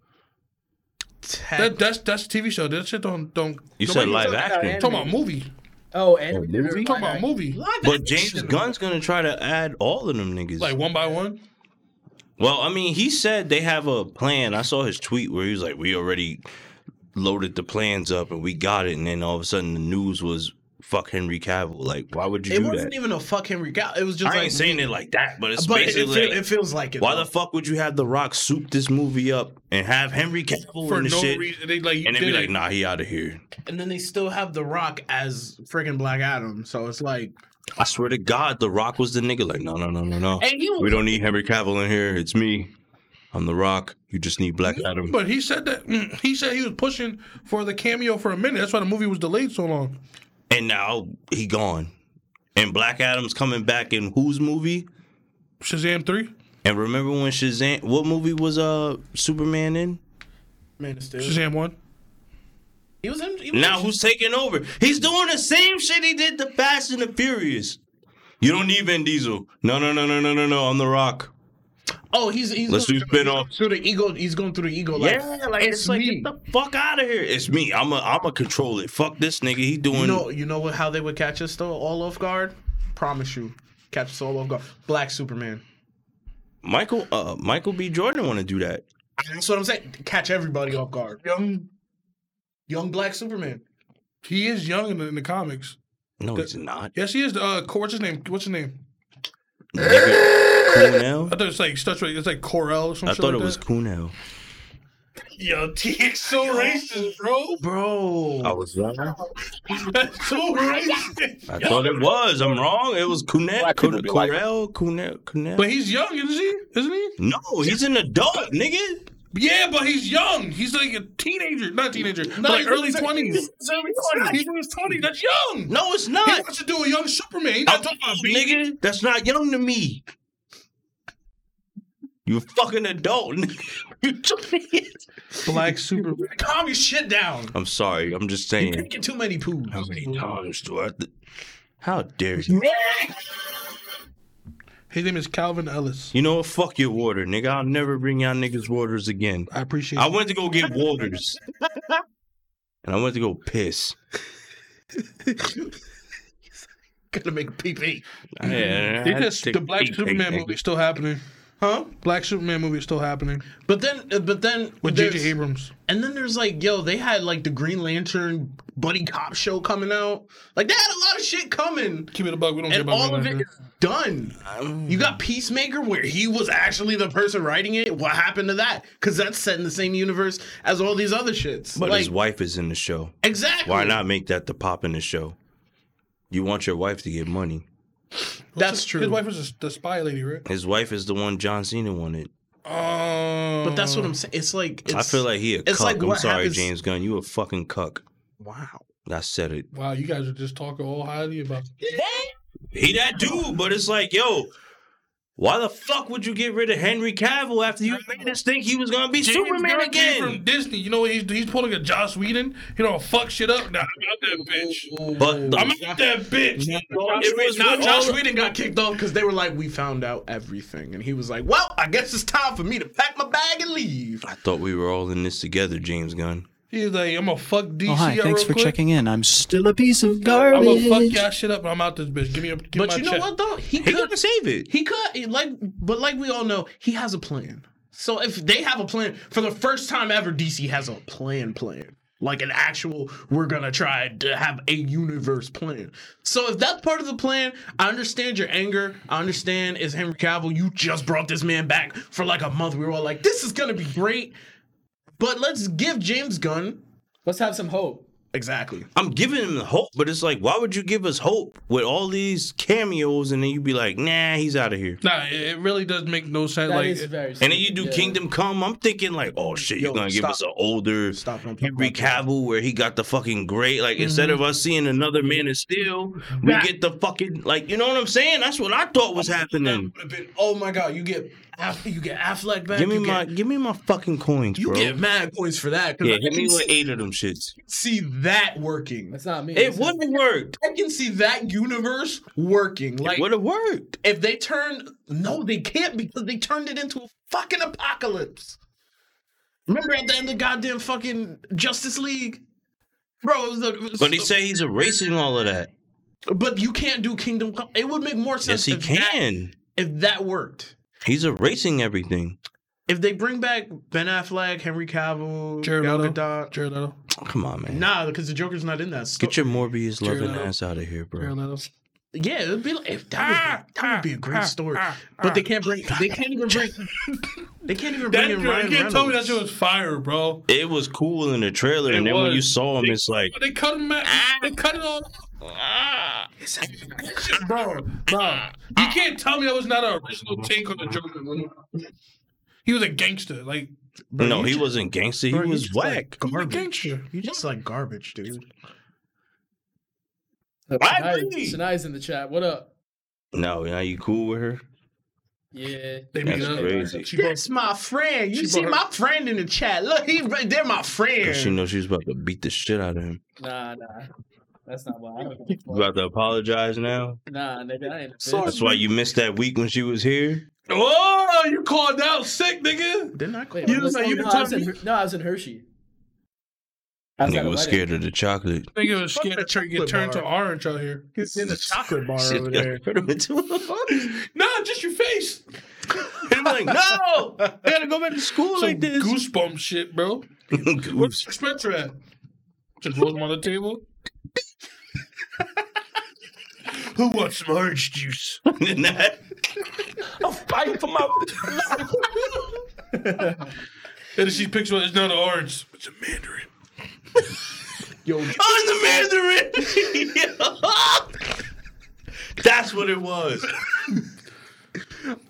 [SPEAKER 6] That, that's that's a TV show. That shit don't don't. nobody
[SPEAKER 5] You said live
[SPEAKER 7] talking about
[SPEAKER 5] action.
[SPEAKER 7] anime.
[SPEAKER 6] Talking about movie.
[SPEAKER 7] oh, and we did
[SPEAKER 6] You talking about movie?
[SPEAKER 5] But James Gunn's gonna try to add all of them niggas.
[SPEAKER 6] Like one by one.
[SPEAKER 5] well, I mean, he said they have a plan. I saw his tweet where he was like, "We already loaded the plans up and we got it," and then all of a sudden the news was fuck Henry Cavill. Like, why would you
[SPEAKER 4] It
[SPEAKER 5] do
[SPEAKER 4] wasn't
[SPEAKER 5] that?
[SPEAKER 4] even a fuck Henry Gal. It was just
[SPEAKER 5] I
[SPEAKER 4] like,
[SPEAKER 5] ain't saying it like that, but it's
[SPEAKER 4] but it,
[SPEAKER 5] basically.
[SPEAKER 4] feel-
[SPEAKER 5] like,
[SPEAKER 4] it feels like it.
[SPEAKER 5] why
[SPEAKER 4] though.
[SPEAKER 5] the fuck would you have The Rock soup this movie up and have Henry Cavill
[SPEAKER 6] for
[SPEAKER 5] in the
[SPEAKER 6] no
[SPEAKER 5] shit,
[SPEAKER 6] reason. They like you
[SPEAKER 5] and then be
[SPEAKER 6] did
[SPEAKER 5] like,
[SPEAKER 6] it.
[SPEAKER 5] "Nah, he out of here."
[SPEAKER 4] And then they still have The Rock as friggin' Black Adam. So it's like,
[SPEAKER 5] I swear to God, The Rock was the nigga. Like, no, no, no, no, no. We don't need Henry Cavill in here. It's me. I'm The Rock. You just need Black Adam.
[SPEAKER 6] But he said that mm, he said he was pushing for the cameo for a minute. That's why the movie was delayed so long.
[SPEAKER 5] And now he gone. And Black Adam's coming back in whose movie?
[SPEAKER 6] Shazam three,
[SPEAKER 5] And remember when Shazam? What movie was uh Superman in?
[SPEAKER 4] man, it's still.
[SPEAKER 6] Shazam one.
[SPEAKER 4] He was in. He was
[SPEAKER 5] Now
[SPEAKER 4] in-
[SPEAKER 5] who's taking over? He's doing the same shit he did the Fast and the Furious. You don't need Vin Diesel. No, no, no, no, no, no, no. I'm The Rock.
[SPEAKER 4] Oh, he's he's
[SPEAKER 5] Let's
[SPEAKER 4] going
[SPEAKER 5] do spin-off.
[SPEAKER 4] through the ego. He's going through the ego. Like,
[SPEAKER 5] yeah, like it's, like
[SPEAKER 4] me.
[SPEAKER 5] get the fuck out of here. It's me. I'm a I'm a control it. Fuck this nigga. He doing.
[SPEAKER 4] You know, you know what? How they would catch us though, all off guard. Promise you, catch us all off guard. Black Superman.
[SPEAKER 5] Michael uh Michael B. Jordan want to do that.
[SPEAKER 4] That's what I'm saying. Catch everybody off guard.
[SPEAKER 6] Young,
[SPEAKER 4] Young Black Superman.
[SPEAKER 6] he is young in the, in the comics.
[SPEAKER 5] No,
[SPEAKER 6] The-
[SPEAKER 5] he's not.
[SPEAKER 6] Yes, he is. Uh, Co- what's his name? What's his name?
[SPEAKER 5] Nigga, Kunal.
[SPEAKER 6] I thought it's like starts with it's like Corell or some
[SPEAKER 5] I
[SPEAKER 6] shit
[SPEAKER 5] thought
[SPEAKER 6] like
[SPEAKER 5] it was
[SPEAKER 6] that.
[SPEAKER 5] Kunal.
[SPEAKER 6] Yo, TX so racist, bro.
[SPEAKER 4] Bro.
[SPEAKER 5] I was wrong.
[SPEAKER 6] That's so racist.
[SPEAKER 5] I thought it was. I'm wrong. It was Kunal.
[SPEAKER 9] Black people
[SPEAKER 5] Kun-
[SPEAKER 9] be like-
[SPEAKER 5] Kunal. Kunal. Kunal.
[SPEAKER 6] But he's young, isn't he? Isn't he?
[SPEAKER 5] No, he's an adult, nigga.
[SPEAKER 6] Yeah, but he's young. He's like a teenager, not teenager, but
[SPEAKER 4] No,
[SPEAKER 6] like
[SPEAKER 4] he's-
[SPEAKER 6] early twenties. He was twenty. That's young.
[SPEAKER 5] No, it's
[SPEAKER 6] he
[SPEAKER 5] not.
[SPEAKER 6] wants to do a young Superman. He's
[SPEAKER 5] I'm
[SPEAKER 6] not talking about being
[SPEAKER 5] nigga. That's not young to me. You a fucking adult. nigga. You twenty.
[SPEAKER 6] black Superman.
[SPEAKER 4] Calm your shit down.
[SPEAKER 5] I'm sorry. I'm just
[SPEAKER 4] You
[SPEAKER 5] saying.
[SPEAKER 4] drinking too many poos.
[SPEAKER 5] How many times do I? have to- How dare you?
[SPEAKER 6] His name is Calvin Ellis.
[SPEAKER 5] You know what? Fuck your water, nigga. I'll never bring y'all niggas waters again.
[SPEAKER 6] I appreciate.
[SPEAKER 5] I
[SPEAKER 6] it.
[SPEAKER 5] went to go get waters, and I went to go piss.
[SPEAKER 4] Gotta make a PP.
[SPEAKER 5] Yeah,
[SPEAKER 6] They just- the Black Superman movie still happening.
[SPEAKER 4] Huh?
[SPEAKER 6] Black Superman movie is still happening
[SPEAKER 4] But then, uh, but then,
[SPEAKER 6] with
[SPEAKER 4] there's-
[SPEAKER 6] J.J. Abrams.
[SPEAKER 4] and then there's like, yo, they had like the Green Lantern buddy cop show coming out. Like they had a lot of shit coming,
[SPEAKER 6] Keep it a bug. We don't care
[SPEAKER 4] and
[SPEAKER 6] about
[SPEAKER 4] all
[SPEAKER 6] none
[SPEAKER 4] of it
[SPEAKER 6] that.
[SPEAKER 4] is done. You got Peacemaker, where he was actually the person writing it. What happened to that? Because that's set in the same universe as all these other shits.
[SPEAKER 5] But
[SPEAKER 4] like,
[SPEAKER 5] his wife is in the show.
[SPEAKER 4] exactly.
[SPEAKER 5] Why not make that the pop in the show? You want your wife to get money.
[SPEAKER 4] That's true.
[SPEAKER 6] His wife was a, the spy lady, right?
[SPEAKER 5] His wife is the one John Cena wanted.
[SPEAKER 6] Oh,
[SPEAKER 4] But that's what I'm saying. It's like it's,
[SPEAKER 5] I feel like he a
[SPEAKER 4] it's
[SPEAKER 5] cuck.
[SPEAKER 4] like
[SPEAKER 5] I'm
[SPEAKER 4] what
[SPEAKER 5] sorry,
[SPEAKER 4] happens-
[SPEAKER 5] James Gunn. You a fucking cuck.
[SPEAKER 4] wow.
[SPEAKER 5] I said it.
[SPEAKER 6] Wow, you guys are just talking all highly about.
[SPEAKER 5] He that dude, but it's like, yo, why the fuck would you get rid of Henry Cavill after you made us think he was gonna be Superman
[SPEAKER 6] Gunn came From
[SPEAKER 5] again?
[SPEAKER 6] Disney, you know what? He's, he's pulling a Joss Whedon. You know, fuck shit up. Nah, I'm out that bitch.
[SPEAKER 5] But
[SPEAKER 6] I'm out that bitch.
[SPEAKER 5] it was
[SPEAKER 4] Now,
[SPEAKER 5] not
[SPEAKER 4] Josh Whedon got kicked off because they were like, "We found out everything," and he was like, "Well, I guess it's time for me to pack my bag and leave."
[SPEAKER 5] I thought we were all in this together, James Gunn.
[SPEAKER 6] He's like, I'm gonna fuck DC.
[SPEAKER 8] Oh, hi.
[SPEAKER 6] up
[SPEAKER 8] Thanks
[SPEAKER 6] real
[SPEAKER 8] for
[SPEAKER 6] quick.
[SPEAKER 8] checking in. I'm still a piece of
[SPEAKER 6] I'm
[SPEAKER 8] garbage.
[SPEAKER 6] gonna fuck y'all shit up. and I'm out this bitch. Give me a. Give me
[SPEAKER 4] But
[SPEAKER 6] my
[SPEAKER 4] you know
[SPEAKER 6] check.
[SPEAKER 4] what though? He
[SPEAKER 5] He
[SPEAKER 4] could
[SPEAKER 5] could save it.
[SPEAKER 4] he could he like but like we all know, he has a plan. So if they have a plan for the first time ever, DC has a plan plan. Like an actual, we're gonna try to have a universe plan. So if that's part of the plan, I understand your anger. I understand is Henry Cavill. You just brought this man back for like a month. We were all like, this is gonna be great. But let's give James Gunn
[SPEAKER 7] Let's have some hope.
[SPEAKER 4] exactly.
[SPEAKER 5] I'm giving him hope, but it's like, why would you give us hope with all these cameos and then you be like, nah, he's out of here.
[SPEAKER 6] Nah, it- it really does make no sense.
[SPEAKER 7] That
[SPEAKER 6] like,
[SPEAKER 7] is
[SPEAKER 6] it-
[SPEAKER 7] very.
[SPEAKER 5] And then you do
[SPEAKER 7] yeah.
[SPEAKER 5] Kingdom Come. I'm thinking like, oh shit,
[SPEAKER 4] Yo,
[SPEAKER 5] you're gonna give
[SPEAKER 4] stop.
[SPEAKER 5] us an older
[SPEAKER 4] Stop. Mm-hmm. don't talk
[SPEAKER 5] Henry
[SPEAKER 4] about that.
[SPEAKER 5] Cavill where he got the fucking great. Like instead of us seeing another
[SPEAKER 4] Mm-hmm.
[SPEAKER 5] Man of Steel, we get the fucking like, you know what I'm saying? That's what I thought was happening.
[SPEAKER 4] Would've been, oh my god, you get Aff- you get Affleck back.
[SPEAKER 5] Give me
[SPEAKER 4] you get-
[SPEAKER 5] my, give me my fucking coins,
[SPEAKER 4] You
[SPEAKER 5] bro.
[SPEAKER 4] get mad points for that. 'cause
[SPEAKER 5] yeah,
[SPEAKER 4] I
[SPEAKER 5] hit
[SPEAKER 4] can
[SPEAKER 5] me with
[SPEAKER 4] see,
[SPEAKER 5] eight of them shits.
[SPEAKER 4] see that working.
[SPEAKER 7] That's not me.
[SPEAKER 5] It
[SPEAKER 7] That's
[SPEAKER 5] wouldn't work.
[SPEAKER 4] I can see that universe working. Like
[SPEAKER 5] It would have worked.
[SPEAKER 4] if they turned no, they can't because they turned it into a fucking apocalypse. Remember at the end of goddamn fucking Justice League, bro. It was a, it was-
[SPEAKER 5] But he said he's erasing all of that.
[SPEAKER 4] but you can't do Kingdom Come. It would make more
[SPEAKER 5] Yes,
[SPEAKER 4] sense.
[SPEAKER 5] he
[SPEAKER 4] if that-
[SPEAKER 5] can.
[SPEAKER 4] if that worked.
[SPEAKER 5] He's erasing everything.
[SPEAKER 4] If they bring back Ben Affleck, Henry Cavill,
[SPEAKER 6] Jared
[SPEAKER 4] Gal
[SPEAKER 6] Leto.
[SPEAKER 4] Gadot-
[SPEAKER 6] Jared Leto.
[SPEAKER 5] Come on, man.
[SPEAKER 4] Nah, because the Joker's not in that. story.
[SPEAKER 5] Get your Morbius
[SPEAKER 6] Jared
[SPEAKER 5] loving
[SPEAKER 6] Leto.
[SPEAKER 5] ass out of here, bro.
[SPEAKER 6] Jared Leto.
[SPEAKER 4] Yeah, it'd be like, if
[SPEAKER 6] Ah,
[SPEAKER 4] that, would, that would be a great story. but they can't bring. They can't even bring. they can't even bring
[SPEAKER 6] That,
[SPEAKER 4] in
[SPEAKER 6] you
[SPEAKER 4] Ryan
[SPEAKER 6] can't tell me that
[SPEAKER 4] Reynolds.
[SPEAKER 6] shit was fire, bro.
[SPEAKER 5] It was cool in the trailer, and
[SPEAKER 6] It
[SPEAKER 5] then when you
[SPEAKER 6] was.
[SPEAKER 5] saw him, it's like
[SPEAKER 6] They cut him out.
[SPEAKER 5] Ah.
[SPEAKER 6] They cut it all. bro, bro, you can't tell me that was not an original take on the Joker. He was a gangster, like
[SPEAKER 5] no, he wasn't gangster. He
[SPEAKER 4] Bro, you
[SPEAKER 5] was
[SPEAKER 4] just like
[SPEAKER 5] whack.
[SPEAKER 6] he was a
[SPEAKER 4] garbage.
[SPEAKER 6] gangster.
[SPEAKER 4] You just like garbage, dude.
[SPEAKER 7] That's
[SPEAKER 5] I
[SPEAKER 7] Shania-
[SPEAKER 5] agree.
[SPEAKER 7] Shania's in the chat. What up?
[SPEAKER 5] no, now you cool with her?
[SPEAKER 7] Yeah.
[SPEAKER 6] They
[SPEAKER 5] That's
[SPEAKER 6] beat up.
[SPEAKER 5] crazy.
[SPEAKER 6] She brought-
[SPEAKER 4] That's my friend. You
[SPEAKER 6] She
[SPEAKER 4] see
[SPEAKER 6] brought-
[SPEAKER 4] my friend in the chat. Look, he, they're my friend.
[SPEAKER 5] Cause she knows she was about to beat the shit out of him.
[SPEAKER 7] Nah, nah. That's not why. I don't
[SPEAKER 5] You
[SPEAKER 7] give a fuck.
[SPEAKER 5] about to apologize now?
[SPEAKER 7] Nah, nigga, I ain't. a bitch.
[SPEAKER 5] That's why you missed that week when she was here.
[SPEAKER 6] Oh, you called out sick, nigga.
[SPEAKER 4] Didn't I call
[SPEAKER 7] Wait,
[SPEAKER 4] you?
[SPEAKER 7] I was-
[SPEAKER 6] like,
[SPEAKER 7] oh,
[SPEAKER 6] you
[SPEAKER 7] no,
[SPEAKER 6] can
[SPEAKER 7] I was
[SPEAKER 6] tell
[SPEAKER 7] in
[SPEAKER 6] me-
[SPEAKER 7] Her- no, I was in Hershey. I was at
[SPEAKER 5] Nigga
[SPEAKER 7] a
[SPEAKER 5] was
[SPEAKER 7] wedding.
[SPEAKER 5] scared of the chocolate.
[SPEAKER 6] Nigga was scared
[SPEAKER 4] the
[SPEAKER 6] to turn, get
[SPEAKER 4] chocolate
[SPEAKER 6] turned to
[SPEAKER 4] bar.
[SPEAKER 6] orange out here.
[SPEAKER 4] He's in the chocolate bar
[SPEAKER 5] Shit,
[SPEAKER 4] over
[SPEAKER 5] y'all
[SPEAKER 4] there.
[SPEAKER 5] turned him into a-
[SPEAKER 6] Nah, just your face.
[SPEAKER 5] And I'm like, no, I gotta go back to school
[SPEAKER 6] Some
[SPEAKER 5] like this.
[SPEAKER 6] goosebump shit, bro. Where's
[SPEAKER 5] Goose.
[SPEAKER 6] Spencer at? Just roll him on the table. Who wants some orange juice?
[SPEAKER 5] I'm fighting for my.
[SPEAKER 6] And she picks one. It's not an orange. It's a mandarin.
[SPEAKER 5] I'm the Mandarin. That's what it was.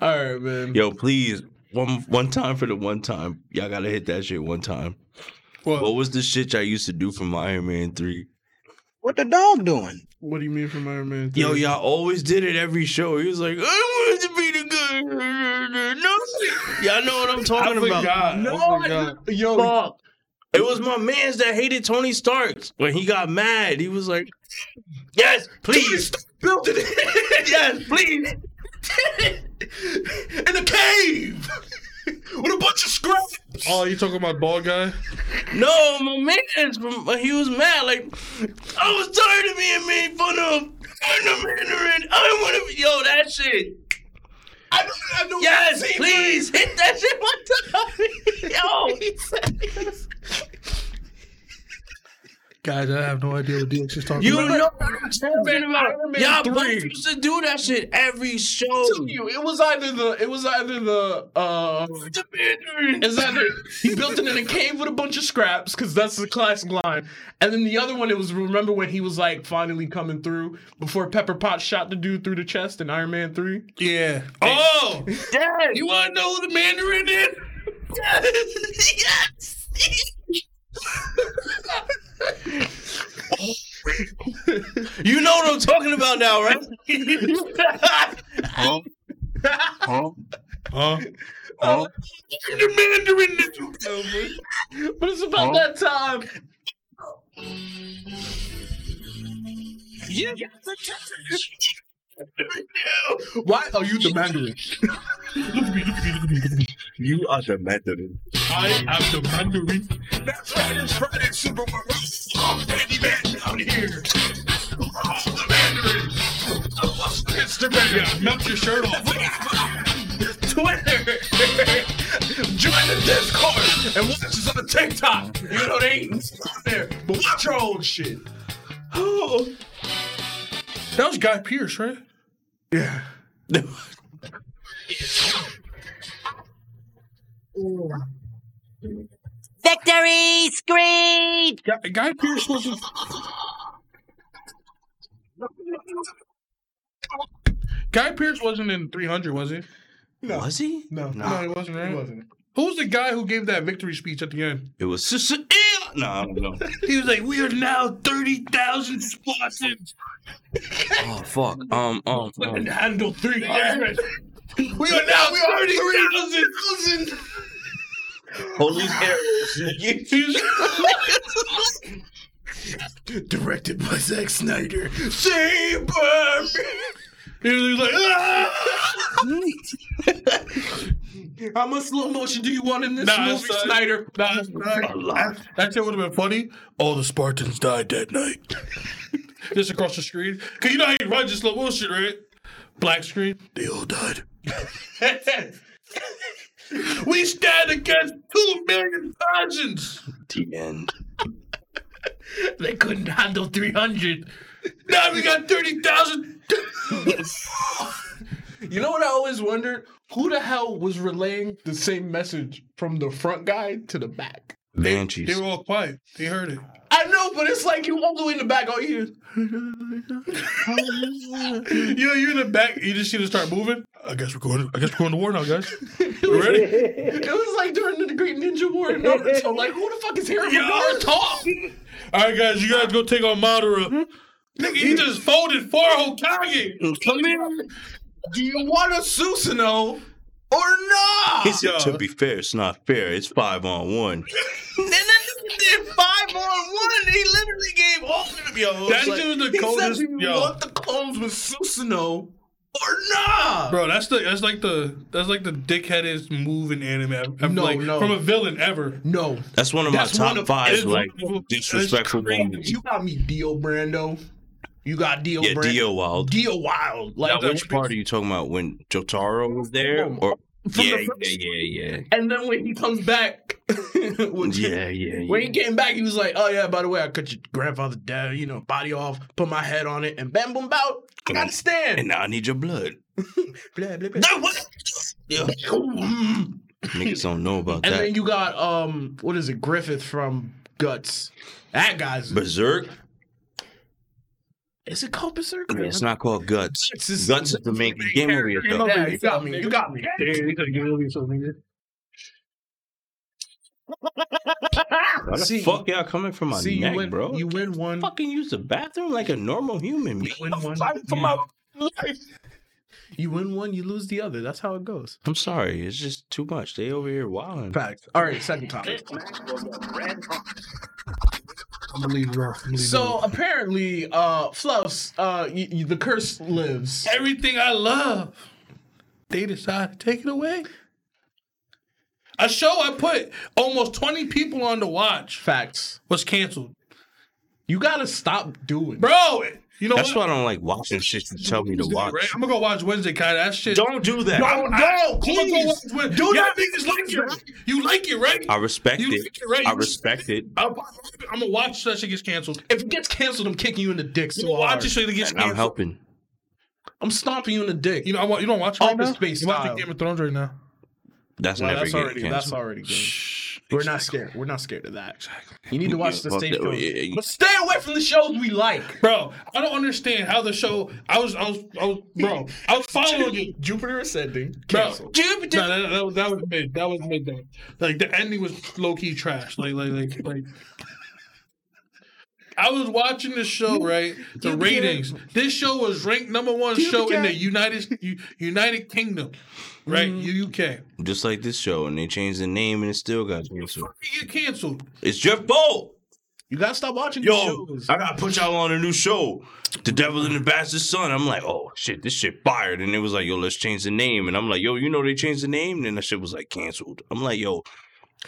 [SPEAKER 4] All right, man.
[SPEAKER 5] Yo, please one one time for the one time. Y'all gotta hit that shit one time.
[SPEAKER 6] What?
[SPEAKER 5] What was the shit I used to do from Iron Man three?
[SPEAKER 10] What the dog doing?
[SPEAKER 6] What do you mean from Iron Man?
[SPEAKER 5] Yo,
[SPEAKER 6] three?
[SPEAKER 5] y'all always did it every show. He was like, I wanted to be the good. No, y'all know what I'm
[SPEAKER 6] I
[SPEAKER 5] talking about. Oh
[SPEAKER 6] forgot.
[SPEAKER 4] No,
[SPEAKER 6] I forgot.
[SPEAKER 4] oh Yo,
[SPEAKER 5] Fuck. It was my man's that hated Tony Stark. When he got mad, he was like, "Yes, please, build it. yes, please." In a cave with a bunch of scraps.
[SPEAKER 6] Oh, you talking about bald guy?
[SPEAKER 5] No, my man's. but He was mad. Like I was tired of being made fun of. I'm the Mandarin. I want to be. Yo, that shit.
[SPEAKER 4] I don't, I don't
[SPEAKER 5] Yes,
[SPEAKER 4] see-
[SPEAKER 5] please hit that shit one time. Yo,
[SPEAKER 6] Guys, I have no idea what DX is talking
[SPEAKER 5] You
[SPEAKER 6] about.
[SPEAKER 5] know what I'm talking about.
[SPEAKER 4] Iron Man
[SPEAKER 5] Y'all
[SPEAKER 4] 3.
[SPEAKER 5] both used to do that shit every show.
[SPEAKER 4] Tell you, it was either the it was either the uh
[SPEAKER 5] The Mandarin.
[SPEAKER 4] is either he built it in a cave with a bunch of scraps because that's the classic line, and then the other one it was remember when he was like finally coming through before Pepper Pot shot the dude through the chest in Iron Man three.
[SPEAKER 6] Yeah. Oh,
[SPEAKER 5] Dad, you want to know who the Mandarin did? yes. you know what I'm talking about now, right?
[SPEAKER 3] Huh? Huh?
[SPEAKER 6] huh?
[SPEAKER 3] Huh?
[SPEAKER 4] But it's about that time. Why are you the Mandarin?
[SPEAKER 3] You are the Mandarin.
[SPEAKER 6] I am the Mandarin.
[SPEAKER 3] That's right, it's Friday, Super Bowl. I'm Candy Man Oh, down here. Oh, the Mandarin. Oh, it's the Mandarin. Yeah, melt your shirt off.
[SPEAKER 4] Twitter. Join the Discord and watch us on TikTok. You know they ain't on there, but watch your own shit.
[SPEAKER 6] That was Guy Pierce, right?
[SPEAKER 11] Victory scream!
[SPEAKER 6] Guy, Guy Pierce was. A... Guy Pierce wasn't in 300, was he?
[SPEAKER 5] Was he?
[SPEAKER 4] No,
[SPEAKER 6] No, he wasn't. Right?
[SPEAKER 4] it wasn't.
[SPEAKER 6] Who's the guy who gave that victory speech at the end?
[SPEAKER 5] It was Sister No, I don't know.
[SPEAKER 6] He was like, "We are now thirty thousand Spartans.
[SPEAKER 5] Oh fuck. Um, um, um.
[SPEAKER 4] Handle three hundred.
[SPEAKER 5] We are now thirty thousand. Holy
[SPEAKER 4] Directed by Zack Snyder. Save He was like,
[SPEAKER 6] "Ah!"
[SPEAKER 4] How much slow motion do you want in this
[SPEAKER 6] Nah,
[SPEAKER 4] movie,
[SPEAKER 6] son.
[SPEAKER 4] Snyder?
[SPEAKER 6] That's That shit would have been funny. All the Spartans died that night. Just across the screen. Cause you know how you run just slow motion, right? Black screen. They all died. we stand against two million Persians.
[SPEAKER 5] The end.
[SPEAKER 4] They couldn't handle three hundred.
[SPEAKER 6] Now we got thirty thousand.
[SPEAKER 4] You know what I always wondered? Who the hell was relaying the same message from the front guy to the back?
[SPEAKER 6] They
[SPEAKER 5] Banshees.
[SPEAKER 6] were all quiet. They heard it.
[SPEAKER 4] I know, but it's like you all the way in the back all you.
[SPEAKER 6] You know, you're in the back. You just see them start moving. I guess we're going. I guess we're going to war now, guys. You ready?
[SPEAKER 4] It was like during the Great Ninja War in Naruto. Like, who the fuck is hearing from Naruto?
[SPEAKER 6] All right, guys, you guys go take on Madara. Nigga, he just folded four Hokage.
[SPEAKER 5] Come in.
[SPEAKER 4] Do you want a Susanoo or not?
[SPEAKER 5] He said, to be fair, it's not fair. It's five on one. and then did five on one. He literally gave all of them. Yo,
[SPEAKER 6] That dude
[SPEAKER 4] He
[SPEAKER 6] was the
[SPEAKER 4] said,
[SPEAKER 6] coldest.
[SPEAKER 4] "Do you
[SPEAKER 6] Yo,
[SPEAKER 4] want the combs with Susanoo or not?
[SPEAKER 6] bro, that's the that's like the that's like the dickheadest move in anime. I've, I've,
[SPEAKER 4] No,
[SPEAKER 6] like,
[SPEAKER 4] no.
[SPEAKER 6] from a villain ever.
[SPEAKER 4] No,
[SPEAKER 5] That's one of my
[SPEAKER 4] That's
[SPEAKER 5] top
[SPEAKER 4] one of-
[SPEAKER 5] five
[SPEAKER 6] it's
[SPEAKER 5] like
[SPEAKER 6] one of-
[SPEAKER 5] disrespectful
[SPEAKER 6] it's crazy.
[SPEAKER 5] moments.
[SPEAKER 4] you got me, Dio Brando. You got Dio
[SPEAKER 5] Yeah,
[SPEAKER 4] Brando.
[SPEAKER 5] Dio Wild.
[SPEAKER 4] Dio Wild. Like,
[SPEAKER 5] Now, which part are you talking about? When Jotaro was there,
[SPEAKER 4] From-
[SPEAKER 5] or
[SPEAKER 4] from
[SPEAKER 5] yeah,
[SPEAKER 4] the
[SPEAKER 5] yeah,
[SPEAKER 4] first-
[SPEAKER 5] yeah,
[SPEAKER 4] and then when he comes back,
[SPEAKER 5] yeah,
[SPEAKER 4] which
[SPEAKER 5] yeah, yeah,
[SPEAKER 4] When
[SPEAKER 5] yeah.
[SPEAKER 4] he came back, he was like, "Oh yeah, by the way, I cut your grandfather's dad, you know, body off, put my head on it, and bam, boom, bow. I gotta
[SPEAKER 5] And
[SPEAKER 4] stand."
[SPEAKER 5] now I need your blood.
[SPEAKER 4] Blah, blah, blah. Mm.
[SPEAKER 5] Niggas don't know about
[SPEAKER 4] And
[SPEAKER 5] that.
[SPEAKER 4] then you got um, what is it, Griffith from Guts? That guy's
[SPEAKER 5] Berserk.
[SPEAKER 4] is it called Berserk?
[SPEAKER 5] Yeah, it's not called guts.
[SPEAKER 4] It's just-
[SPEAKER 5] Guts is the main game movie.
[SPEAKER 4] Yeah, you got me. You got me.
[SPEAKER 5] Why the
[SPEAKER 4] See-
[SPEAKER 5] fuck y'all coming from my
[SPEAKER 4] See, you
[SPEAKER 5] neck,
[SPEAKER 4] win-
[SPEAKER 5] bro?
[SPEAKER 4] you win one.
[SPEAKER 5] Fucking use the bathroom like a normal human. You
[SPEAKER 4] win one.
[SPEAKER 5] for
[SPEAKER 4] yeah.
[SPEAKER 5] my life.
[SPEAKER 4] You win one, you lose the other. That's how it goes.
[SPEAKER 5] I'm sorry, it's just too much. They over here wilding.
[SPEAKER 4] Facts. All right, second topic.
[SPEAKER 6] I'm gonna leave bro.
[SPEAKER 4] So apparently, uh, Fluffs, uh, y- y- the curse lives.
[SPEAKER 6] everything I love, they decide to take it away. A show I put almost 20 people on to watch
[SPEAKER 4] Facts.
[SPEAKER 6] was canceled.
[SPEAKER 4] You gotta stop doing.
[SPEAKER 6] Bro, you know
[SPEAKER 5] That's
[SPEAKER 6] what?
[SPEAKER 5] why I don't like watching shit you tell me to watch.
[SPEAKER 6] Right? I'm gonna go watch Wednesday, Kai. That shit.
[SPEAKER 5] Don't do that.
[SPEAKER 6] Don't, no, please. Go watch Wednesday.
[SPEAKER 4] Do
[SPEAKER 6] Y'all
[SPEAKER 4] not-
[SPEAKER 6] niggas like it. right? You like it, right?
[SPEAKER 5] I respect
[SPEAKER 6] You
[SPEAKER 5] it.
[SPEAKER 6] think you're right.
[SPEAKER 5] I
[SPEAKER 6] You-
[SPEAKER 5] respect it.
[SPEAKER 6] I'm, I'm gonna watch that shit gets canceled.
[SPEAKER 4] If it gets canceled, I'm kicking you in the dick
[SPEAKER 6] You
[SPEAKER 4] so
[SPEAKER 6] don't watch
[SPEAKER 4] hard.
[SPEAKER 6] this shit, it gets
[SPEAKER 5] And I'm
[SPEAKER 6] canceled.
[SPEAKER 5] helping.
[SPEAKER 4] I'm stomping you in the dick.
[SPEAKER 6] You know, I want, you don't watch it right
[SPEAKER 4] Office
[SPEAKER 6] now.
[SPEAKER 4] Space
[SPEAKER 6] you watching
[SPEAKER 4] style.
[SPEAKER 6] Game of Thrones right now.
[SPEAKER 5] That's
[SPEAKER 4] Well,
[SPEAKER 5] never
[SPEAKER 4] that's
[SPEAKER 5] getting
[SPEAKER 4] already
[SPEAKER 5] canceled.
[SPEAKER 4] that's already good. We're not scared. We're not scared of that. You need to watch the
[SPEAKER 5] Fuck
[SPEAKER 4] safe
[SPEAKER 5] that.
[SPEAKER 4] shows.
[SPEAKER 5] Yeah, yeah.
[SPEAKER 4] But stay away from the shows we like.
[SPEAKER 6] Bro, I don't understand how the show. I was, I was, I was, bro, I was following you.
[SPEAKER 4] Jupiter ascending.
[SPEAKER 6] Bro,
[SPEAKER 4] Cancel.
[SPEAKER 6] Jupiter. No, no, no, that, was, that was mid. That was mid. Though. Like the ending was low key trash. Like, like, like, like. I was watching the show, right? The ratings. This show was ranked number one show in the United U- United Kingdom, right? UK.
[SPEAKER 5] Just like this show, and they changed the name, and it still got canceled.
[SPEAKER 6] You get canceled.
[SPEAKER 5] It's Jeff Bolt.
[SPEAKER 4] You gotta stop watching these
[SPEAKER 5] Yo,
[SPEAKER 4] shows.
[SPEAKER 5] I gotta put y'all on a new show, The Devil and the Bastard's Son. I'm like, oh shit, this shit fired. And it was like, yo, let's change the name. And I'm like, yo, you know they changed the name. And then that shit was like canceled. I'm like, yo,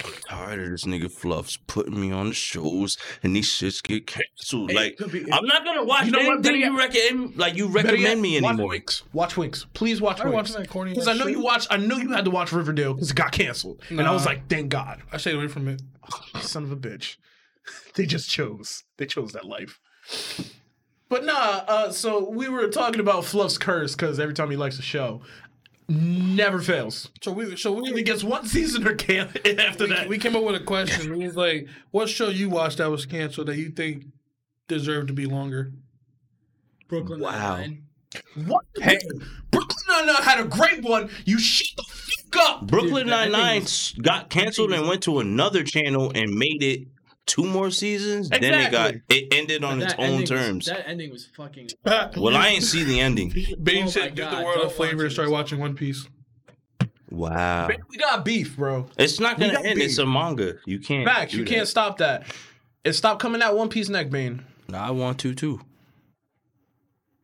[SPEAKER 5] I'm tired of this nigga Fluffs putting me on the shows, and these shits get canceled.
[SPEAKER 4] It
[SPEAKER 5] like,
[SPEAKER 4] could be-
[SPEAKER 5] I'm not gonna watch
[SPEAKER 4] You know what,
[SPEAKER 5] anything
[SPEAKER 4] better
[SPEAKER 5] you recommend. Like you recommend me
[SPEAKER 4] Watch
[SPEAKER 5] anymore.
[SPEAKER 4] Winx. Watch Winx. Please watch
[SPEAKER 6] I was
[SPEAKER 4] Winx.
[SPEAKER 6] watching that corny.
[SPEAKER 4] Because
[SPEAKER 6] ass
[SPEAKER 4] I know
[SPEAKER 6] shit.
[SPEAKER 4] you watch. I know you had to watch Riverdale because it got canceled, and I was
[SPEAKER 6] Nah.
[SPEAKER 4] like, thank God,
[SPEAKER 6] I stayed away from it.
[SPEAKER 4] son of a bitch. they just chose. They chose that life. But nah. Uh, so we were talking about Fluff's curse because every time he likes a show, never fails.
[SPEAKER 6] So we, so we,
[SPEAKER 4] He gets one season or can after
[SPEAKER 6] we,
[SPEAKER 4] that.
[SPEAKER 6] we came up with a question. We was like, "What show you watched that was canceled that you think deserved to be longer?"
[SPEAKER 7] Brooklyn
[SPEAKER 5] Wow.
[SPEAKER 7] Nine-Nine.
[SPEAKER 4] What? Hey, Brooklyn Nine-Nine had a great one. You shut the fuck up.
[SPEAKER 5] Brooklyn
[SPEAKER 7] Dude, that
[SPEAKER 5] Nine Nine got canceled and went to another channel and made it two more seasons. Then it got it ended on its
[SPEAKER 7] That ending
[SPEAKER 5] own
[SPEAKER 7] was-
[SPEAKER 5] terms.
[SPEAKER 7] that ending was fucking.
[SPEAKER 5] well, I ain't see the ending.
[SPEAKER 6] Bane
[SPEAKER 7] Oh my
[SPEAKER 6] said, "Give the
[SPEAKER 7] God,
[SPEAKER 6] world a
[SPEAKER 7] don't
[SPEAKER 6] flavor
[SPEAKER 7] watch
[SPEAKER 6] and start
[SPEAKER 7] it.
[SPEAKER 6] watching One Piece."
[SPEAKER 5] Wow.
[SPEAKER 4] We got beef, bro.
[SPEAKER 5] It's not gonna
[SPEAKER 4] got
[SPEAKER 5] end.
[SPEAKER 4] beat.
[SPEAKER 5] It's a manga. You can't.
[SPEAKER 4] Facts.
[SPEAKER 5] do
[SPEAKER 4] You
[SPEAKER 5] that.
[SPEAKER 4] can't stop that. It stopped coming out One Piece neck bane.
[SPEAKER 5] No, I want to too.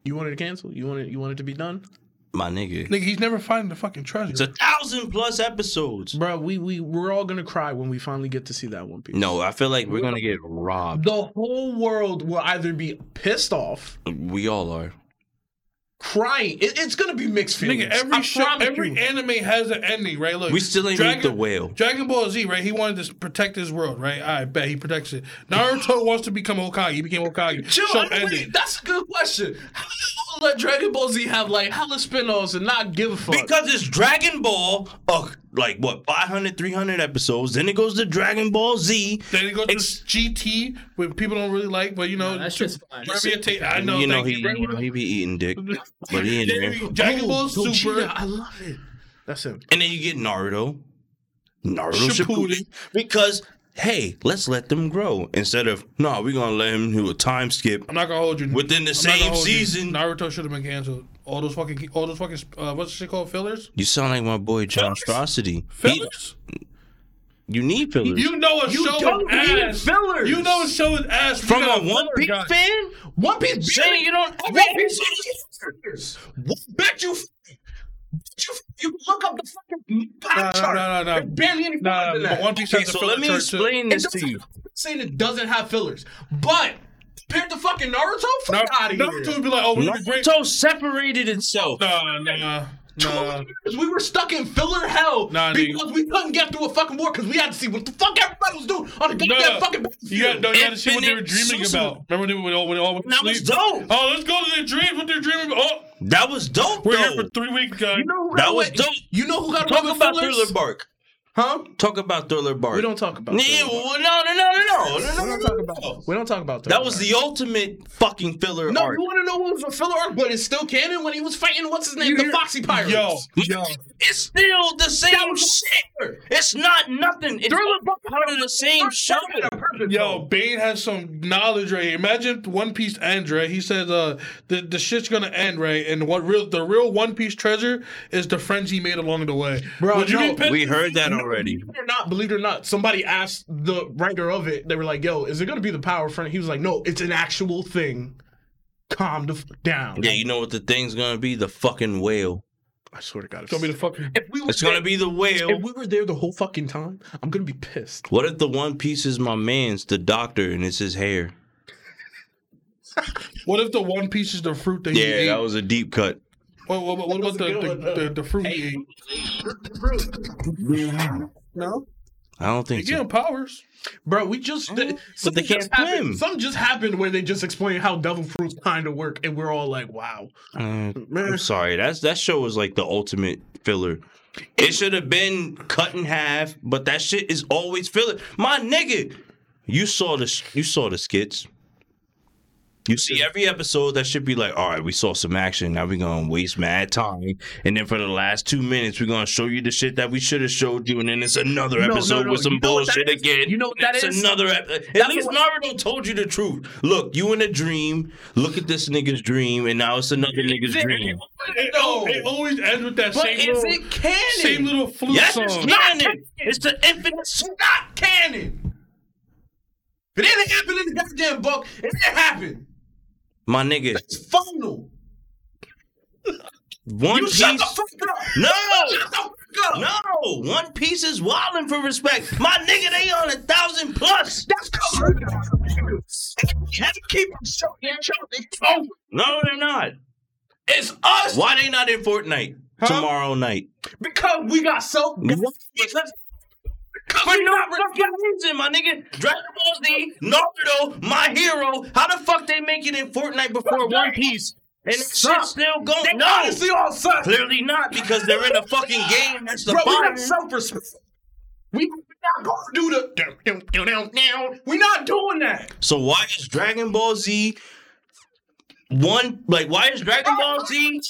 [SPEAKER 4] You wanted to cancel? You wanted you wanted to be done?
[SPEAKER 5] My nigga.
[SPEAKER 6] Nigga, he's never finding the fucking treasure.
[SPEAKER 5] It's a thousand plus episodes.
[SPEAKER 4] Bro, we we we're all gonna cry when we finally get to see that One Piece.
[SPEAKER 5] No, I feel like we're gonna get robbed.
[SPEAKER 4] The whole world will either be pissed off,
[SPEAKER 5] We all are.
[SPEAKER 4] crying. It, it's gonna be mixed feelings.
[SPEAKER 6] Nigga, every
[SPEAKER 4] I
[SPEAKER 6] show,
[SPEAKER 4] promise
[SPEAKER 6] every
[SPEAKER 4] you.
[SPEAKER 6] anime has an ending, right? Look,
[SPEAKER 5] We still ain't meet the whale.
[SPEAKER 6] Dragon Ball Z, right? He wanted to s- protect his world, right? I bet he protects it. Naruto wants to become Hokage. He became Hokage.
[SPEAKER 4] Chill,
[SPEAKER 6] show
[SPEAKER 4] I mean, wait,
[SPEAKER 6] ended.
[SPEAKER 4] that's a good question. How do you let Dragon Ball Z have like hella spin-offs and not give a fuck?
[SPEAKER 5] Because it's Dragon Ball, uh, like what, 500, 300 episodes. Then it goes to Dragon Ball Z.
[SPEAKER 6] Then he goes to
[SPEAKER 5] Ex-
[SPEAKER 6] GT, which people don't really like, but you know,
[SPEAKER 7] Nah, that shit's fine.
[SPEAKER 6] Bravia Ta- I know,
[SPEAKER 5] you know
[SPEAKER 6] thank
[SPEAKER 5] he,
[SPEAKER 6] you,
[SPEAKER 5] you know, he be eating dick, but he in there.
[SPEAKER 6] Bravia. Dragon Ball
[SPEAKER 4] Go
[SPEAKER 6] Super.
[SPEAKER 4] Vegeta, I love it. That's him.
[SPEAKER 5] And then you get Naruto, Naruto
[SPEAKER 6] Shippuden.
[SPEAKER 5] Shippuden, because hey, let's let them grow instead of no, nah, we gonna let him do a time skip.
[SPEAKER 6] I'm not gonna hold you.
[SPEAKER 5] Within the
[SPEAKER 6] I'm not gonna
[SPEAKER 5] same
[SPEAKER 6] hold you.
[SPEAKER 5] season.
[SPEAKER 6] Naruto should have been canceled. All those fucking, all those fucking, uh, what's the shit called? Fillers.
[SPEAKER 5] You sound like my boy John Frosty.
[SPEAKER 6] Fillers.
[SPEAKER 5] You need fillers.
[SPEAKER 6] you know a show
[SPEAKER 4] don't
[SPEAKER 6] is
[SPEAKER 4] need
[SPEAKER 6] ass.
[SPEAKER 4] fillers.
[SPEAKER 6] You know a show is ass
[SPEAKER 5] From
[SPEAKER 6] You got
[SPEAKER 5] a One
[SPEAKER 6] filler
[SPEAKER 5] Piece
[SPEAKER 6] guy.
[SPEAKER 5] fan?
[SPEAKER 4] One Piece
[SPEAKER 5] Say you don't.
[SPEAKER 4] One Piece is What bet you? Bet you you look up the fucking
[SPEAKER 6] No,
[SPEAKER 4] pie
[SPEAKER 6] no,
[SPEAKER 4] chart.
[SPEAKER 6] no, no,
[SPEAKER 4] There's barely any
[SPEAKER 6] no,
[SPEAKER 4] fillers in
[SPEAKER 6] no,
[SPEAKER 4] that.
[SPEAKER 6] but One Piece
[SPEAKER 5] Okay,
[SPEAKER 6] has a
[SPEAKER 5] so
[SPEAKER 6] filler
[SPEAKER 5] let me
[SPEAKER 6] chart, too.
[SPEAKER 5] explain
[SPEAKER 4] It
[SPEAKER 5] this
[SPEAKER 4] doesn't-
[SPEAKER 5] to you.
[SPEAKER 4] I'm saying it doesn't have fillers, but compared to fucking Naruto, fuck out of
[SPEAKER 6] Naruto
[SPEAKER 4] here.
[SPEAKER 6] would be like, oh, we can break.
[SPEAKER 5] Naruto separated itself.
[SPEAKER 6] Nah, nah, nah.
[SPEAKER 4] We were stuck in filler hell
[SPEAKER 6] Nah, nigga.
[SPEAKER 4] because we couldn't get through a fucking war because we had to see what the fuck everybody was doing on the goddamn
[SPEAKER 6] No,
[SPEAKER 4] fucking
[SPEAKER 6] You
[SPEAKER 4] battlefield.
[SPEAKER 6] got, no, you got to see what they were
[SPEAKER 5] Infinite
[SPEAKER 6] dreaming
[SPEAKER 5] Susumu.
[SPEAKER 6] about. Remember when they would all, when they all went to
[SPEAKER 5] That was
[SPEAKER 6] sleep?
[SPEAKER 5] dope.
[SPEAKER 6] Oh, let's go to their dreams. What they're dreaming about? Oh,
[SPEAKER 5] That was dope,
[SPEAKER 6] we're
[SPEAKER 5] though.
[SPEAKER 6] here for three weeks, guys.
[SPEAKER 4] You know who
[SPEAKER 5] That
[SPEAKER 4] got
[SPEAKER 5] was
[SPEAKER 4] away-
[SPEAKER 5] dope.
[SPEAKER 4] You know who got
[SPEAKER 5] Talk
[SPEAKER 4] away with
[SPEAKER 5] about
[SPEAKER 4] fillers?
[SPEAKER 5] Thriller Bark.
[SPEAKER 4] Huh?
[SPEAKER 5] Talk about Thriller Bark.
[SPEAKER 4] We don't talk about.
[SPEAKER 5] Yeah,
[SPEAKER 4] Thriller
[SPEAKER 5] well, no, no, no, no, no, no, no, no.
[SPEAKER 4] Bark. We don't talk about Thriller
[SPEAKER 5] That was the ultimate fucking filler
[SPEAKER 4] No,
[SPEAKER 5] art.
[SPEAKER 4] you want to know what was a filler arc, but it's still canon when he was fighting what's his name, the Foxy Pirates.
[SPEAKER 6] Yo, yo.
[SPEAKER 5] It's still the same shit. It's not nothing. It's all part of the same show.
[SPEAKER 6] Yo, Bane has some knowledge right here. Imagine One Piece ends, right? He says, uh, the, the shit's gonna end, right? And what real the real One Piece treasure is the friends he made along the way.
[SPEAKER 4] Bro,
[SPEAKER 6] Would you
[SPEAKER 4] no.
[SPEAKER 6] be pissed?
[SPEAKER 5] We heard that already.
[SPEAKER 4] Believe it or not, believe it or not, somebody asked the writer of it. They were like, "Yo, is it gonna be the power friend?" He was like, "No, it's an actual thing." Calm the f- down.
[SPEAKER 5] Yeah, you know what the thing's gonna be? The fucking whale.
[SPEAKER 4] I swear to God, if,
[SPEAKER 6] It's gonna be the fucking
[SPEAKER 4] if we were
[SPEAKER 5] It's gonna be the
[SPEAKER 4] there,
[SPEAKER 5] whale.
[SPEAKER 4] if we were there the whole fucking time, I'm gonna be pissed.
[SPEAKER 5] What if the One Piece is my man's, the doctor, and it's his hair?
[SPEAKER 6] What if the One Piece is the fruit that he
[SPEAKER 5] Yeah,
[SPEAKER 6] ate?
[SPEAKER 5] that was a deep cut.
[SPEAKER 6] What, what- what about the, the, the, the fruit he ate?
[SPEAKER 9] No.
[SPEAKER 5] I don't think so.
[SPEAKER 6] Again, powers.
[SPEAKER 4] Bro, we just th-
[SPEAKER 5] they
[SPEAKER 4] something
[SPEAKER 5] can't
[SPEAKER 4] Mm. just happened.
[SPEAKER 5] swim.
[SPEAKER 4] Something just happened where they just explained how devil fruits kind of work, and we're all like, "Wow."
[SPEAKER 5] Uh,
[SPEAKER 4] Meh.
[SPEAKER 5] I'm sorry. That's that show was like the ultimate filler. It should have been cut in half, but that shit is always filler. My nigga, you saw the you saw the skits. You see every episode that should be like, all right, we saw some action. Now we're gonna waste mad time, and then for the last two minutes, we're gonna show you the shit that we should have showed you, and then it's another
[SPEAKER 4] No, no,
[SPEAKER 5] episode
[SPEAKER 4] no.
[SPEAKER 5] with some
[SPEAKER 4] You know what that
[SPEAKER 5] bullshit
[SPEAKER 4] is?
[SPEAKER 5] again.
[SPEAKER 4] You know what
[SPEAKER 5] and
[SPEAKER 4] that
[SPEAKER 5] it's
[SPEAKER 4] is?
[SPEAKER 5] Another. ep- At
[SPEAKER 4] That's
[SPEAKER 5] least
[SPEAKER 4] what-
[SPEAKER 5] Naruto told you the truth. Look, you in a dream. Look at this nigga's dream, and now it's another nigga's dream.
[SPEAKER 6] It, al- it always ends with that
[SPEAKER 4] But
[SPEAKER 6] same
[SPEAKER 4] is
[SPEAKER 6] little,
[SPEAKER 4] it canon?
[SPEAKER 6] same little flute
[SPEAKER 5] Yes,
[SPEAKER 6] song.
[SPEAKER 5] it's canon. It's the infinite.
[SPEAKER 4] It's not canon. If It didn't happen in the goddamn book. It didn't happen.
[SPEAKER 5] My nigga,
[SPEAKER 4] It's final.
[SPEAKER 5] One
[SPEAKER 4] You
[SPEAKER 5] Piece.
[SPEAKER 4] shut the fuck up.
[SPEAKER 5] no,
[SPEAKER 4] Shut the fuck up.
[SPEAKER 5] no. One Piece is wilding for respect. My nigga, they on a thousand plus.
[SPEAKER 4] That's covered. You have to keep on showing your children. It's over.
[SPEAKER 5] No, they're not.
[SPEAKER 4] It's us
[SPEAKER 5] Why they not in Fortnite tomorrow night?
[SPEAKER 4] because we got so.
[SPEAKER 5] What? For no fucking reason, my nigga. Dragon Ball Z, Naruto, my hero. How the fuck they make it in Fortnite before One Piece? And shit's
[SPEAKER 4] Suck.
[SPEAKER 5] still going.
[SPEAKER 4] They
[SPEAKER 5] no,
[SPEAKER 4] honestly all suck.
[SPEAKER 5] clearly not because they're in a fucking game. That's the
[SPEAKER 4] Bro, we
[SPEAKER 5] problem.
[SPEAKER 4] got self-respect. We we're not gonna do the. We're not doing that.
[SPEAKER 5] So why is Dragon Ball Z one like why is Dragon Ball Z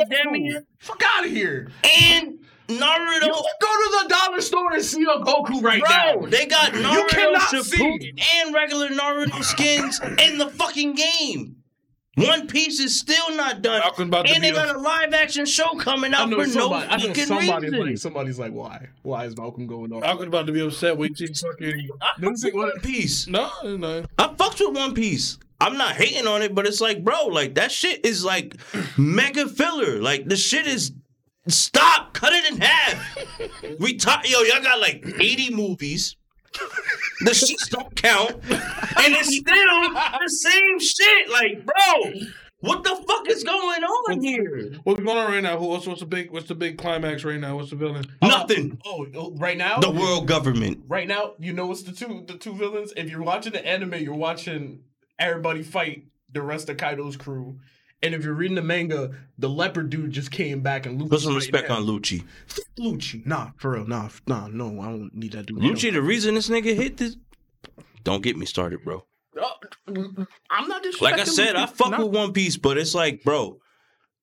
[SPEAKER 5] Academia
[SPEAKER 4] Fuck out of here.
[SPEAKER 5] and
[SPEAKER 4] You
[SPEAKER 5] Naruto?
[SPEAKER 4] can go to the dollar store and see a Goku right
[SPEAKER 5] Bro,
[SPEAKER 4] now.
[SPEAKER 5] they got Naruto
[SPEAKER 4] cannot
[SPEAKER 5] Shippuden and regular Naruto skins in the fucking game. One Piece is still not done,
[SPEAKER 6] Falcon about to
[SPEAKER 5] and they
[SPEAKER 6] be
[SPEAKER 5] got a live action show coming
[SPEAKER 4] I
[SPEAKER 5] out
[SPEAKER 4] know
[SPEAKER 5] for no
[SPEAKER 4] somebody. I know
[SPEAKER 5] fucking
[SPEAKER 4] somebody's
[SPEAKER 5] reason.
[SPEAKER 4] like, somebody's like, why? Why is Malcolm going off?
[SPEAKER 6] I was about to be upset when you fucking.
[SPEAKER 5] I fuck with One Piece.
[SPEAKER 6] No, no.
[SPEAKER 5] I fucks with One Piece. I'm not hating on it, but it's like, bro, like that shit is like mega filler. Like the shit is stop, cut it in half. we talk, yo, y'all got like 80 movies. The shits don't count, and it's still the same shit. Like, bro, what the fuck is going on here?
[SPEAKER 6] What's going on right now? Who- What's, what's the big? What's the big climax right now? What's the villain?
[SPEAKER 5] Nothing.
[SPEAKER 4] Oh, oh, right now?
[SPEAKER 5] The world government.
[SPEAKER 4] Right now, you know it's the two the two villains. If you're watching the anime, you're watching everybody fight the rest of Kaido's crew. And if you're reading the manga, the leopard dude just came back and Lucci.
[SPEAKER 5] Put some respect on Lucci.
[SPEAKER 4] Lucci. Nah, for real. Nah, f- nah, no, I don't need that dude.
[SPEAKER 5] Lucci, the reason this nigga hit this. Don't get me started, bro.
[SPEAKER 4] Oh, I'm not disrespecting
[SPEAKER 5] Like I said, I
[SPEAKER 4] Lucci.
[SPEAKER 5] fuck
[SPEAKER 4] Nah.
[SPEAKER 5] with One Piece, but it's like, bro,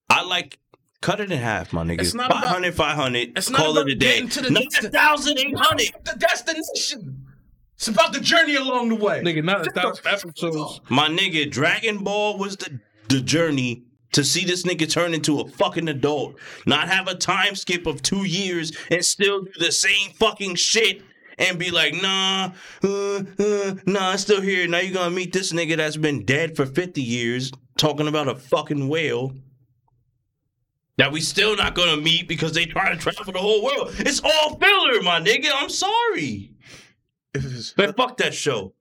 [SPEAKER 5] I like cut it in half, my nigga.
[SPEAKER 4] It's not about-
[SPEAKER 5] 500, 500,
[SPEAKER 4] It's not
[SPEAKER 5] call
[SPEAKER 4] about
[SPEAKER 5] it a day.
[SPEAKER 4] getting to the
[SPEAKER 5] Not
[SPEAKER 4] destin-
[SPEAKER 5] 1,800.
[SPEAKER 4] the destination. It's about the journey along the way.
[SPEAKER 6] Nigga, not a thousand episodes.
[SPEAKER 5] My nigga, Dragon Ball was the, the journey to see this nigga turn into a fucking adult, not have a time skip of two years and still do the same fucking shit. And be like, nah, uh, uh, nah, I'm still here. Now you're gonna meet this nigga that's been dead for 50 years talking about a fucking whale. that we still not gonna meet because they try to travel the whole world. It's all filler, my nigga. I'm sorry. But fuck that show.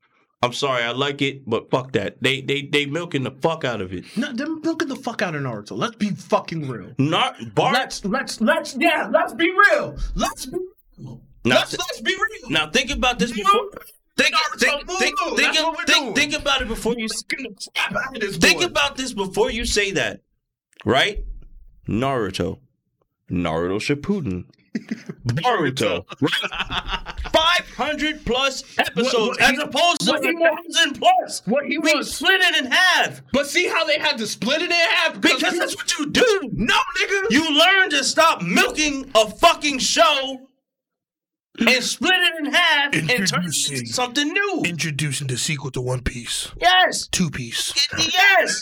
[SPEAKER 5] I'm sorry, I like it, but fuck that. They they they milking the fuck out of it.
[SPEAKER 4] No, they're milking the fuck out of Naruto. Let's be fucking real.
[SPEAKER 5] Not Bart.
[SPEAKER 4] Let's let's let's yeah, let's be real. Let's be real.
[SPEAKER 5] Now
[SPEAKER 4] let's
[SPEAKER 5] th-
[SPEAKER 4] let's be real.
[SPEAKER 5] now think about this before. Think
[SPEAKER 4] Naruto,
[SPEAKER 5] think
[SPEAKER 4] move,
[SPEAKER 5] think
[SPEAKER 4] move.
[SPEAKER 5] think,
[SPEAKER 4] That's what we're doing.
[SPEAKER 5] think, think about it before you
[SPEAKER 4] Snap out of this
[SPEAKER 5] think
[SPEAKER 4] boy.
[SPEAKER 5] about this before you say that. Right? Naruto, Naruto Shippuden, Boruto. Five hundred plus episodes,
[SPEAKER 4] what he-
[SPEAKER 5] as opposed to
[SPEAKER 4] what he-
[SPEAKER 5] four thousand plus.
[SPEAKER 4] What he
[SPEAKER 5] we
[SPEAKER 4] was-
[SPEAKER 5] split it in half
[SPEAKER 4] But see how they had to split it in half
[SPEAKER 5] because that's what you do.
[SPEAKER 4] no nigga.
[SPEAKER 5] You learn to stop milking a fucking show and split it in half and turn it
[SPEAKER 6] Introducing.
[SPEAKER 5] into something new.
[SPEAKER 6] Introducing the sequel to One Piece,
[SPEAKER 5] Yes.
[SPEAKER 6] Two Piece.
[SPEAKER 5] Yes.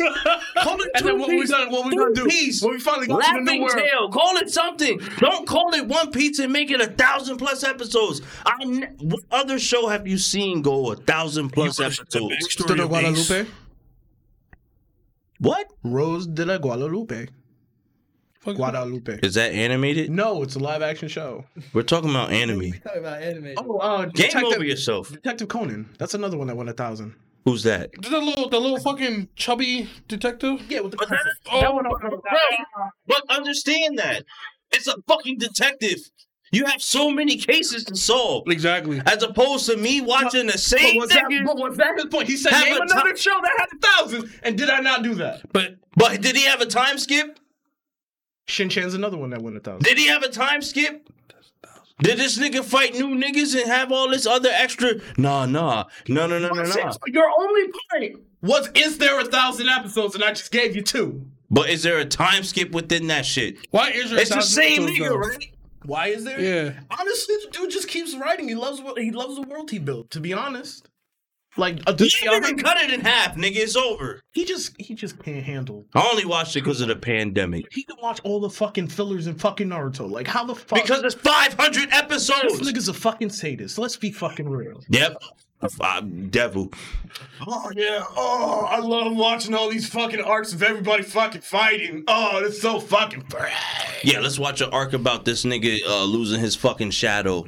[SPEAKER 5] Call it
[SPEAKER 4] And
[SPEAKER 5] two
[SPEAKER 4] then what we
[SPEAKER 5] piece,
[SPEAKER 4] done? What we
[SPEAKER 5] two
[SPEAKER 4] gonna do?
[SPEAKER 5] piece.
[SPEAKER 4] When we finally go to the new
[SPEAKER 5] Laughing
[SPEAKER 4] world,
[SPEAKER 5] Tail. Call it something. Don't call it One Piece and make it a thousand plus episodes. I n- what other show have you seen go a thousand plus episodes?
[SPEAKER 6] Story of Ace.
[SPEAKER 5] What
[SPEAKER 4] Rose de la Guadalupe.
[SPEAKER 6] Fuck.
[SPEAKER 4] Guadalupe.
[SPEAKER 5] is that animated?
[SPEAKER 4] No, it's a live action show.
[SPEAKER 5] We're talking about anime.
[SPEAKER 7] Talking about anime.
[SPEAKER 4] Oh, uh,
[SPEAKER 5] Game
[SPEAKER 4] Detective,
[SPEAKER 5] over yourself.
[SPEAKER 4] Detective Conan. That's another one that won a thousand.
[SPEAKER 5] Who's that?
[SPEAKER 6] Did The little, the little fucking chubby detective.
[SPEAKER 4] Yeah, with the
[SPEAKER 5] But that,
[SPEAKER 6] Oh,
[SPEAKER 5] that one- bro, but understand that it's a fucking detective. You have so many cases to solve,
[SPEAKER 6] Exactly.
[SPEAKER 5] as opposed to me watching the
[SPEAKER 4] But
[SPEAKER 5] same
[SPEAKER 4] was, that,
[SPEAKER 5] thing.
[SPEAKER 4] but was that his point? He said,
[SPEAKER 5] Have
[SPEAKER 4] name
[SPEAKER 5] a
[SPEAKER 4] another show that had a thousand, and did I not do that?
[SPEAKER 6] But
[SPEAKER 5] But did he have a time skip?
[SPEAKER 4] Shin Chan's another one that won a thousand.
[SPEAKER 5] Did he have a time skip? Did this nigga fight new niggas and have all this other extra? Nah, nah, no, no, no, no, no.
[SPEAKER 4] Your only point was, is there a thousand episodes, and I just gave you two.
[SPEAKER 5] But is there a time skip within that shit?
[SPEAKER 6] why is there
[SPEAKER 5] It's the same nigga, right?
[SPEAKER 4] Why is there?
[SPEAKER 6] Yeah.
[SPEAKER 4] Honestly, the dude just keeps writing. He loves what he loves the world he built. To be honest, like uh, a
[SPEAKER 5] You can cut it in half, nigga. It's over.
[SPEAKER 4] he just he just can't handle.
[SPEAKER 5] I only watched it because of the pandemic.
[SPEAKER 4] He can watch all the fucking fillers in fucking Naruto. Like how the fuck?
[SPEAKER 5] Because it's 500
[SPEAKER 4] this
[SPEAKER 5] episodes.
[SPEAKER 4] nigga's a fucking sadist. Let's be fucking real.
[SPEAKER 5] Yep. I'm devil.
[SPEAKER 4] Oh yeah. Oh, I love watching all these fucking arcs of everybody fucking fighting. Oh, it's so fucking.
[SPEAKER 5] Yeah, let's watch an arc about this nigga uh, losing his fucking shadow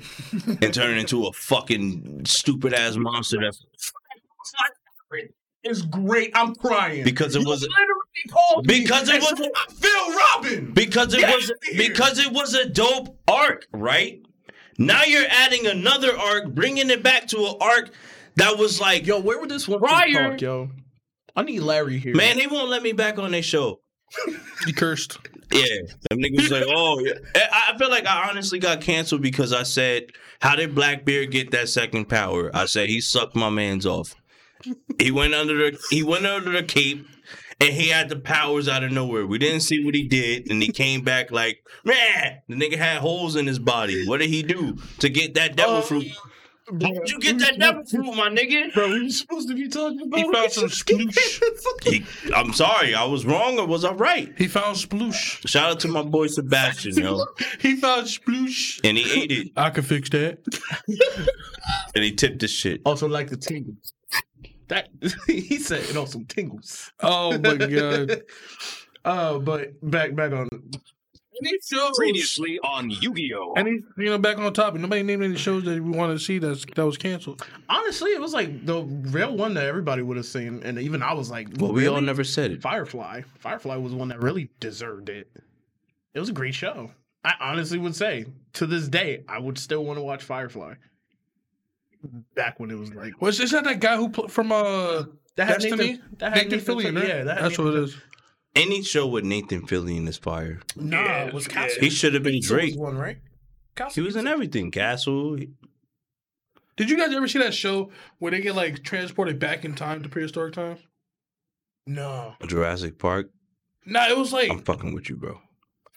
[SPEAKER 5] and turning into a fucking stupid ass monster. That's
[SPEAKER 4] It's great. I'm crying.
[SPEAKER 5] because it was
[SPEAKER 4] literally called me
[SPEAKER 5] Because it
[SPEAKER 4] and
[SPEAKER 5] was-
[SPEAKER 4] said, I feel Robin.
[SPEAKER 5] because it
[SPEAKER 4] Get
[SPEAKER 5] was
[SPEAKER 4] out of here.
[SPEAKER 5] because it was a dope arc, right? Now you're adding another arc, bringing it back to an arc that was like,
[SPEAKER 4] Yo, where would this one
[SPEAKER 5] Prior-
[SPEAKER 4] talk, yo? I need Larry here.
[SPEAKER 5] man, they won't let me back on their show.
[SPEAKER 6] He cursed.
[SPEAKER 5] Yeah, them niggas was like, oh, yeah. I I feel like I honestly got canceled because I said, how did Blackbeard get that second power? I said he sucked my man's off. He went under the he went under the cape, and he had the powers out of nowhere. We didn't see what he did, and he came back like, man, the nigga had holes in his body. What did he do to get that
[SPEAKER 4] Um,
[SPEAKER 5] devil fruit? How did you get that devil fruit, my nigga?
[SPEAKER 4] Bro, we were supposed to be talking about.
[SPEAKER 6] He found some sploosh.
[SPEAKER 5] He- I'm sorry, I was wrong, or was I right?
[SPEAKER 6] He found sploosh.
[SPEAKER 5] Shout out to my boy Sebastian, yo,
[SPEAKER 6] He found sploosh.
[SPEAKER 5] and he ate it,
[SPEAKER 6] I can fix that.
[SPEAKER 5] and he tipped the shit.
[SPEAKER 4] also like the tingles. That he said it also tingles.
[SPEAKER 6] Oh my god.
[SPEAKER 4] Uh, but back back on.
[SPEAKER 6] Any shows?
[SPEAKER 2] Previously on Yu-Gi-Oh.
[SPEAKER 6] Any you know back on topic. Nobody named any shows that we want to see that's that was canceled.
[SPEAKER 4] Honestly, it was like the real one that everybody would have seen, and even I was like,
[SPEAKER 5] Well, we all
[SPEAKER 4] really?
[SPEAKER 5] never said it.
[SPEAKER 4] Firefly. Firefly was one that really deserved it. It was a great show. I honestly would say to this day, I would still want to watch Firefly. Back when it was like
[SPEAKER 6] Was is that that guy who pl- from uh
[SPEAKER 4] that
[SPEAKER 6] Destiny?
[SPEAKER 4] that had
[SPEAKER 6] Nathan Fillion? Right?
[SPEAKER 4] Yeah, that had
[SPEAKER 6] that's
[SPEAKER 4] Nathan
[SPEAKER 6] what it is.
[SPEAKER 5] Any show with Nathan Fillion is fire.
[SPEAKER 4] Nah, it was Castle.
[SPEAKER 5] He should have been
[SPEAKER 4] Pizza was
[SPEAKER 5] Drake.
[SPEAKER 4] one, right?
[SPEAKER 5] He was in everything. Castle.
[SPEAKER 6] Did you guys ever see that show where they get like transported back in time to prehistoric times?
[SPEAKER 4] No.
[SPEAKER 5] Jurassic Park.
[SPEAKER 6] Nah, it was like
[SPEAKER 5] I'm fucking with you, bro.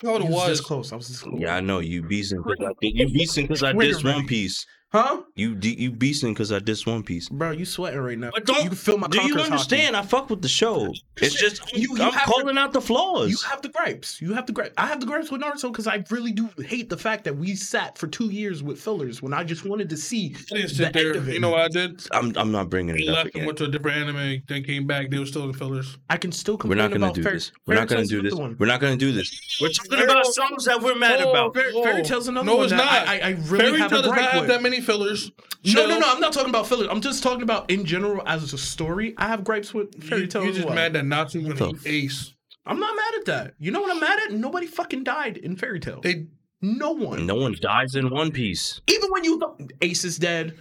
[SPEAKER 6] no, it
[SPEAKER 4] I was
[SPEAKER 6] was.
[SPEAKER 4] this close. I was this close.
[SPEAKER 5] Yeah, I know you beasting because I did, you beasting because I dissed One Piece.
[SPEAKER 4] Huh?
[SPEAKER 5] You di- you beasting because I dissed One Piece.
[SPEAKER 4] Bro, you sweating right now.
[SPEAKER 5] But don't-
[SPEAKER 4] you can feel my
[SPEAKER 5] Do
[SPEAKER 4] Conker's
[SPEAKER 5] you
[SPEAKER 4] hockey.
[SPEAKER 5] understand? I fuck with the show. It's just I'm,
[SPEAKER 4] You- you
[SPEAKER 5] I'm
[SPEAKER 4] have to-
[SPEAKER 5] calling out the flaws.
[SPEAKER 4] You have the gripes. You have the gripes. I have the gripes with Naruto because I really do hate the fact that we sat for two years with fillers when I just wanted to see.
[SPEAKER 6] I didn't sit there.
[SPEAKER 4] of it.
[SPEAKER 6] You know what I did?
[SPEAKER 5] I'm I'm not bringing
[SPEAKER 6] They
[SPEAKER 5] it up
[SPEAKER 6] left and
[SPEAKER 5] again.
[SPEAKER 6] went to a different anime, then came back. They were still in fillers.
[SPEAKER 4] I can still
[SPEAKER 5] We're
[SPEAKER 4] complain
[SPEAKER 5] not gonna
[SPEAKER 4] about
[SPEAKER 5] do
[SPEAKER 4] fair-
[SPEAKER 5] this. We're
[SPEAKER 4] Fairy
[SPEAKER 5] not gonna
[SPEAKER 4] Tale's
[SPEAKER 5] do this.
[SPEAKER 4] another one.
[SPEAKER 5] We're not gonna do this. We're talking about songs that we're mad about.
[SPEAKER 4] Fair-
[SPEAKER 6] Whoa.
[SPEAKER 4] Fairy Tale's another
[SPEAKER 6] No,
[SPEAKER 4] one
[SPEAKER 6] it's
[SPEAKER 4] that
[SPEAKER 6] not.
[SPEAKER 4] I- I, I really
[SPEAKER 6] Fairy
[SPEAKER 4] have
[SPEAKER 6] Tail
[SPEAKER 4] a
[SPEAKER 6] does
[SPEAKER 4] gripe
[SPEAKER 6] not have
[SPEAKER 4] with.
[SPEAKER 6] that many fillers.
[SPEAKER 4] No, no, no. I'm not talking about fillers. I'm just talking about in general as a story. I have gripes with
[SPEAKER 6] You,
[SPEAKER 4] Fairy
[SPEAKER 6] you
[SPEAKER 4] Tail. as
[SPEAKER 6] just
[SPEAKER 4] well.
[SPEAKER 6] mad that Natsu was
[SPEAKER 5] the
[SPEAKER 6] an ace.
[SPEAKER 4] I'm not mad at that. You know what I'm mad at? Nobody fucking died in Fairy Tale.
[SPEAKER 6] They
[SPEAKER 4] no one.
[SPEAKER 5] Mm. No one dies in One Piece.
[SPEAKER 4] Even when you Ace is dead,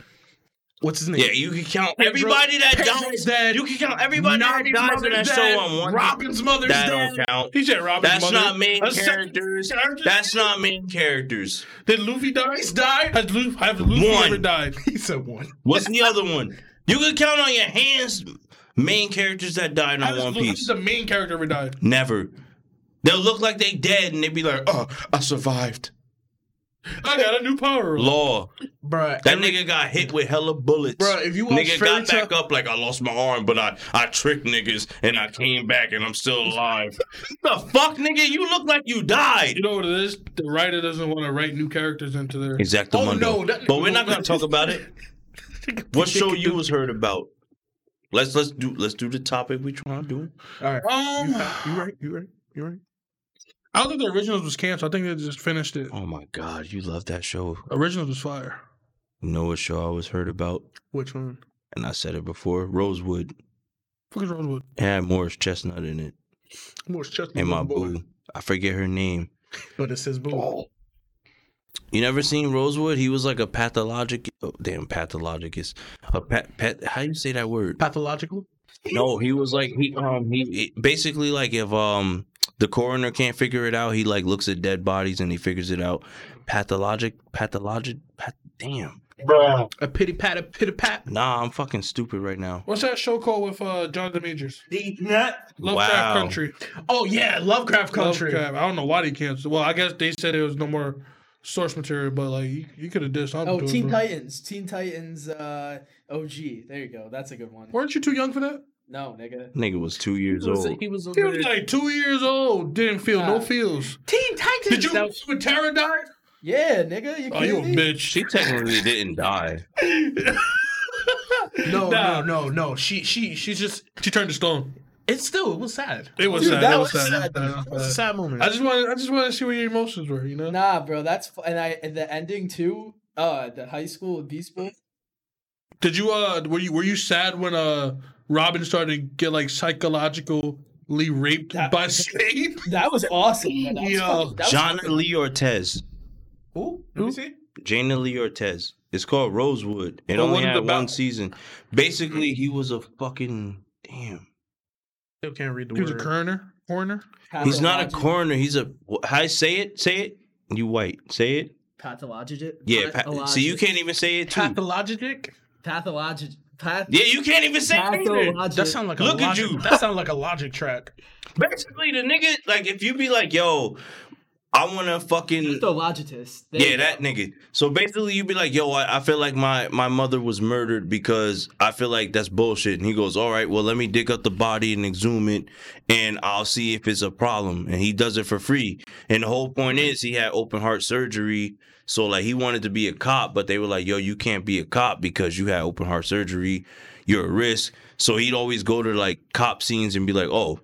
[SPEAKER 4] What's his name?
[SPEAKER 5] Yeah, you can count everybody that dies.
[SPEAKER 4] Dead.
[SPEAKER 5] You can count everybody that
[SPEAKER 4] Nani's
[SPEAKER 5] dies in
[SPEAKER 4] mother's
[SPEAKER 5] that
[SPEAKER 4] dead.
[SPEAKER 5] show on one.
[SPEAKER 4] Robin's mother's
[SPEAKER 5] That
[SPEAKER 4] dead.
[SPEAKER 5] don't count.
[SPEAKER 6] He said Robin's
[SPEAKER 5] That's
[SPEAKER 6] mother.
[SPEAKER 5] not main
[SPEAKER 6] A second
[SPEAKER 5] characters.
[SPEAKER 6] character?
[SPEAKER 5] That's not main characters.
[SPEAKER 6] Did Luffy die?
[SPEAKER 4] He's died.
[SPEAKER 6] Has Luffy, have Luffy
[SPEAKER 5] One.
[SPEAKER 6] ever died?
[SPEAKER 4] He said one.
[SPEAKER 5] What's the other one? You can count on your hands main characters that died on
[SPEAKER 6] Has
[SPEAKER 5] One
[SPEAKER 6] Luffy,
[SPEAKER 5] Piece.
[SPEAKER 6] the main character ever died?
[SPEAKER 5] Never. They'll look like they dead and they be like, oh, I survived.
[SPEAKER 6] I got a new power. up.
[SPEAKER 5] Law.
[SPEAKER 4] Bruh,
[SPEAKER 5] That nigga got hit with hella bullets.
[SPEAKER 4] Bruh, if you watch Fairy
[SPEAKER 5] nigga got back
[SPEAKER 4] Tail-
[SPEAKER 5] up like I lost my arm, but I I tricked niggas and I came back and I'm still alive. the fuck, nigga? You look like you died.
[SPEAKER 6] You know what it is? The writer doesn't want to write new characters into there.
[SPEAKER 5] Exacto
[SPEAKER 4] Oh,
[SPEAKER 5] Mundo.
[SPEAKER 4] no, that-
[SPEAKER 5] but we're not gonna talk about it. What show you was heard about? Let's let's do let's do the topic we trying to do.
[SPEAKER 4] All right.
[SPEAKER 6] Um,
[SPEAKER 4] You right? You right? You right?
[SPEAKER 6] I don't think the originals was canceled. I think they just finished it.
[SPEAKER 5] Oh my god, you love that show.
[SPEAKER 6] Originals was fire.
[SPEAKER 5] You know what show I was heard about?
[SPEAKER 4] Which one?
[SPEAKER 5] And I said it before. Rosewood
[SPEAKER 6] Fuck is Rosewood.
[SPEAKER 5] It had Morris Chestnut in it.
[SPEAKER 4] Morris Chestnut.
[SPEAKER 5] And my
[SPEAKER 4] was born,
[SPEAKER 5] boo. I forget her name.
[SPEAKER 4] But it says boo.
[SPEAKER 5] You never seen Rosewood? He was like a pathologic. Oh, damn, pathologicus. A pat, pat. How do you say that word?
[SPEAKER 4] Pathological.
[SPEAKER 5] No, he was like he um he it- basically like if um the coroner can't figure it out, he like looks at dead bodies and he figures it out. Pathologic, pathologic. Pat, damn.
[SPEAKER 4] A pity pat. A pity pat.
[SPEAKER 5] Nah, I'm fucking stupid right now.
[SPEAKER 6] What's that show called with uh, Jonathan Majors? Lovecraft
[SPEAKER 5] Wow.
[SPEAKER 6] Country.
[SPEAKER 4] Oh yeah, Lovecraft Country.
[SPEAKER 6] Lovecraft. I don't know why they canceled. Well, I guess they said there was no more source material, but like you, you could have did something.
[SPEAKER 7] Oh,
[SPEAKER 6] to it,
[SPEAKER 7] Teen
[SPEAKER 6] bro.
[SPEAKER 7] Titans. Teen Titans uh, OG. There you go. That's a good one.
[SPEAKER 6] Weren't you too young for that?
[SPEAKER 7] No, nigga.
[SPEAKER 5] Nigga was two years
[SPEAKER 4] He was-
[SPEAKER 5] old.
[SPEAKER 4] He was
[SPEAKER 6] He
[SPEAKER 4] over
[SPEAKER 6] was
[SPEAKER 4] there.
[SPEAKER 6] like two years old. Didn't feel no
[SPEAKER 7] Nah.
[SPEAKER 6] feels.
[SPEAKER 7] Teen Titans.
[SPEAKER 6] Did you
[SPEAKER 7] that-
[SPEAKER 6] when Tara died?
[SPEAKER 7] yeah, nigga. You
[SPEAKER 6] Oh, you a
[SPEAKER 7] kidding me?
[SPEAKER 6] bitch.
[SPEAKER 5] She technically didn't die.
[SPEAKER 4] No,
[SPEAKER 6] Nah.
[SPEAKER 4] no, no, no. She, she, she's just.
[SPEAKER 6] She turned to stone.
[SPEAKER 4] It's still. It was sad.
[SPEAKER 6] It was
[SPEAKER 4] Dude,
[SPEAKER 6] sad.
[SPEAKER 4] That,
[SPEAKER 6] it
[SPEAKER 4] was sad.
[SPEAKER 6] It
[SPEAKER 4] That was a
[SPEAKER 6] was sad.
[SPEAKER 4] sad moment.
[SPEAKER 6] I just wanted, I just wanted to see where your emotions were. You know.
[SPEAKER 7] Nah, bro. That's fu- and I and the ending too. Uh, the high school Beast Boy.
[SPEAKER 6] Did you uh were you were you sad when uh Robin started to get like psychologically raped
[SPEAKER 7] That-
[SPEAKER 6] by Slade?
[SPEAKER 7] That was awesome. bro. That was
[SPEAKER 6] Yo.
[SPEAKER 7] fucking- that was
[SPEAKER 5] Jana Lee Ortez.
[SPEAKER 4] Who? Let me see.
[SPEAKER 5] Jana Lee Ortez. It's called Rosewood. It
[SPEAKER 6] But what
[SPEAKER 5] only
[SPEAKER 6] is it
[SPEAKER 5] had
[SPEAKER 6] about?
[SPEAKER 5] one season. Basically, he was a fucking damn.
[SPEAKER 4] Still can't read the
[SPEAKER 6] He was a
[SPEAKER 4] word.
[SPEAKER 6] coroner. Coroner.
[SPEAKER 5] He's not a
[SPEAKER 7] pathologic-
[SPEAKER 5] coroner. He's a. wh- How you say it? Say it. You white. Say it.
[SPEAKER 7] Pathologic.
[SPEAKER 5] Yeah. Pa- see, you can't even say it too.
[SPEAKER 4] Pathologic.
[SPEAKER 7] Pathologic. Path.
[SPEAKER 5] Yeah, you can't even say it. either.
[SPEAKER 7] pathologic.
[SPEAKER 4] That sound like a
[SPEAKER 5] Look at
[SPEAKER 4] logic,
[SPEAKER 5] you.
[SPEAKER 4] That sound like a logic track.
[SPEAKER 5] Basically, the nigga like if you be like, yo, I want to fucking.
[SPEAKER 7] pathologist. There
[SPEAKER 5] Yeah,
[SPEAKER 7] you
[SPEAKER 5] that
[SPEAKER 7] go.
[SPEAKER 5] nigga. So basically, you be like, "Yo, I, I feel like my my mother was murdered because I feel like that's bullshit." And he goes, "All right, well, let me dig up the body and exhume it, and I'll see if it's a problem." And he does it for free. And the whole point is, he had open heart surgery, so like he wanted to be a cop, but they were like, "Yo, you can't be a cop because you had open heart surgery. You're a risk." So he'd always go to like cop scenes and be like, "Oh."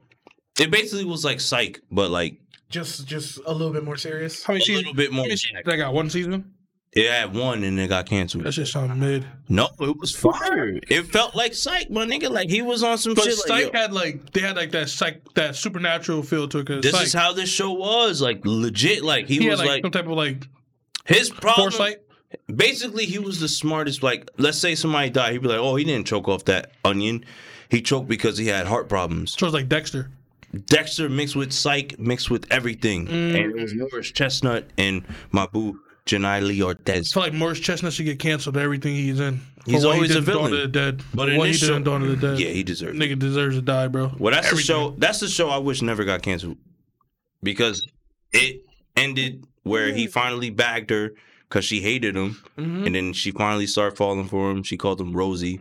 [SPEAKER 5] It basically was like psych, but like
[SPEAKER 4] Just, just a little bit more serious.
[SPEAKER 6] How many
[SPEAKER 5] a
[SPEAKER 6] seasons?
[SPEAKER 5] little bit more.
[SPEAKER 6] How many seasons I got one season.
[SPEAKER 5] It had one and it got canceled.
[SPEAKER 6] That shit sound mid.
[SPEAKER 5] No, it was fire. It felt like psych, my nigga. Like he was on some
[SPEAKER 6] But
[SPEAKER 5] shit.
[SPEAKER 6] Psych
[SPEAKER 5] Like, yo,
[SPEAKER 6] had like they had like that psych that supernatural feel to it. 'cause
[SPEAKER 5] this
[SPEAKER 6] Psych,
[SPEAKER 5] is how this show was. Like legit. Like he,
[SPEAKER 6] he, had
[SPEAKER 5] was
[SPEAKER 6] like,
[SPEAKER 5] like,
[SPEAKER 6] some type of like
[SPEAKER 5] his problem.
[SPEAKER 6] foresight.
[SPEAKER 5] Basically, he was the smartest. Like let's say somebody died, he'd be like, oh, he didn't choke off that onion. He choked because he had heart problems.
[SPEAKER 6] So it's like Dexter.
[SPEAKER 5] Dexter mixed with psych, mixed with
[SPEAKER 6] Mm.
[SPEAKER 5] everything, and it was Morris Chestnut and my boo Janai Lee Ortez.
[SPEAKER 6] I feel like Morris Chestnut should get canceled. for Everything he's in. For
[SPEAKER 5] He's
[SPEAKER 6] what he
[SPEAKER 5] always
[SPEAKER 6] did
[SPEAKER 5] a
[SPEAKER 6] in Dawn of
[SPEAKER 5] villain.
[SPEAKER 6] the Dead.
[SPEAKER 5] But in
[SPEAKER 6] what he
[SPEAKER 5] this
[SPEAKER 6] did
[SPEAKER 5] show-
[SPEAKER 6] in Dawn of the Dead.
[SPEAKER 5] Yeah, he deserved. it.
[SPEAKER 6] Nigga deserves to die, bro.
[SPEAKER 5] Well, that's
[SPEAKER 6] Everything.
[SPEAKER 5] the show. That's the show I wish never got canceled because it ended where he finally bagged her because she hated him,
[SPEAKER 7] Mm-hmm.
[SPEAKER 5] and then she finally started falling for him. She called him Rosie.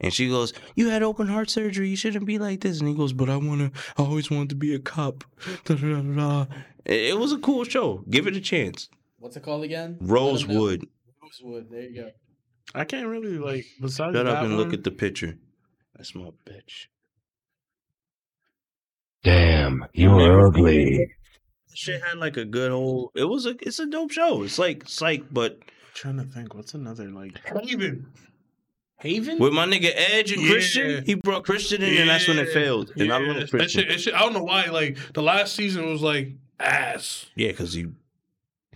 [SPEAKER 5] And she goes, "You had open heart surgery. You shouldn't be like this." And he goes, "But I wanna. I always wanted to be a cop." Da, da, da, da. It it was a cool show. Give it a chance.
[SPEAKER 7] What's it called again? Let 'em know.
[SPEAKER 5] Rosewood.
[SPEAKER 7] Rosewood. There you go.
[SPEAKER 4] I can't really like. Besides
[SPEAKER 5] Shut
[SPEAKER 4] that
[SPEAKER 5] up and
[SPEAKER 4] one,
[SPEAKER 5] look at the picture. That's my bitch.
[SPEAKER 2] Damn, you are ugly.
[SPEAKER 5] Shit had like a good old. It was a. It's a dope show. It's like psych, but
[SPEAKER 4] trying to think. What's another like?
[SPEAKER 6] Haven.
[SPEAKER 4] Haven.
[SPEAKER 5] With my nigga Edge and
[SPEAKER 6] Yeah.
[SPEAKER 5] Christian, he brought Christian in, and that's when it
[SPEAKER 6] Yeah.
[SPEAKER 5] failed. And I love
[SPEAKER 6] That
[SPEAKER 5] Christian.
[SPEAKER 6] shit, that shit, I don't know why. Like the last season was like ass.
[SPEAKER 5] Yeah, because he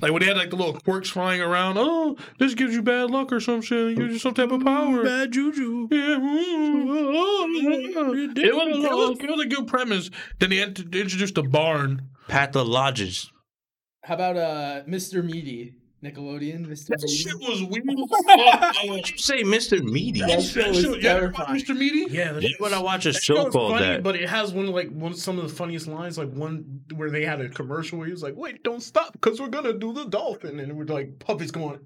[SPEAKER 6] Like when they had like the little quirks flying around. Oh, this gives you bad luck or some shit. It gives you some type of
[SPEAKER 4] Mm,
[SPEAKER 6] power. Bad juju. Yeah. mm, It was, it, was, it was a good premise. Then they had to introduce the barn.
[SPEAKER 5] Pathologist.
[SPEAKER 7] How about uh, Mr. Meaty? Nickelodeon, Mr.
[SPEAKER 6] That
[SPEAKER 7] Meaty?
[SPEAKER 6] shit was weird. Fuck.
[SPEAKER 5] Did you say Mr. Meaty?
[SPEAKER 7] That shit was
[SPEAKER 6] yeah,
[SPEAKER 7] terrifying.
[SPEAKER 6] Mr. Meaty.
[SPEAKER 4] Yeah,
[SPEAKER 5] Why would I watch a
[SPEAKER 4] That
[SPEAKER 5] show
[SPEAKER 4] show's
[SPEAKER 5] called
[SPEAKER 4] funny,
[SPEAKER 5] that?
[SPEAKER 4] But it has one like one some of the funniest lines, like one where they had a commercial where he was like, "Wait, don't stop, because we're gonna do the dolphin," and we're like, "Puppy's going."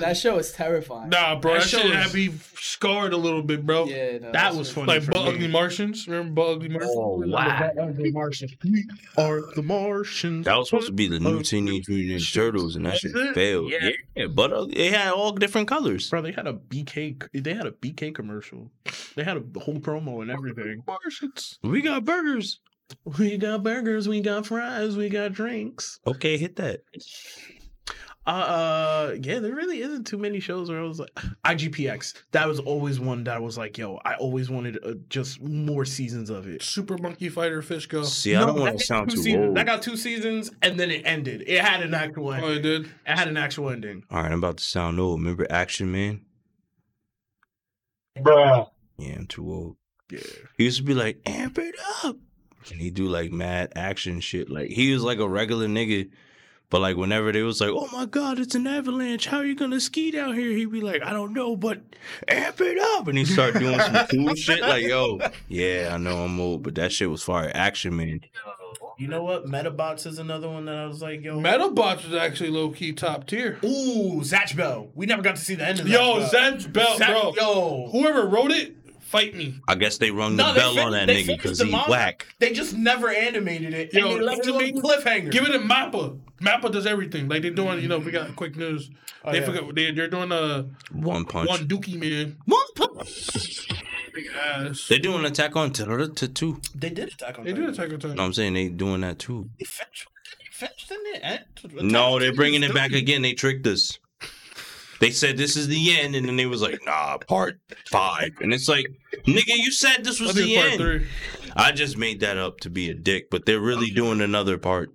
[SPEAKER 7] That show is terrifying.
[SPEAKER 6] Nah, bro.
[SPEAKER 4] That
[SPEAKER 6] That,
[SPEAKER 4] show
[SPEAKER 6] shit
[SPEAKER 4] is-
[SPEAKER 6] had me scarred a little bit, bro.
[SPEAKER 7] Yeah, no,
[SPEAKER 4] That was
[SPEAKER 7] shit-
[SPEAKER 4] funny.
[SPEAKER 6] Like
[SPEAKER 4] for
[SPEAKER 6] Butt
[SPEAKER 4] me.
[SPEAKER 6] Ugly Martians. Remember Butt Ugly Martians?
[SPEAKER 5] Oh wow,
[SPEAKER 4] We are the Martians.
[SPEAKER 5] that was supposed to be the new Teenage Mutant Ninja Turtles, and that shit
[SPEAKER 6] Is it?
[SPEAKER 5] failed. Yeah, but uh, it had all different colors.
[SPEAKER 4] Bro, they had a BK. c- They had a BK commercial. They had a whole promo and everything.
[SPEAKER 6] Martians.
[SPEAKER 5] We got burgers.
[SPEAKER 4] We got burgers. We got fries. We got drinks.
[SPEAKER 5] Okay, hit that.
[SPEAKER 4] Uh, uh, yeah, there really isn't too many shows where I was like, IGPX. That was always one that I was like, yo, I always wanted uh, just more seasons of it.
[SPEAKER 6] Super Monkey Fighter Fishco.
[SPEAKER 5] See, I don't
[SPEAKER 4] Oh, No,
[SPEAKER 5] want
[SPEAKER 4] that
[SPEAKER 5] to
[SPEAKER 4] got
[SPEAKER 5] sound
[SPEAKER 4] two
[SPEAKER 5] too
[SPEAKER 4] seasons.
[SPEAKER 5] old.
[SPEAKER 4] That got two seasons, and then it ended. It had an actual
[SPEAKER 6] Oh, it
[SPEAKER 4] ending.
[SPEAKER 6] did.
[SPEAKER 4] It had an actual ending.
[SPEAKER 5] All right, I'm about to sound old. Remember Action Man? Yeah, I'm too old.
[SPEAKER 4] Yeah.
[SPEAKER 5] He used to be like, amp it up. And he do like mad action shit. Like he was like a regular nigga. But like whenever they was like, oh my God, it's an avalanche. How are you gonna ski down here? He'd be like, I don't know, but amp it up. And he start doing some cool shit. Like, yo, yeah, I know I'm old, but that shit was fire. Action man.
[SPEAKER 4] You know what? Metabots is another one that I was like, yo.
[SPEAKER 6] Metalbots is actually low key top tier.
[SPEAKER 4] Ooh, Zatch Bell. We never got to see the end of
[SPEAKER 6] Yo,
[SPEAKER 4] Zatch Bell.
[SPEAKER 6] Zach's belt,
[SPEAKER 4] Zatch-
[SPEAKER 6] bro.
[SPEAKER 4] Yo.
[SPEAKER 6] Whoever wrote it, fight me.
[SPEAKER 5] I guess they rung
[SPEAKER 4] No,
[SPEAKER 5] the
[SPEAKER 4] they
[SPEAKER 5] bell
[SPEAKER 4] fin-
[SPEAKER 5] on that
[SPEAKER 4] they
[SPEAKER 5] nigga
[SPEAKER 4] finished
[SPEAKER 5] because
[SPEAKER 4] the
[SPEAKER 5] he
[SPEAKER 4] manga.
[SPEAKER 5] whack.
[SPEAKER 4] They just never animated it.
[SPEAKER 6] Yo,
[SPEAKER 4] and they left it
[SPEAKER 6] give
[SPEAKER 4] on a
[SPEAKER 6] it-
[SPEAKER 4] cliffhanger.
[SPEAKER 6] Give it a Mappa. Mappa does everything. Like they're doing, you know, we got quick news.
[SPEAKER 4] Oh,
[SPEAKER 6] they
[SPEAKER 4] yeah.
[SPEAKER 6] forgot they, they're doing uh, a
[SPEAKER 5] One punch.
[SPEAKER 6] one Dookie man.
[SPEAKER 5] One punch.
[SPEAKER 6] Big ass.
[SPEAKER 5] They doing attack on Terror too.
[SPEAKER 4] they did attack on
[SPEAKER 6] They do attack attack.
[SPEAKER 5] No, I'm saying they doing that too.
[SPEAKER 4] They fetched, they fetched in the end.
[SPEAKER 5] No, they're bringing it back again. They tricked us. They said this is the end, and then they was like, "Nah, part five. And it's like, "Nigga, you said this was
[SPEAKER 6] I think
[SPEAKER 5] the
[SPEAKER 6] it's part
[SPEAKER 5] end."
[SPEAKER 6] three.
[SPEAKER 5] I just made that up to be a dick, but they're really doing another part.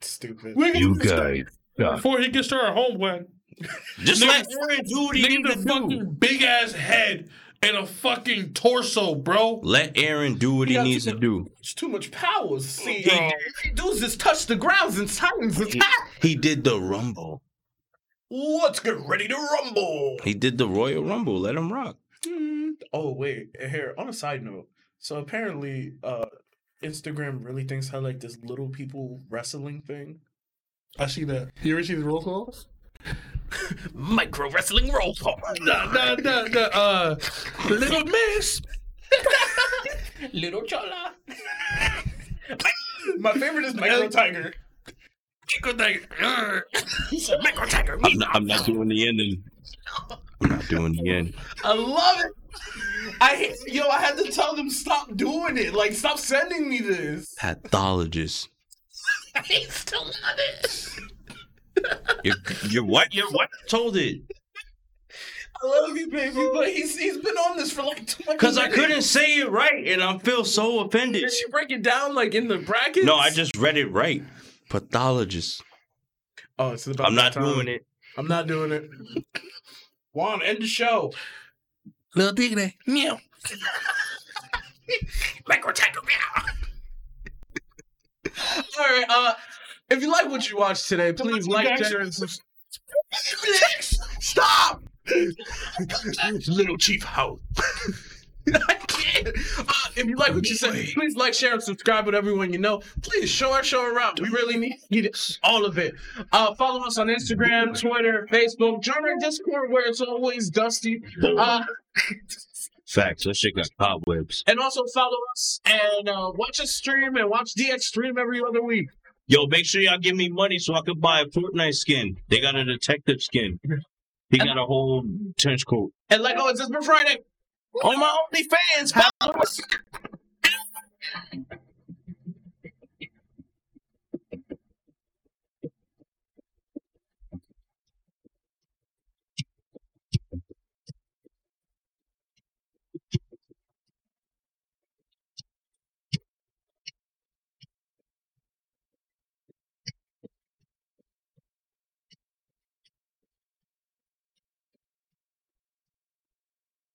[SPEAKER 4] Stupid.
[SPEAKER 6] We-
[SPEAKER 2] You guys.
[SPEAKER 6] Before he gets to our homeland,
[SPEAKER 5] Just
[SPEAKER 6] Nigga,
[SPEAKER 5] let Aaron do what he need
[SPEAKER 6] nigga,
[SPEAKER 5] to
[SPEAKER 6] the
[SPEAKER 5] do.
[SPEAKER 6] fucking big ass head and a fucking torso, bro.
[SPEAKER 5] Let Aaron do what he
[SPEAKER 4] Yeah,
[SPEAKER 5] needs to do.
[SPEAKER 4] It's too much power. See,
[SPEAKER 6] Bro.
[SPEAKER 4] all he dudes just touch the grounds and Titans attack.
[SPEAKER 5] He did the Rumble.
[SPEAKER 4] Let's get ready to rumble.
[SPEAKER 5] He did the Royal Rumble. Let him rock.
[SPEAKER 4] Oh wait, here on a side note. So apparently, uh, Instagram really thinks I like this little people wrestling thing.
[SPEAKER 6] I see that. You ever see the roll call?
[SPEAKER 4] Micro wrestling roll call.
[SPEAKER 6] Nah, nah, nah, nah. Uh, little miss.
[SPEAKER 4] little chola. My favorite is Micro Tiger.
[SPEAKER 6] Good thing. Urgh.
[SPEAKER 5] I'm not, I'm not doing the ending. I'm not doing the end.
[SPEAKER 4] I love it. I yo, I had to tell them stop doing it. Like, stop sending me this.
[SPEAKER 5] Pathologist.
[SPEAKER 4] I still love it.
[SPEAKER 5] Your, your what? Your what? Told it.
[SPEAKER 4] I love you, baby, but he's he's been on this for like two months.
[SPEAKER 5] Because I couldn't say it right, and I feel so offended.
[SPEAKER 4] Did you break it down like in the brackets?
[SPEAKER 5] No, I just read it right. Pathologist.
[SPEAKER 4] Oh, it's about
[SPEAKER 5] I'm
[SPEAKER 4] that
[SPEAKER 5] not
[SPEAKER 4] time.
[SPEAKER 5] doing it.
[SPEAKER 4] I'm not doing it. Juan, end the show.
[SPEAKER 6] Little diggity. Meow.
[SPEAKER 4] All right. Uh, if you like what you watched today, please like, share, and subscribe. Stop. Little Chief Hope. I can't. Uh, if you like what you said, please like, share, and subscribe with everyone you know. Please show our show around. We really need it. all of it. Uh, follow us on Instagram, Twitter, Facebook. Join our Discord where it's always dusty. Uh,
[SPEAKER 5] Facts. That shit got cobwebs.
[SPEAKER 4] and also follow us and uh, watch us stream and watch DX stream every other week.
[SPEAKER 5] Yo, make sure y'all give me money so I could buy a Fortnite skin. They got a detective skin. He got a whole trench coat.
[SPEAKER 4] And like always, it's been Friday.
[SPEAKER 5] On my OnlyFans,